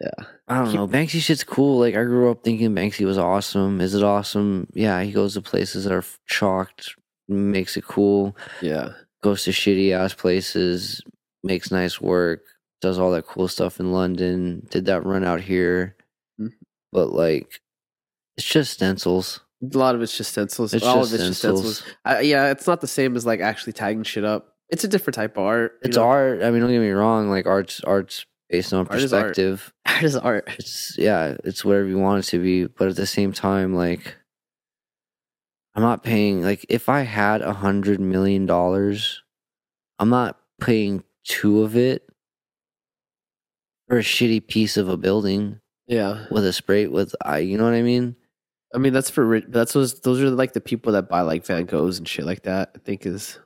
[SPEAKER 1] Yeah.
[SPEAKER 2] I don't
[SPEAKER 1] He-
[SPEAKER 2] know. Banksy shit's cool. Like I grew up thinking Banksy was awesome. Is it awesome? Yeah, he goes to places that are f- chalked, makes it cool.
[SPEAKER 1] Yeah.
[SPEAKER 2] Goes to shitty ass places, makes nice work, does all that cool stuff in London. Did that run out here, Mm-hmm.
[SPEAKER 1] Mhm.
[SPEAKER 2] but like, it's just stencils.
[SPEAKER 1] A lot of it's just stencils.
[SPEAKER 2] It's
[SPEAKER 1] All
[SPEAKER 2] just
[SPEAKER 1] of it's just
[SPEAKER 2] stencils.
[SPEAKER 1] stencils. I, yeah, it's not the same as like actually tagging shit up. It's a different type of art. you
[SPEAKER 2] It's
[SPEAKER 1] know? (laughs)
[SPEAKER 2] art. I mean, don't get me wrong. Like art's art's based on
[SPEAKER 1] Art is art.
[SPEAKER 2] perspective.
[SPEAKER 1] Art is art.
[SPEAKER 2] it's yeah, it's whatever you want it to be, but at the same time, like I'm not paying like if I had a hundred million dollars, I'm not paying two of it for a shitty piece of a building
[SPEAKER 1] Yeah.
[SPEAKER 2] with a spray with I you know what I mean?
[SPEAKER 1] I mean, that's for rich. That's those. Those are like the people that buy like Van Goghs and shit like that. I think is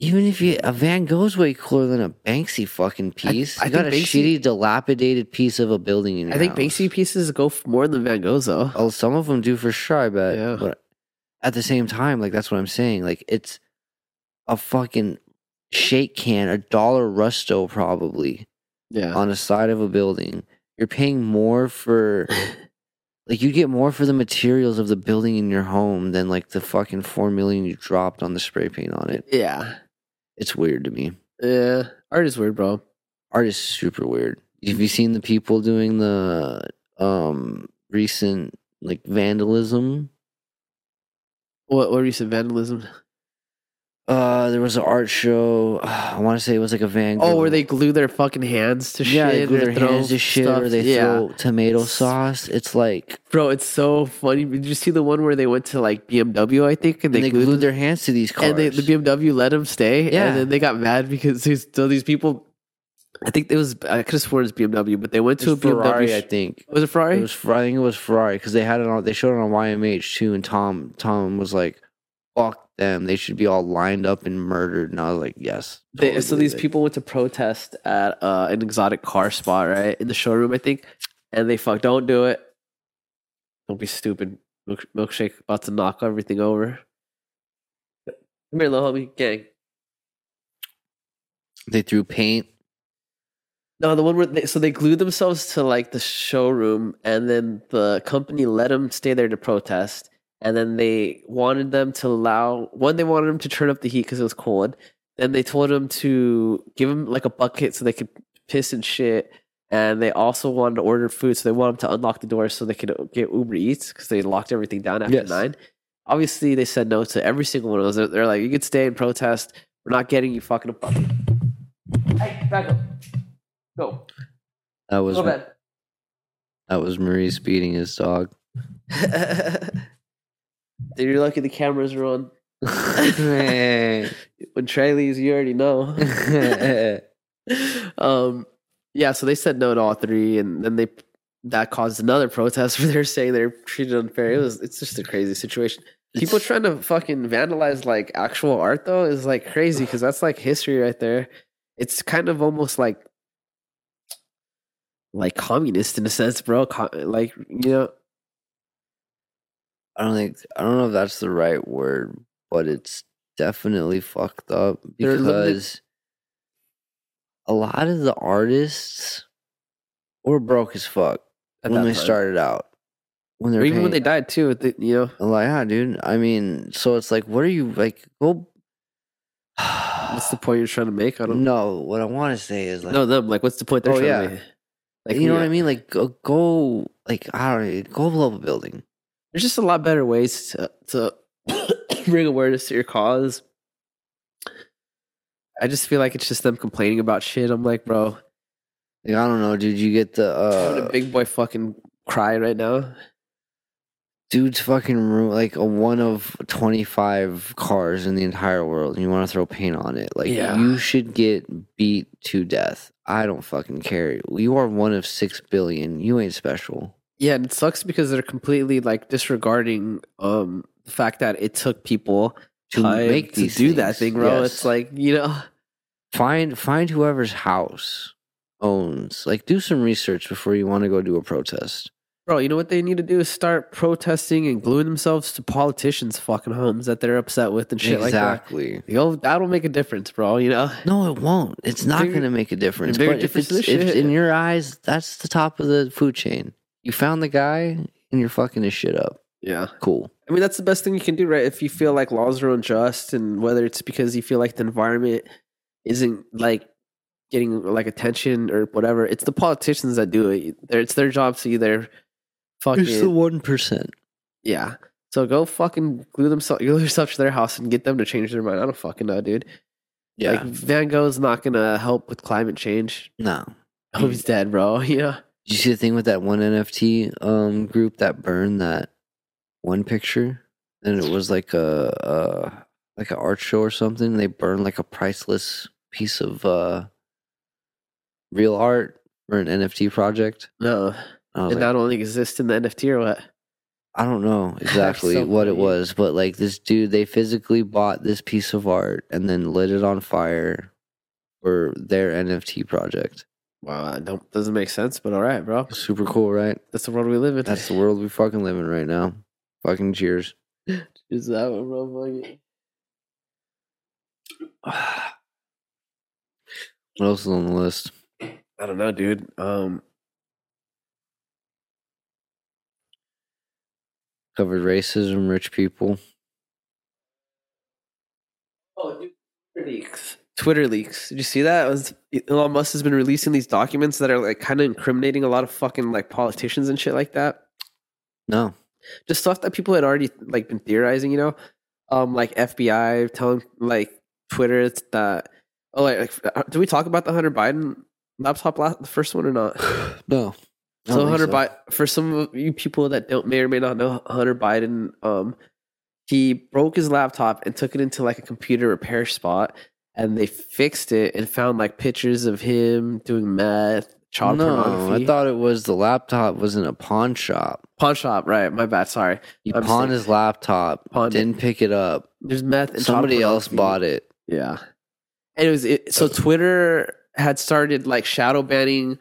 [SPEAKER 2] Even if you a Van Gogh's way cooler than a Banksy fucking piece.
[SPEAKER 1] I
[SPEAKER 2] you got a
[SPEAKER 1] think Banksy-
[SPEAKER 2] shitty dilapidated piece of a building in your
[SPEAKER 1] I think
[SPEAKER 2] house.
[SPEAKER 1] Banksy pieces go f- more than Van Goghs though.
[SPEAKER 2] Oh, some of them do for sure. I bet.
[SPEAKER 1] Yeah.
[SPEAKER 2] But at the same time, like that's what I'm saying. Like it's a fucking shake can, a dollar rusto probably
[SPEAKER 1] yeah, (laughs)
[SPEAKER 2] uh, on the side of a building. You're paying more for like you get more for the materials of the building in your home than like the fucking four million you dropped on the spray paint on it.
[SPEAKER 1] Yeah.
[SPEAKER 2] It's weird to me.
[SPEAKER 1] Yeah. Art is weird, bro.
[SPEAKER 2] Art is super weird. Have you seen the people doing the um recent like vandalism?
[SPEAKER 1] What what recent vandalism?
[SPEAKER 2] Uh, there was an art show. (sighs) I want to say it was like a Van Gogh.
[SPEAKER 1] Oh, where they glue their fucking hands to
[SPEAKER 2] yeah,
[SPEAKER 1] shit.
[SPEAKER 2] they glue
[SPEAKER 1] or
[SPEAKER 2] their
[SPEAKER 1] throw
[SPEAKER 2] hands to shit, or
[SPEAKER 1] stuff.
[SPEAKER 2] they
[SPEAKER 1] yeah.
[SPEAKER 2] throw tomato sauce. It's like
[SPEAKER 1] Bro, it's so funny. Did you see the one where they went to like BMW, I think, and
[SPEAKER 2] and
[SPEAKER 1] they, glued,
[SPEAKER 2] their hands to these cars.
[SPEAKER 1] and they, the BMW let them stay,
[SPEAKER 2] Yeah.
[SPEAKER 1] and then they got mad because these so these people. I think it was I could have sworn it's BMW, but they went
[SPEAKER 2] It's
[SPEAKER 1] to a
[SPEAKER 2] Ferrari, I
[SPEAKER 1] BMW. sh-
[SPEAKER 2] think.
[SPEAKER 1] was it Ferrari?
[SPEAKER 2] It was Fer- I think it was Ferrari because they had it on. They showed it on YMH too, and Tom Tom was like, "Fuck them! They should be all lined up and murdered." And I was like, "Yes."
[SPEAKER 1] They,
[SPEAKER 2] totally
[SPEAKER 1] so these
[SPEAKER 2] believe it.
[SPEAKER 1] people went to protest at uh, an exotic car spot, right in the showroom, I think, and they fuck, don't do it. Don't be stupid. Milk- Milkshake about to knock everything over. Come here, little homie, gang.
[SPEAKER 2] they threw paint.
[SPEAKER 1] No, the one where they, so they glued themselves to like the showroom, and then the company let them stay there to protest, and then they wanted them to allow one. They wanted them to turn up the heat because it was cold. Then they told them to give them like a bucket so they could piss and shit, and they also wanted to order food, so they wanted them to unlock the door so they could uh, get Uber Eats because they locked everything down after
[SPEAKER 2] Yes.
[SPEAKER 1] nine. Obviously, they said no to every single one of those. They're, they're like, "You could stay and protest. We're not getting you fucking a bucket." Hey, back up. Go.
[SPEAKER 2] That was
[SPEAKER 1] Go bed.
[SPEAKER 2] that was Maurice beating his dog. (laughs)
[SPEAKER 1] Dude, you're lucky the cameras are
[SPEAKER 2] (laughs)
[SPEAKER 1] on. When Trey leaves, you already
[SPEAKER 2] (laughs)
[SPEAKER 1] know. um, yeah, so they said no to all three, and then they that caused another protest where they're saying they're treated unfair. It was it's just a crazy situation. People
[SPEAKER 2] It's-
[SPEAKER 1] trying to fucking vandalize like actual art though is like crazy because that's like history right there. It's kind of almost like like communist in a sense, bro. Co- like you know,
[SPEAKER 2] I don't think I don't know if that's the right word, but it's definitely fucked up
[SPEAKER 1] They're limited-
[SPEAKER 2] because a lot of the artists were broke as fuck
[SPEAKER 1] at
[SPEAKER 2] when
[SPEAKER 1] that
[SPEAKER 2] they
[SPEAKER 1] time.
[SPEAKER 2] started out. When
[SPEAKER 1] or
[SPEAKER 2] they're
[SPEAKER 1] even when they died too. They, you know,
[SPEAKER 2] like, yeah, dude. I mean, so it's like, what are you like? Go. (sighs)
[SPEAKER 1] what's the point you're trying to make? I don't
[SPEAKER 2] no, what I want to say is like,
[SPEAKER 1] know them. Like, what's the point they're
[SPEAKER 2] Oh,
[SPEAKER 1] trying
[SPEAKER 2] yeah.
[SPEAKER 1] to make? Like,
[SPEAKER 2] you know
[SPEAKER 1] we-
[SPEAKER 2] what I mean? Like, go, go like I don't know, go blow up a building.
[SPEAKER 1] There's just a lot better ways to, to (coughs) bring awareness to your cause. I just feel like it's just them complaining about shit. I'm like, bro,
[SPEAKER 2] Like, I don't know, dude. You get the
[SPEAKER 1] I'm
[SPEAKER 2] uh,
[SPEAKER 1] a big boy fucking cry right now.
[SPEAKER 2] dude's fucking room like a one of 25 cars in the entire world and you want to throw paint on it like
[SPEAKER 1] Yeah.
[SPEAKER 2] you should get beat to death i don't fucking care you are one of six billion you ain't special
[SPEAKER 1] Yeah, and it sucks because they're completely like disregarding um the fact that it took people
[SPEAKER 2] to
[SPEAKER 1] time
[SPEAKER 2] make
[SPEAKER 1] to do
[SPEAKER 2] these
[SPEAKER 1] that thing,
[SPEAKER 2] things.
[SPEAKER 1] bro.
[SPEAKER 2] Yes.
[SPEAKER 1] It's like you know,
[SPEAKER 2] find find whoever's house owns like do some research before you want to go do a protest
[SPEAKER 1] Bro, you know what they need to do is start protesting and gluing themselves to politicians' fucking homes that they're upset with and shit like
[SPEAKER 2] exactly
[SPEAKER 1] that. Yo, that'll make a difference, bro. You know,
[SPEAKER 2] no it won't it's not
[SPEAKER 1] Bigger-
[SPEAKER 2] going to make a difference
[SPEAKER 1] bigger
[SPEAKER 2] but if
[SPEAKER 1] difference
[SPEAKER 2] it's
[SPEAKER 1] than
[SPEAKER 2] if it's
[SPEAKER 1] shit.
[SPEAKER 2] in your eyes that's the top of the food chain you found the guy and you're fucking his shit up
[SPEAKER 1] yeah.
[SPEAKER 2] cool.
[SPEAKER 1] I mean, that's the best thing you can do, right? If you feel like laws are unjust, and whether it's because you feel like the environment isn't like getting like attention or whatever, it's the politicians that do it. They're- It's their job to either fucking
[SPEAKER 2] It's the one percent.
[SPEAKER 1] yeah. So go fucking glue themselves, glue yourself to their house and get them to change their mind. I don't fucking know, dude. Like Van Gogh's not gonna help with climate change.
[SPEAKER 2] no.
[SPEAKER 1] I hope he's dead, bro. (laughs) Yeah.
[SPEAKER 2] Did you see the thing with that one NFT um group that burned that one picture, and it was like a, a like an art show or something. and They burned like a priceless piece of uh real art for an NFT project.
[SPEAKER 1] No.
[SPEAKER 2] I,
[SPEAKER 1] It
[SPEAKER 2] was like,
[SPEAKER 1] not only exists in the NFT or what?
[SPEAKER 2] I don't
[SPEAKER 1] (laughs)
[SPEAKER 2] know exactly
[SPEAKER 1] so
[SPEAKER 2] what it
[SPEAKER 1] funny.
[SPEAKER 2] was, but like this dude, they physically bought this piece of art and then lit it on fire for their NFT project.
[SPEAKER 1] Wow, that don't doesn't make sense, but all right, bro.
[SPEAKER 2] Super cool, right?
[SPEAKER 1] That's the world we live in.
[SPEAKER 2] That's the world we fucking live in right now. Fucking cheers.
[SPEAKER 1] (laughs) Is that one, bro? (sighs) Fuck it.
[SPEAKER 2] what else is on the list?
[SPEAKER 1] I don't know, dude. Um
[SPEAKER 2] Covered racism, rich people.
[SPEAKER 1] Oh, dude, Twitter leaks. Twitter leaks. Did you see that? It was, Elon Musk has been releasing these documents that are like kind of incriminating a lot of fucking like politicians and shit like that.
[SPEAKER 2] No.
[SPEAKER 1] Just stuff that people had already like been theorizing, you know, um, like FBI telling like Twitter it's that. Oh, like, like did we talk about the Hunter Biden laptop, la- the first one or not?
[SPEAKER 2] (sighs) No. I
[SPEAKER 1] So
[SPEAKER 2] don't think
[SPEAKER 1] Hunter Biden, for some of you people that don't may or may not know Hunter Biden, um, he broke his laptop and took it into like a computer repair spot, and they fixed it and found like pictures of him doing meth, child
[SPEAKER 2] No,
[SPEAKER 1] pornography,
[SPEAKER 2] I thought it was the laptop was in a pawn shop.
[SPEAKER 1] pawn shop. Right, my bad. Sorry,
[SPEAKER 2] He
[SPEAKER 1] I'm
[SPEAKER 2] pawned
[SPEAKER 1] sick.
[SPEAKER 2] his laptop,
[SPEAKER 1] Pawned it.
[SPEAKER 2] didn't pick it up.
[SPEAKER 1] there's meth. And child
[SPEAKER 2] Somebody else
[SPEAKER 1] pornography.
[SPEAKER 2] bought it.
[SPEAKER 1] Yeah. And it was it, so Twitter had started like shadow banning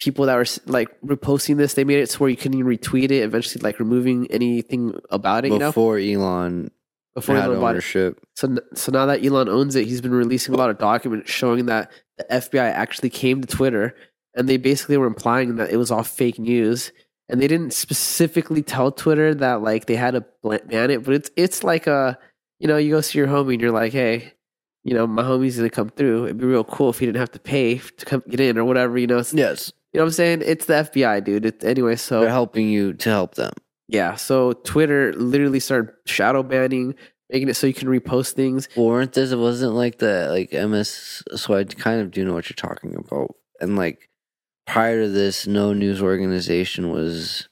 [SPEAKER 1] people that were like reposting this. They made it to where you couldn't even retweet it. Eventually, like removing anything about it. you know,
[SPEAKER 2] before Elon
[SPEAKER 1] before
[SPEAKER 2] had
[SPEAKER 1] Elon bought it.
[SPEAKER 2] ownership.
[SPEAKER 1] So n- so now that Elon owns it, he's been releasing a lot of documents showing that the FBI actually came to Twitter and they basically were implying that it was all fake news. And they didn't specifically tell Twitter that like they had to bl- ban it, but it's it's like a you know you go see your homie and you're like, hey, you know my homie's gonna come through. It'd be real cool if he didn't have to pay to come get in or whatever. You know, it's,
[SPEAKER 2] Yes,
[SPEAKER 1] you know what I'm saying? It's the FBI, dude. It, anyway, so
[SPEAKER 2] they're helping you to help them.
[SPEAKER 1] yeah, so Twitter literally started shadow banning, making it so you can repost things.
[SPEAKER 2] Weren't this? It wasn't like the like MS. So I kind of do know what you're talking about. And like prior to this, no news organization was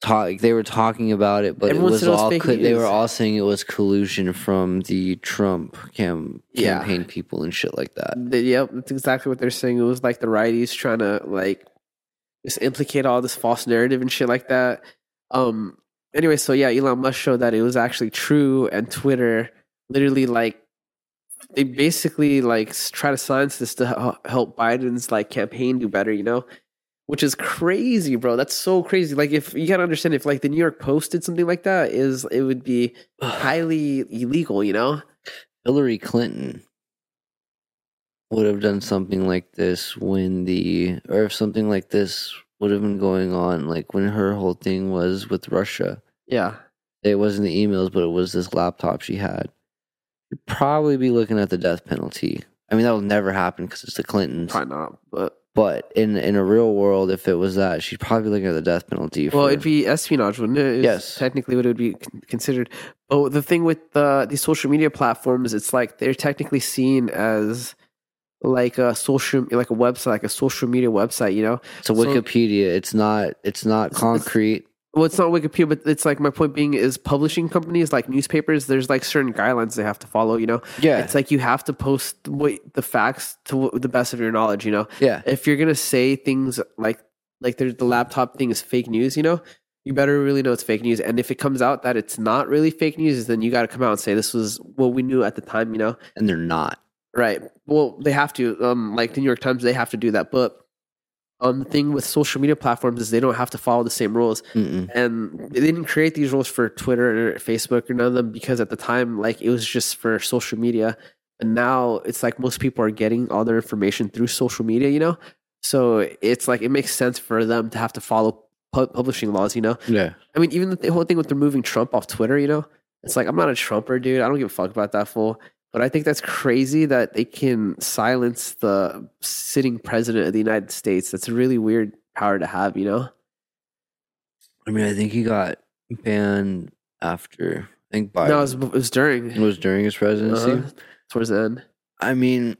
[SPEAKER 2] talk. They were talking about it, but
[SPEAKER 1] Everyone
[SPEAKER 2] it was
[SPEAKER 1] said it was
[SPEAKER 2] all.
[SPEAKER 1] fake
[SPEAKER 2] cl- they
[SPEAKER 1] news.
[SPEAKER 2] were all saying it was collusion from the Trump cam-
[SPEAKER 1] Yeah.
[SPEAKER 2] campaign people and shit like that.
[SPEAKER 1] The, yep, that's exactly what they're saying. It was like the righties trying to like just implicate all this false narrative and shit like that. Um. Anyway, so yeah, Elon Musk showed that it was actually true, and Twitter literally like they basically like s- try to silence this to h- help Biden's like campaign do better. You know. Which is crazy, bro. That's so crazy. Like, if you gotta understand, if like the New York Post did something like that, is it would be highly illegal, you know?
[SPEAKER 2] Hillary Clinton would have done something like this when the or if something like this would have been going on like when her whole thing was with Russia.
[SPEAKER 1] Yeah,
[SPEAKER 2] It wasn't the emails, but it was this laptop she had. You'd probably be looking at the death penalty. I mean, that will never happen because it's the Clintons.
[SPEAKER 1] probably not, but
[SPEAKER 2] But in in a real world, if it was that, she'd probably be looking at the death penalty.
[SPEAKER 1] Well,
[SPEAKER 2] for-
[SPEAKER 1] it'd be espionage, wouldn't it? It's
[SPEAKER 2] Yes.
[SPEAKER 1] technically, what it would be con- considered. But the thing with the these social media platforms, it's like they're technically seen as like a social, like a website, like a social media website. You know,
[SPEAKER 2] it's
[SPEAKER 1] so-
[SPEAKER 2] a Wikipedia. it's not it's not
[SPEAKER 1] It's- it's-
[SPEAKER 2] concrete.
[SPEAKER 1] well, it's not Wikipedia, but it's like my point being is publishing companies like newspapers. There's like certain guidelines they have to follow. You know,
[SPEAKER 2] yeah,
[SPEAKER 1] it's like you have to post what the facts to wh- the best of your knowledge. You know,
[SPEAKER 2] yeah.
[SPEAKER 1] if you're gonna say things like like there's the laptop thing is fake news, you know, you better really know it's fake news. And if it comes out that it's not really fake news, then you got to come out and say this was what we knew at the time, you know.
[SPEAKER 2] And they're not.
[SPEAKER 1] Right. Well, they have to. Um, like the New York Times, they have to do that. But um, the thing with social media platforms is they don't have to follow the same rules.
[SPEAKER 2] Mm-mm.
[SPEAKER 1] And they didn't create these rules for Twitter or Facebook or none of them because at the time, like it was just for social media. And now it's like most people are getting all their information through social media, you know? So it's like it makes sense for them to have to follow pu- publishing laws, you know?
[SPEAKER 2] Yeah.
[SPEAKER 1] I mean, even the th- whole thing with removing Trump off Twitter, you know, it's like I'm not a Trumper, dude. I don't give a fuck about that fool. But I think that's crazy that they can silence the sitting president of the United States. That's a really weird power to have, you know?
[SPEAKER 2] I mean, I think he got banned after. I think Biden
[SPEAKER 1] No, it was,
[SPEAKER 2] it
[SPEAKER 1] it was during.
[SPEAKER 2] was, during his presidency.
[SPEAKER 1] Uh-huh. towards the end.
[SPEAKER 2] I mean,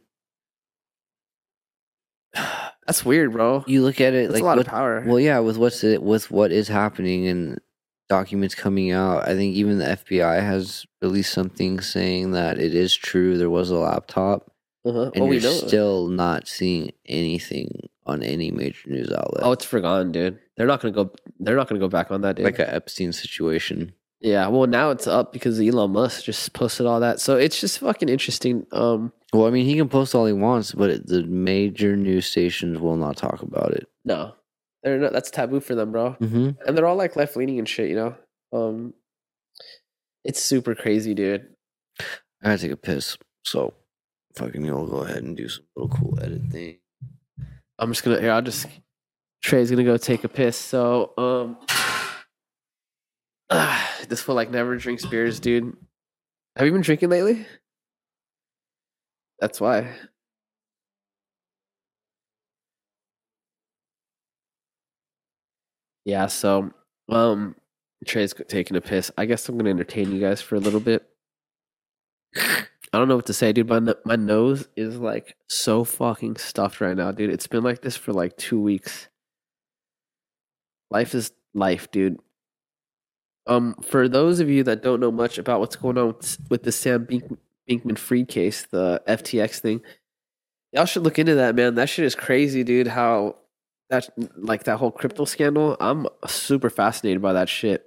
[SPEAKER 1] That's weird, bro.
[SPEAKER 2] you look at it
[SPEAKER 1] That's
[SPEAKER 2] like
[SPEAKER 1] a lot
[SPEAKER 2] with-
[SPEAKER 1] of power.
[SPEAKER 2] well, yeah, with what's it, with what is happening and documents coming out. I think even the FBI has released something saying that it is true there was a laptop,
[SPEAKER 1] uh-huh.
[SPEAKER 2] and
[SPEAKER 1] oh,
[SPEAKER 2] you're
[SPEAKER 1] we know.
[SPEAKER 2] still not seeing anything on any major news outlet.
[SPEAKER 1] oh, it's forgotten, dude. They're not gonna go. They're not gonna go back on that, dude.
[SPEAKER 2] like a Epstein situation.
[SPEAKER 1] yeah. Well, now it's up because Elon Musk just posted all that. So it's just fucking interesting. Um,
[SPEAKER 2] Well, I mean, he can post all he wants, but it, the major news stations will not talk about it.
[SPEAKER 1] no, they're not. That's taboo for them, bro.
[SPEAKER 2] Mm-hmm.
[SPEAKER 1] And they're all like left leaning and shit, you know. Um, it's super crazy, dude.
[SPEAKER 2] I gotta take a piss. So fucking you'll go ahead and do some little cool edit thing.
[SPEAKER 1] I'm just gonna. Here, (sighs) I'll just. Trey's gonna go take a piss. So, um, Ugh, this fool like never drinks beers, dude. Have you been drinking lately? That's why. Yeah, so um Trey's taking a piss. I guess I'm gonna entertain you guys for a little bit. I don't know what to say, dude. My n- my nose is like so fucking stuffed right now, dude. It's been like this for like two weeks. Life is life, dude. Um, for those of you that don't know much about what's going on with, with the Sam Bink- Binkman Freed case, the FTX thing, y'all should look into that, man. That shit is crazy, dude. How that like that whole crypto scandal? I'm super fascinated by that shit.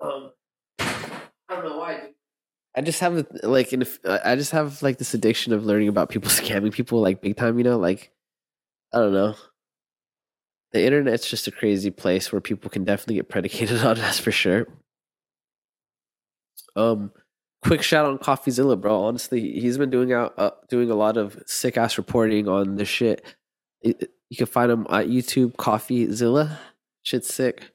[SPEAKER 1] Um, I don't know why. dude. I just have like an, I just have like this addiction of learning about people (laughs) scamming people like big time. You know, like I don't know. The internet's just a crazy place where people can definitely get predicated (laughs) on. That's for sure. Um, quick shout on CoffeeZilla, bro. Honestly, he's been doing out uh, doing a lot of sick ass reporting on this shit. It- it- you can find him at YouTube CoffeeZilla. Shit's sick.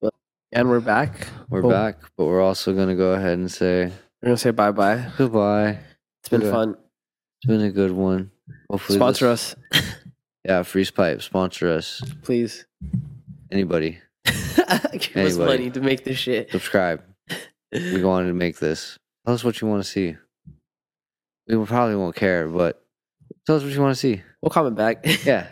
[SPEAKER 1] But- And we're back.
[SPEAKER 2] We're
[SPEAKER 1] Well,
[SPEAKER 2] back, but we're also going to go ahead and say
[SPEAKER 1] We're gonna say bye bye.
[SPEAKER 2] goodbye.
[SPEAKER 1] It's been
[SPEAKER 2] Okay.
[SPEAKER 1] fun.
[SPEAKER 2] It's been a good one. Hopefully,
[SPEAKER 1] Sponsor
[SPEAKER 2] this-
[SPEAKER 1] us,
[SPEAKER 2] Yeah, Freeze Pipe, sponsor us.
[SPEAKER 1] please. (laughs)
[SPEAKER 2] Anybody,
[SPEAKER 1] Give us
[SPEAKER 2] Anybody.
[SPEAKER 1] money to make this
[SPEAKER 2] (laughs)
[SPEAKER 1] shit.
[SPEAKER 2] subscribe. we wanted to make this. Tell us what you want to see. We will- probably won't care, but tell us what you want to see.
[SPEAKER 1] We'll comment back. (laughs)
[SPEAKER 2] Yeah.